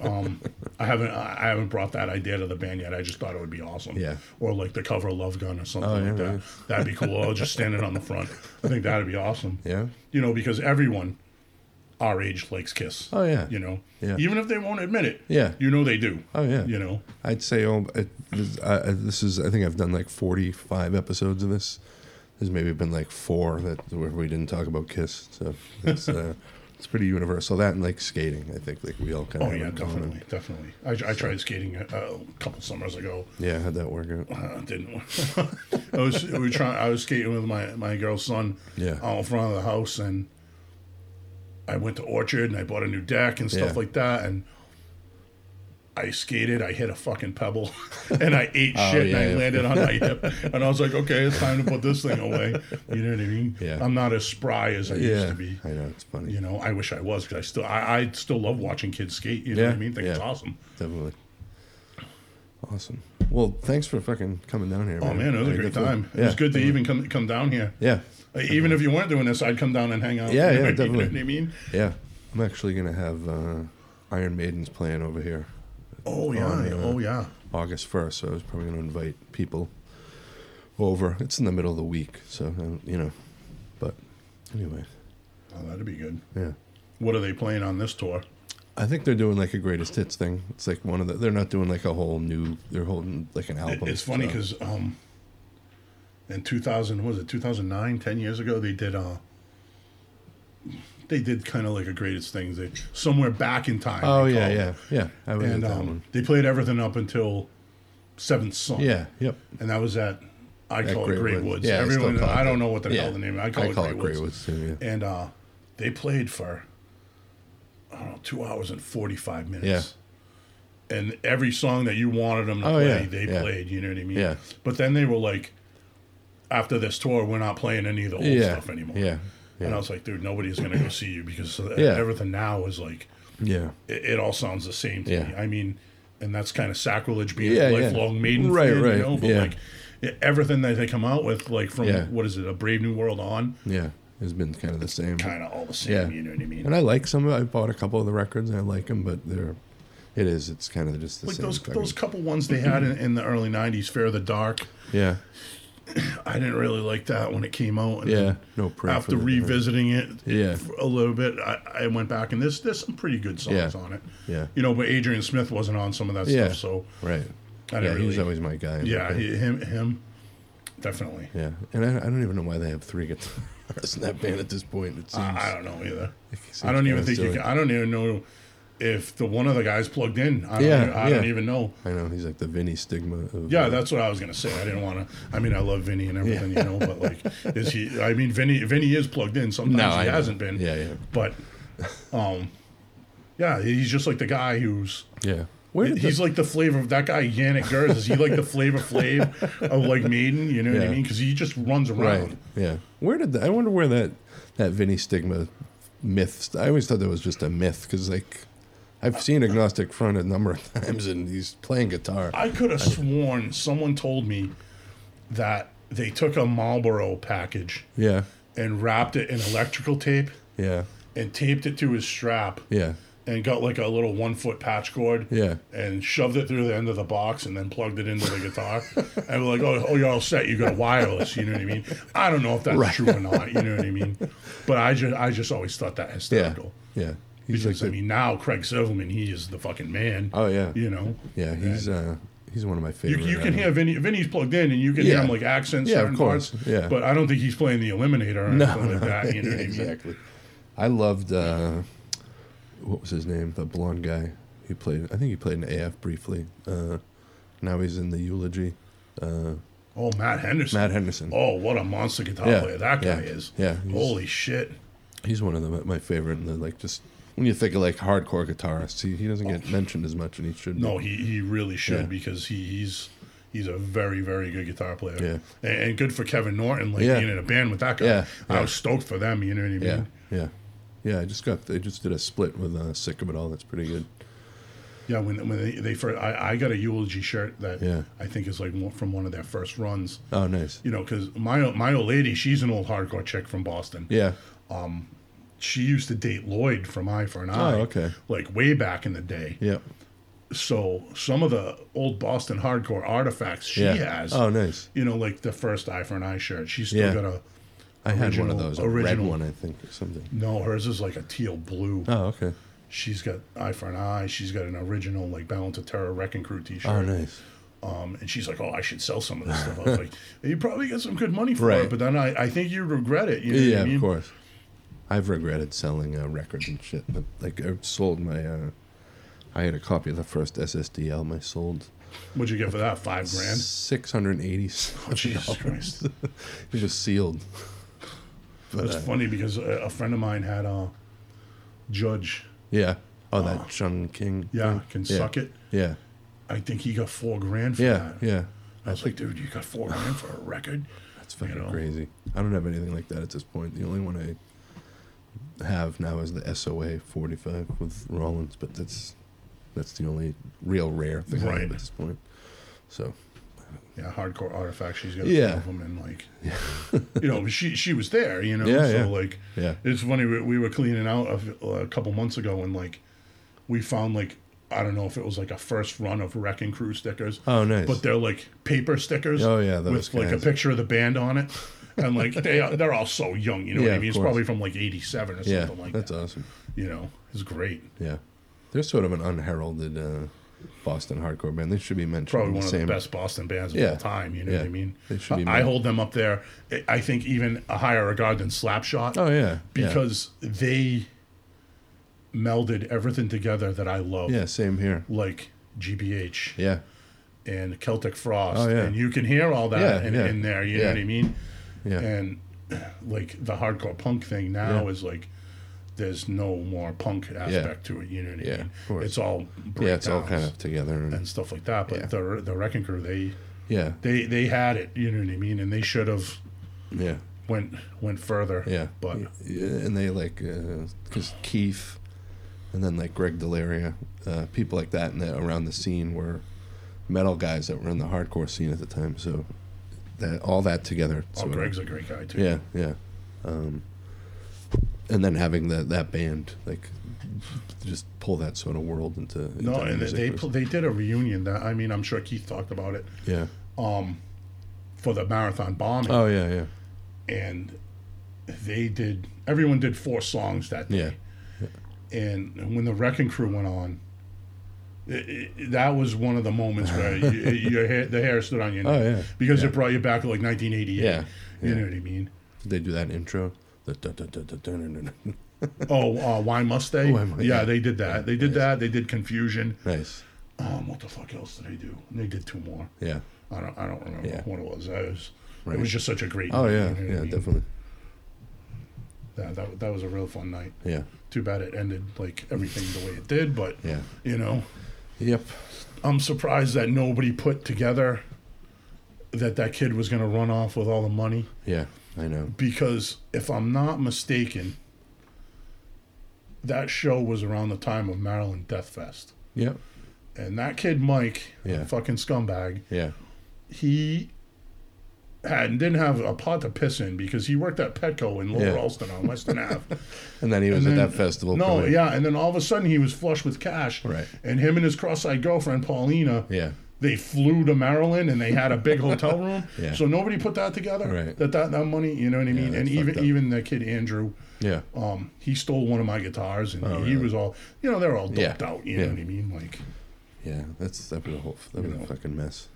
[SPEAKER 2] um, I haven't I haven't brought that idea to the band yet. I just thought it would be awesome.
[SPEAKER 1] Yeah.
[SPEAKER 2] Or like the cover of Love Gun or something
[SPEAKER 1] Oh, yeah,
[SPEAKER 2] like that.
[SPEAKER 1] yeah.
[SPEAKER 2] That'd be cool. I'll just stand it on the front. I think that'd be awesome.
[SPEAKER 1] Yeah.
[SPEAKER 2] You know because everyone our age likes Kiss.
[SPEAKER 1] Oh, yeah.
[SPEAKER 2] You know.
[SPEAKER 1] Yeah.
[SPEAKER 2] Even if they won't admit it.
[SPEAKER 1] Yeah.
[SPEAKER 2] You know they do.
[SPEAKER 1] Oh, yeah.
[SPEAKER 2] You know.
[SPEAKER 1] I'd say oh, it, this, I, I- this is. I think I've done like forty-five episodes of this. There's maybe been like four that where we didn't talk about Kiss. So it's, uh, it's pretty universal. That and like skating, I think like we all kind of.
[SPEAKER 2] Oh yeah, definitely, definitely. I, I tried skating a, a couple summers ago.
[SPEAKER 1] Yeah, how'd that work out?
[SPEAKER 2] Uh, didn't work. I was we were trying. I was skating with my my girl's son.
[SPEAKER 1] Yeah.
[SPEAKER 2] Out in front of the house, and I went to Orchard and I bought a new deck and stuff
[SPEAKER 1] Yeah.
[SPEAKER 2] like that, and. I skated, I hit a fucking pebble, and I ate
[SPEAKER 1] Oh,
[SPEAKER 2] shit, and
[SPEAKER 1] yeah,
[SPEAKER 2] I
[SPEAKER 1] yeah.
[SPEAKER 2] landed on my hip. And I was like, okay, it's time to put this thing away. You know what I mean?
[SPEAKER 1] Yeah.
[SPEAKER 2] I'm not as spry as I used
[SPEAKER 1] Yeah,
[SPEAKER 2] to be.
[SPEAKER 1] I know it's funny.
[SPEAKER 2] You know, I wish I was because I still, I, I still love watching kids skate. You know what
[SPEAKER 1] Yeah,
[SPEAKER 2] I mean? Think it's
[SPEAKER 1] yeah.
[SPEAKER 2] awesome.
[SPEAKER 1] Definitely. Awesome. Well, thanks for fucking coming down here.
[SPEAKER 2] Oh man, it was a great time. It was good to even come come down here.
[SPEAKER 1] Yeah.
[SPEAKER 2] Uh, Even if you weren't doing this, I'd come down and hang out.
[SPEAKER 1] Yeah,
[SPEAKER 2] You
[SPEAKER 1] yeah,
[SPEAKER 2] know what I mean? You know
[SPEAKER 1] definitely.
[SPEAKER 2] what I mean?
[SPEAKER 1] Yeah. I'm actually going to have uh, Iron Maiden's playing over here
[SPEAKER 2] Oh yeah,
[SPEAKER 1] Oh, yeah.
[SPEAKER 2] oh yeah.
[SPEAKER 1] August 1st, so I was probably going to invite people over. It's in the middle of the week, so, um, you know. But anyway,
[SPEAKER 2] Oh, that'd be good.
[SPEAKER 1] yeah.
[SPEAKER 2] What are they playing on this tour?
[SPEAKER 1] I think they're doing like a greatest hits thing. It's like one of the. They're not doing like a whole new. They're holding like an album.
[SPEAKER 2] It's funny
[SPEAKER 1] so.
[SPEAKER 2] because um, in 2000, what was it 2009, 10 years ago, they did uh, they did kind of like a greatest things. They somewhere back in time.
[SPEAKER 1] Oh
[SPEAKER 2] they
[SPEAKER 1] yeah,
[SPEAKER 2] called
[SPEAKER 1] yeah,
[SPEAKER 2] it.
[SPEAKER 1] yeah. I would hit
[SPEAKER 2] And
[SPEAKER 1] that
[SPEAKER 2] um,
[SPEAKER 1] one.
[SPEAKER 2] they played everything up until seventh song.
[SPEAKER 1] Yeah, yep.
[SPEAKER 2] and that was at I
[SPEAKER 1] At
[SPEAKER 2] call it
[SPEAKER 1] Great
[SPEAKER 2] Great
[SPEAKER 1] Woods.
[SPEAKER 2] Woods.
[SPEAKER 1] Yeah, I still
[SPEAKER 2] Everyone,
[SPEAKER 1] call it
[SPEAKER 2] I
[SPEAKER 1] that.
[SPEAKER 2] don't know what the
[SPEAKER 1] yeah.
[SPEAKER 2] hell the name. I call, it, Great Woods.
[SPEAKER 1] too. Yeah.
[SPEAKER 2] And uh, they played for I don't know two hours and forty five minutes.
[SPEAKER 1] Yeah.
[SPEAKER 2] And every song that you wanted them to
[SPEAKER 1] Oh,
[SPEAKER 2] play,
[SPEAKER 1] yeah,
[SPEAKER 2] they
[SPEAKER 1] yeah.
[SPEAKER 2] played. You know what I mean?
[SPEAKER 1] Yeah.
[SPEAKER 2] But then they were like, after this tour, we're not playing any of the old
[SPEAKER 1] yeah.
[SPEAKER 2] stuff anymore.
[SPEAKER 1] Yeah.
[SPEAKER 2] And I
[SPEAKER 1] Yeah.
[SPEAKER 2] was like, dude, nobody's gonna go see you because
[SPEAKER 1] Yeah.
[SPEAKER 2] everything now is like
[SPEAKER 1] Yeah.
[SPEAKER 2] it, it all sounds the same to
[SPEAKER 1] Yeah.
[SPEAKER 2] me. I mean, and that's kind of sacrilege being
[SPEAKER 1] Yeah,
[SPEAKER 2] a
[SPEAKER 1] yeah.
[SPEAKER 2] lifelong maiden
[SPEAKER 1] Right,
[SPEAKER 2] fan,
[SPEAKER 1] right,
[SPEAKER 2] you know. But
[SPEAKER 1] yeah.
[SPEAKER 2] like e- everything that they come out with, like from
[SPEAKER 1] Yeah.
[SPEAKER 2] what is it, a Brave New World on,
[SPEAKER 1] Yeah. It's been kind of the same.
[SPEAKER 2] kind of all the same.
[SPEAKER 1] Yeah.
[SPEAKER 2] You know what I mean?
[SPEAKER 1] And I like some of I bought a couple of the records and I like them, but they're it is it's kind of just the
[SPEAKER 2] like
[SPEAKER 1] same
[SPEAKER 2] those
[SPEAKER 1] fucking-
[SPEAKER 2] those couple ones they had in, in the early '90s, "Fair the Dark."
[SPEAKER 1] Yeah.
[SPEAKER 2] I didn't really like that when it came out. And
[SPEAKER 1] Yeah.
[SPEAKER 2] then
[SPEAKER 1] No prayer for
[SPEAKER 2] After
[SPEAKER 1] the-
[SPEAKER 2] revisiting it,
[SPEAKER 1] Yeah.
[SPEAKER 2] f- a little bit, I, I went back and there's there's some pretty good songs
[SPEAKER 1] Yeah.
[SPEAKER 2] on it.
[SPEAKER 1] Yeah.
[SPEAKER 2] You know, but Adrian Smith wasn't on some of that
[SPEAKER 1] Yeah.
[SPEAKER 2] stuff, so
[SPEAKER 1] Right.
[SPEAKER 2] I
[SPEAKER 1] yeah,
[SPEAKER 2] didn't
[SPEAKER 1] he was
[SPEAKER 2] really.
[SPEAKER 1] always my guy.
[SPEAKER 2] Yeah,
[SPEAKER 1] Okay.
[SPEAKER 2] he, him him, definitely.
[SPEAKER 1] yeah. And I, I don't even know why they have three guitars in that band at this point. It seems.
[SPEAKER 2] I I don't know either.
[SPEAKER 1] seems
[SPEAKER 2] I don't
[SPEAKER 1] kinda
[SPEAKER 2] even think you
[SPEAKER 1] silly.
[SPEAKER 2] can. I don't even know if the one of the guys plugged in. I don't,
[SPEAKER 1] Yeah,
[SPEAKER 2] even- I don't
[SPEAKER 1] yeah.
[SPEAKER 2] even know.
[SPEAKER 1] I know he's like the Vinny stigma of uh,
[SPEAKER 2] Yeah, that's what I was gonna say. I didn't want to. I mean, I love Vinny and everything, you know. But like, is he? I mean, Vinny. Vinny is plugged in. Sometimes
[SPEAKER 1] No, I
[SPEAKER 2] he
[SPEAKER 1] know.
[SPEAKER 2] hasn't been.
[SPEAKER 1] Yeah, yeah.
[SPEAKER 2] But, um, yeah, he's just like the guy who's.
[SPEAKER 1] yeah. Where did
[SPEAKER 2] He's
[SPEAKER 1] the,
[SPEAKER 2] like the flavor of that guy Yannick Gers. Is he like the flavor Flav of like Maiden? You know what
[SPEAKER 1] Yeah.
[SPEAKER 2] I mean? Because he just runs around.
[SPEAKER 1] right? Yeah. Where did the, I wonder where that that Vinny stigma myth? st- I always thought that was just a myth because like I've seen Agnostic Front a number of times and he's playing guitar.
[SPEAKER 2] I could have sworn someone told me that they took a Marlboro package
[SPEAKER 1] Yeah.
[SPEAKER 2] and wrapped it in electrical tape
[SPEAKER 1] Yeah.
[SPEAKER 2] and taped it to his strap
[SPEAKER 1] Yeah.
[SPEAKER 2] and got like a little one foot patch cord
[SPEAKER 1] Yeah.
[SPEAKER 2] and shoved it through the end of the box and then plugged it into the guitar. and we're like, oh, oh, you're all set. You got wireless. You know what I mean? I don't know if that's
[SPEAKER 1] Right.
[SPEAKER 2] true or not. You know what I mean? But I just, I just always thought that
[SPEAKER 1] Yeah.
[SPEAKER 2] hysterical.
[SPEAKER 1] Yeah. He's like
[SPEAKER 2] Because, I
[SPEAKER 1] the,
[SPEAKER 2] mean, now Craig Silverman, he is the fucking man.
[SPEAKER 1] oh yeah.
[SPEAKER 2] You know?
[SPEAKER 1] Yeah. He's uh he's one of my
[SPEAKER 2] You,
[SPEAKER 1] favorite.
[SPEAKER 2] you
[SPEAKER 1] uh,
[SPEAKER 2] can hear Vinny. Vinny's plugged in, and you can
[SPEAKER 1] Yeah.
[SPEAKER 2] hear him like accents.
[SPEAKER 1] Yeah, of
[SPEAKER 2] certain
[SPEAKER 1] course,
[SPEAKER 2] Parts,
[SPEAKER 1] yeah.
[SPEAKER 2] but I don't think he's playing the Eliminator or
[SPEAKER 1] no,
[SPEAKER 2] anything like
[SPEAKER 1] no.
[SPEAKER 2] that. You know what I mean?
[SPEAKER 1] exactly. I loved uh what was his name? The blonde guy. He played. I think he played in AF briefly. Uh, now he's in the eulogy.
[SPEAKER 2] Oh, Matt Henderson.
[SPEAKER 1] Matt Henderson.
[SPEAKER 2] Oh, what a monster guitar
[SPEAKER 1] Yeah,
[SPEAKER 2] player that guy
[SPEAKER 1] yeah,
[SPEAKER 2] is.
[SPEAKER 1] yeah, he's-
[SPEAKER 2] Holy shit.
[SPEAKER 1] He's one of the, my favorite, and they're, like just when you think of like hardcore guitarists, he, he doesn't get mentioned as much, and he should.
[SPEAKER 2] Oh. No, he, he really should
[SPEAKER 1] Yeah.
[SPEAKER 2] because he, he's he's a very very good guitar player.
[SPEAKER 1] Yeah.
[SPEAKER 2] And, and good for Kevin Norton, like
[SPEAKER 1] Yeah.
[SPEAKER 2] being in a band with that guy.
[SPEAKER 1] Yeah, yeah.
[SPEAKER 2] I was stoked for them. You know what I mean?
[SPEAKER 1] Yeah, yeah, yeah. I just got they just did a split with uh, Sick of It All. That's pretty good.
[SPEAKER 2] Yeah, when when they, they first, I, I got a eulogy shirt that
[SPEAKER 1] Yeah.
[SPEAKER 2] I think is like one- from one of their first runs.
[SPEAKER 1] Oh, nice.
[SPEAKER 2] You know, because my my old lady, she's an old hardcore chick from Boston.
[SPEAKER 1] Yeah,
[SPEAKER 2] she used to date Lloyd from Eye for an Eye.
[SPEAKER 1] Oh, okay.
[SPEAKER 2] Like way back in the day.
[SPEAKER 1] yeah,
[SPEAKER 2] So some of the old Boston hardcore artifacts she
[SPEAKER 1] yeah.
[SPEAKER 2] has.
[SPEAKER 1] Oh, nice.
[SPEAKER 2] You know, like the first Eye for an Eye shirt. She's still
[SPEAKER 1] Yeah.
[SPEAKER 2] got a
[SPEAKER 1] I had one of
[SPEAKER 2] Original-
[SPEAKER 1] those, a red
[SPEAKER 2] original.
[SPEAKER 1] one, I think, or something.
[SPEAKER 2] no, hers is like a teal blue.
[SPEAKER 1] Oh, okay.
[SPEAKER 2] She's got Eye for an Eye. She's got an original like Balance of Terror Wrecking Crew t shirt.
[SPEAKER 1] Oh, nice.
[SPEAKER 2] Um, and she's like, "Oh, I should sell some of this stuff." I was like, "You probably get some good money for
[SPEAKER 1] Right.
[SPEAKER 2] it, but then I, I think you regret it." You know what I
[SPEAKER 1] Yeah,
[SPEAKER 2] mean?
[SPEAKER 1] of course. I've regretted selling uh, records and shit. But, like I sold my, uh, I had a copy of the first SSD album I sold.
[SPEAKER 2] What'd you get for that? Five grand.
[SPEAKER 1] Six hundred eighty.
[SPEAKER 2] Oh, Jesus Christ.
[SPEAKER 1] It was sealed. uh,
[SPEAKER 2] It's funny because a, a friend of mine had a judge.
[SPEAKER 1] Yeah. Oh, that Chung King.
[SPEAKER 2] Yeah,
[SPEAKER 1] thing.
[SPEAKER 2] can
[SPEAKER 1] yeah.
[SPEAKER 2] suck it.
[SPEAKER 1] Yeah.
[SPEAKER 2] I think he got four grand for
[SPEAKER 1] Yeah.
[SPEAKER 2] that.
[SPEAKER 1] Yeah.
[SPEAKER 2] I was like, dude, you got four grand for a record.
[SPEAKER 1] That's fucking
[SPEAKER 2] know.
[SPEAKER 1] crazy. I don't have anything like that at this point. The only one I have now is the SOA 45 with Rollins, but that's that's the only real rare thing I have
[SPEAKER 2] Right.
[SPEAKER 1] at this point. So
[SPEAKER 2] Yeah, hardcore artifacts. She's got
[SPEAKER 1] Yeah.
[SPEAKER 2] yeah. of them, and like, you know, she she was there. You know,
[SPEAKER 1] Yeah,
[SPEAKER 2] so
[SPEAKER 1] yeah.
[SPEAKER 2] like,
[SPEAKER 1] Yeah.
[SPEAKER 2] it's funny. We, we were cleaning out a, f- a couple months ago, and like, we found like. I don't know if it was like a first run of Wrecking Crew stickers.
[SPEAKER 1] Oh, nice.
[SPEAKER 2] But they're like paper stickers.
[SPEAKER 1] Oh, yeah, those
[SPEAKER 2] with like a
[SPEAKER 1] kinds.
[SPEAKER 2] picture of the band on it, and like they are, they're all so young. You know
[SPEAKER 1] Yeah,
[SPEAKER 2] what I
[SPEAKER 1] of
[SPEAKER 2] mean? It's
[SPEAKER 1] course.
[SPEAKER 2] probably from like '87 or
[SPEAKER 1] yeah,
[SPEAKER 2] something like
[SPEAKER 1] that's
[SPEAKER 2] that.
[SPEAKER 1] awesome.
[SPEAKER 2] You know, it's great.
[SPEAKER 1] Yeah. They're sort of an unheralded uh, Boston hardcore band. They should be mentioned.
[SPEAKER 2] Probably
[SPEAKER 1] in
[SPEAKER 2] one of
[SPEAKER 1] same-
[SPEAKER 2] the best Boston bands of
[SPEAKER 1] Yeah.
[SPEAKER 2] all time. You know
[SPEAKER 1] Yeah.
[SPEAKER 2] what I mean?
[SPEAKER 1] They should be
[SPEAKER 2] I I
[SPEAKER 1] made.
[SPEAKER 2] hold them up there. I- I think even a higher regard than Slapshot.
[SPEAKER 1] Oh yeah, yeah.
[SPEAKER 2] because they melded everything together that I love,
[SPEAKER 1] yeah, same here.
[SPEAKER 2] like GBH
[SPEAKER 1] Yeah,
[SPEAKER 2] and Celtic Frost,
[SPEAKER 1] Oh, yeah.
[SPEAKER 2] and you can hear all that
[SPEAKER 1] Yeah,
[SPEAKER 2] in,
[SPEAKER 1] yeah.
[SPEAKER 2] in there. You know
[SPEAKER 1] Yeah.
[SPEAKER 2] what I mean?
[SPEAKER 1] yeah,
[SPEAKER 2] And like the hardcore punk thing now
[SPEAKER 1] Yeah.
[SPEAKER 2] is like there's no more punk aspect to it. You know what I
[SPEAKER 1] Yeah,
[SPEAKER 2] mean?
[SPEAKER 1] of course.
[SPEAKER 2] It's all
[SPEAKER 1] yeah. It's all kind
[SPEAKER 2] breakdowns
[SPEAKER 1] of together. And,
[SPEAKER 2] and stuff like that. But
[SPEAKER 1] Yeah.
[SPEAKER 2] the the Wrecking Crew they
[SPEAKER 1] yeah,
[SPEAKER 2] they they had it. You know what I mean? And they should have
[SPEAKER 1] yeah,
[SPEAKER 2] went went further.
[SPEAKER 1] yeah.
[SPEAKER 2] but. oh,
[SPEAKER 1] Yeah, and they like because Keith, and then like Greg Delaria, uh, people like that, and around the scene were metal guys that were in the hardcore scene at the time. So that all that together.
[SPEAKER 2] Oh,
[SPEAKER 1] sort of-
[SPEAKER 2] Greg's a great guy too.
[SPEAKER 1] Yeah, yeah. Um, and then having that that band like just pull that sort of world into, into
[SPEAKER 2] No, and they
[SPEAKER 1] music
[SPEAKER 2] they,
[SPEAKER 1] was-
[SPEAKER 2] pl- they did a reunion that I mean I'm sure Keith talked about it
[SPEAKER 1] yeah.
[SPEAKER 2] for the marathon bombing,
[SPEAKER 1] Oh yeah, yeah,
[SPEAKER 2] and they did everyone did four songs that
[SPEAKER 1] yeah,
[SPEAKER 2] day, and when the Wrecking Crew went on, it, it, that was one of the moments where you, your hair, the hair stood on your neck
[SPEAKER 1] Oh, yeah.
[SPEAKER 2] because it brought you back to like 1988.
[SPEAKER 1] yeah.
[SPEAKER 2] You know what I mean?
[SPEAKER 1] Did they do that intro? The dun- dun- dun- dun- dun- dun- dun-
[SPEAKER 2] Oh, uh, why must they?
[SPEAKER 1] Why Mu-
[SPEAKER 2] yeah,
[SPEAKER 1] yeah.
[SPEAKER 2] they did that. They did that. They did confusion.
[SPEAKER 1] Nice.
[SPEAKER 2] Um, what the fuck else did they do? They did two more.
[SPEAKER 1] Yeah.
[SPEAKER 2] I don't I don't remember
[SPEAKER 1] Yeah.
[SPEAKER 2] what it was. I was
[SPEAKER 1] Right.
[SPEAKER 2] it was just such a great.
[SPEAKER 1] Oh
[SPEAKER 2] night,
[SPEAKER 1] yeah,
[SPEAKER 2] you know what I
[SPEAKER 1] yeah,
[SPEAKER 2] mean?
[SPEAKER 1] definitely.
[SPEAKER 2] That, that that was a real fun night.
[SPEAKER 1] Yeah,
[SPEAKER 2] Too bad it ended like everything the way it did, but
[SPEAKER 1] yeah.
[SPEAKER 2] you know,
[SPEAKER 1] Yep.
[SPEAKER 2] I'm surprised that nobody put together that that kid was going to run off with all the money
[SPEAKER 1] Yeah, I know.
[SPEAKER 2] because if I'm not mistaken, that show was around the time of Maryland Death Fest.
[SPEAKER 1] Yep.
[SPEAKER 2] And that kid Mike,
[SPEAKER 1] Yeah.
[SPEAKER 2] fucking scumbag,
[SPEAKER 1] Yeah.
[SPEAKER 2] he had didn't have a pot to piss in because he worked at Petco in Lower
[SPEAKER 1] Yeah.
[SPEAKER 2] Alston on Western Ave.
[SPEAKER 1] And then he was
[SPEAKER 2] And
[SPEAKER 1] at
[SPEAKER 2] then-
[SPEAKER 1] that festival.
[SPEAKER 2] No,
[SPEAKER 1] promoting-
[SPEAKER 2] yeah, and then all of a sudden he was flush with cash.
[SPEAKER 1] Right.
[SPEAKER 2] And him and his cross-eyed girlfriend Paulina,
[SPEAKER 1] Yeah.
[SPEAKER 2] they flew to Maryland and they had a big hotel room.
[SPEAKER 1] Yeah.
[SPEAKER 2] So nobody put that together.
[SPEAKER 1] Right.
[SPEAKER 2] That, that that money, you know what I mean?
[SPEAKER 1] that's
[SPEAKER 2] and
[SPEAKER 1] fucked
[SPEAKER 2] even
[SPEAKER 1] up.
[SPEAKER 2] even the kid Andrew,
[SPEAKER 1] Yeah.
[SPEAKER 2] um, he stole one of my guitars and he was all, you know, they're all
[SPEAKER 1] Oh, Yeah.
[SPEAKER 2] doped out. You
[SPEAKER 1] Yeah.
[SPEAKER 2] know what I mean? Like,
[SPEAKER 1] Yeah. That's that was a whole that was
[SPEAKER 2] You know.
[SPEAKER 1] a fucking mess.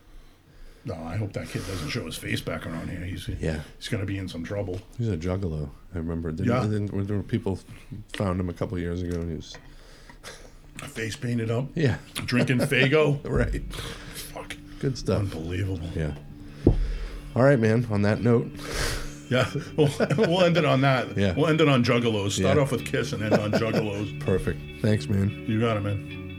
[SPEAKER 2] no, I hope that kid doesn't show his face back around here. He's
[SPEAKER 1] Yeah.
[SPEAKER 2] he's gonna be in some trouble.
[SPEAKER 1] He's a juggalo. I remember. Didn't,
[SPEAKER 2] Yeah.
[SPEAKER 1] didn't, were there were people found him a couple years ago, and he was
[SPEAKER 2] Face painted up,
[SPEAKER 1] yeah,
[SPEAKER 2] drinking Fago.
[SPEAKER 1] right.
[SPEAKER 2] Fuck,
[SPEAKER 1] Good stuff.
[SPEAKER 2] unbelievable.
[SPEAKER 1] Yeah. All right, man. On that note,
[SPEAKER 2] Yeah, we'll, we'll end it on that.
[SPEAKER 1] Yeah.
[SPEAKER 2] We'll end it on Juggalos. Start
[SPEAKER 1] Yeah.
[SPEAKER 2] off with Kiss and end on Juggalos.
[SPEAKER 1] perfect. Thanks, man.
[SPEAKER 2] You got it, man.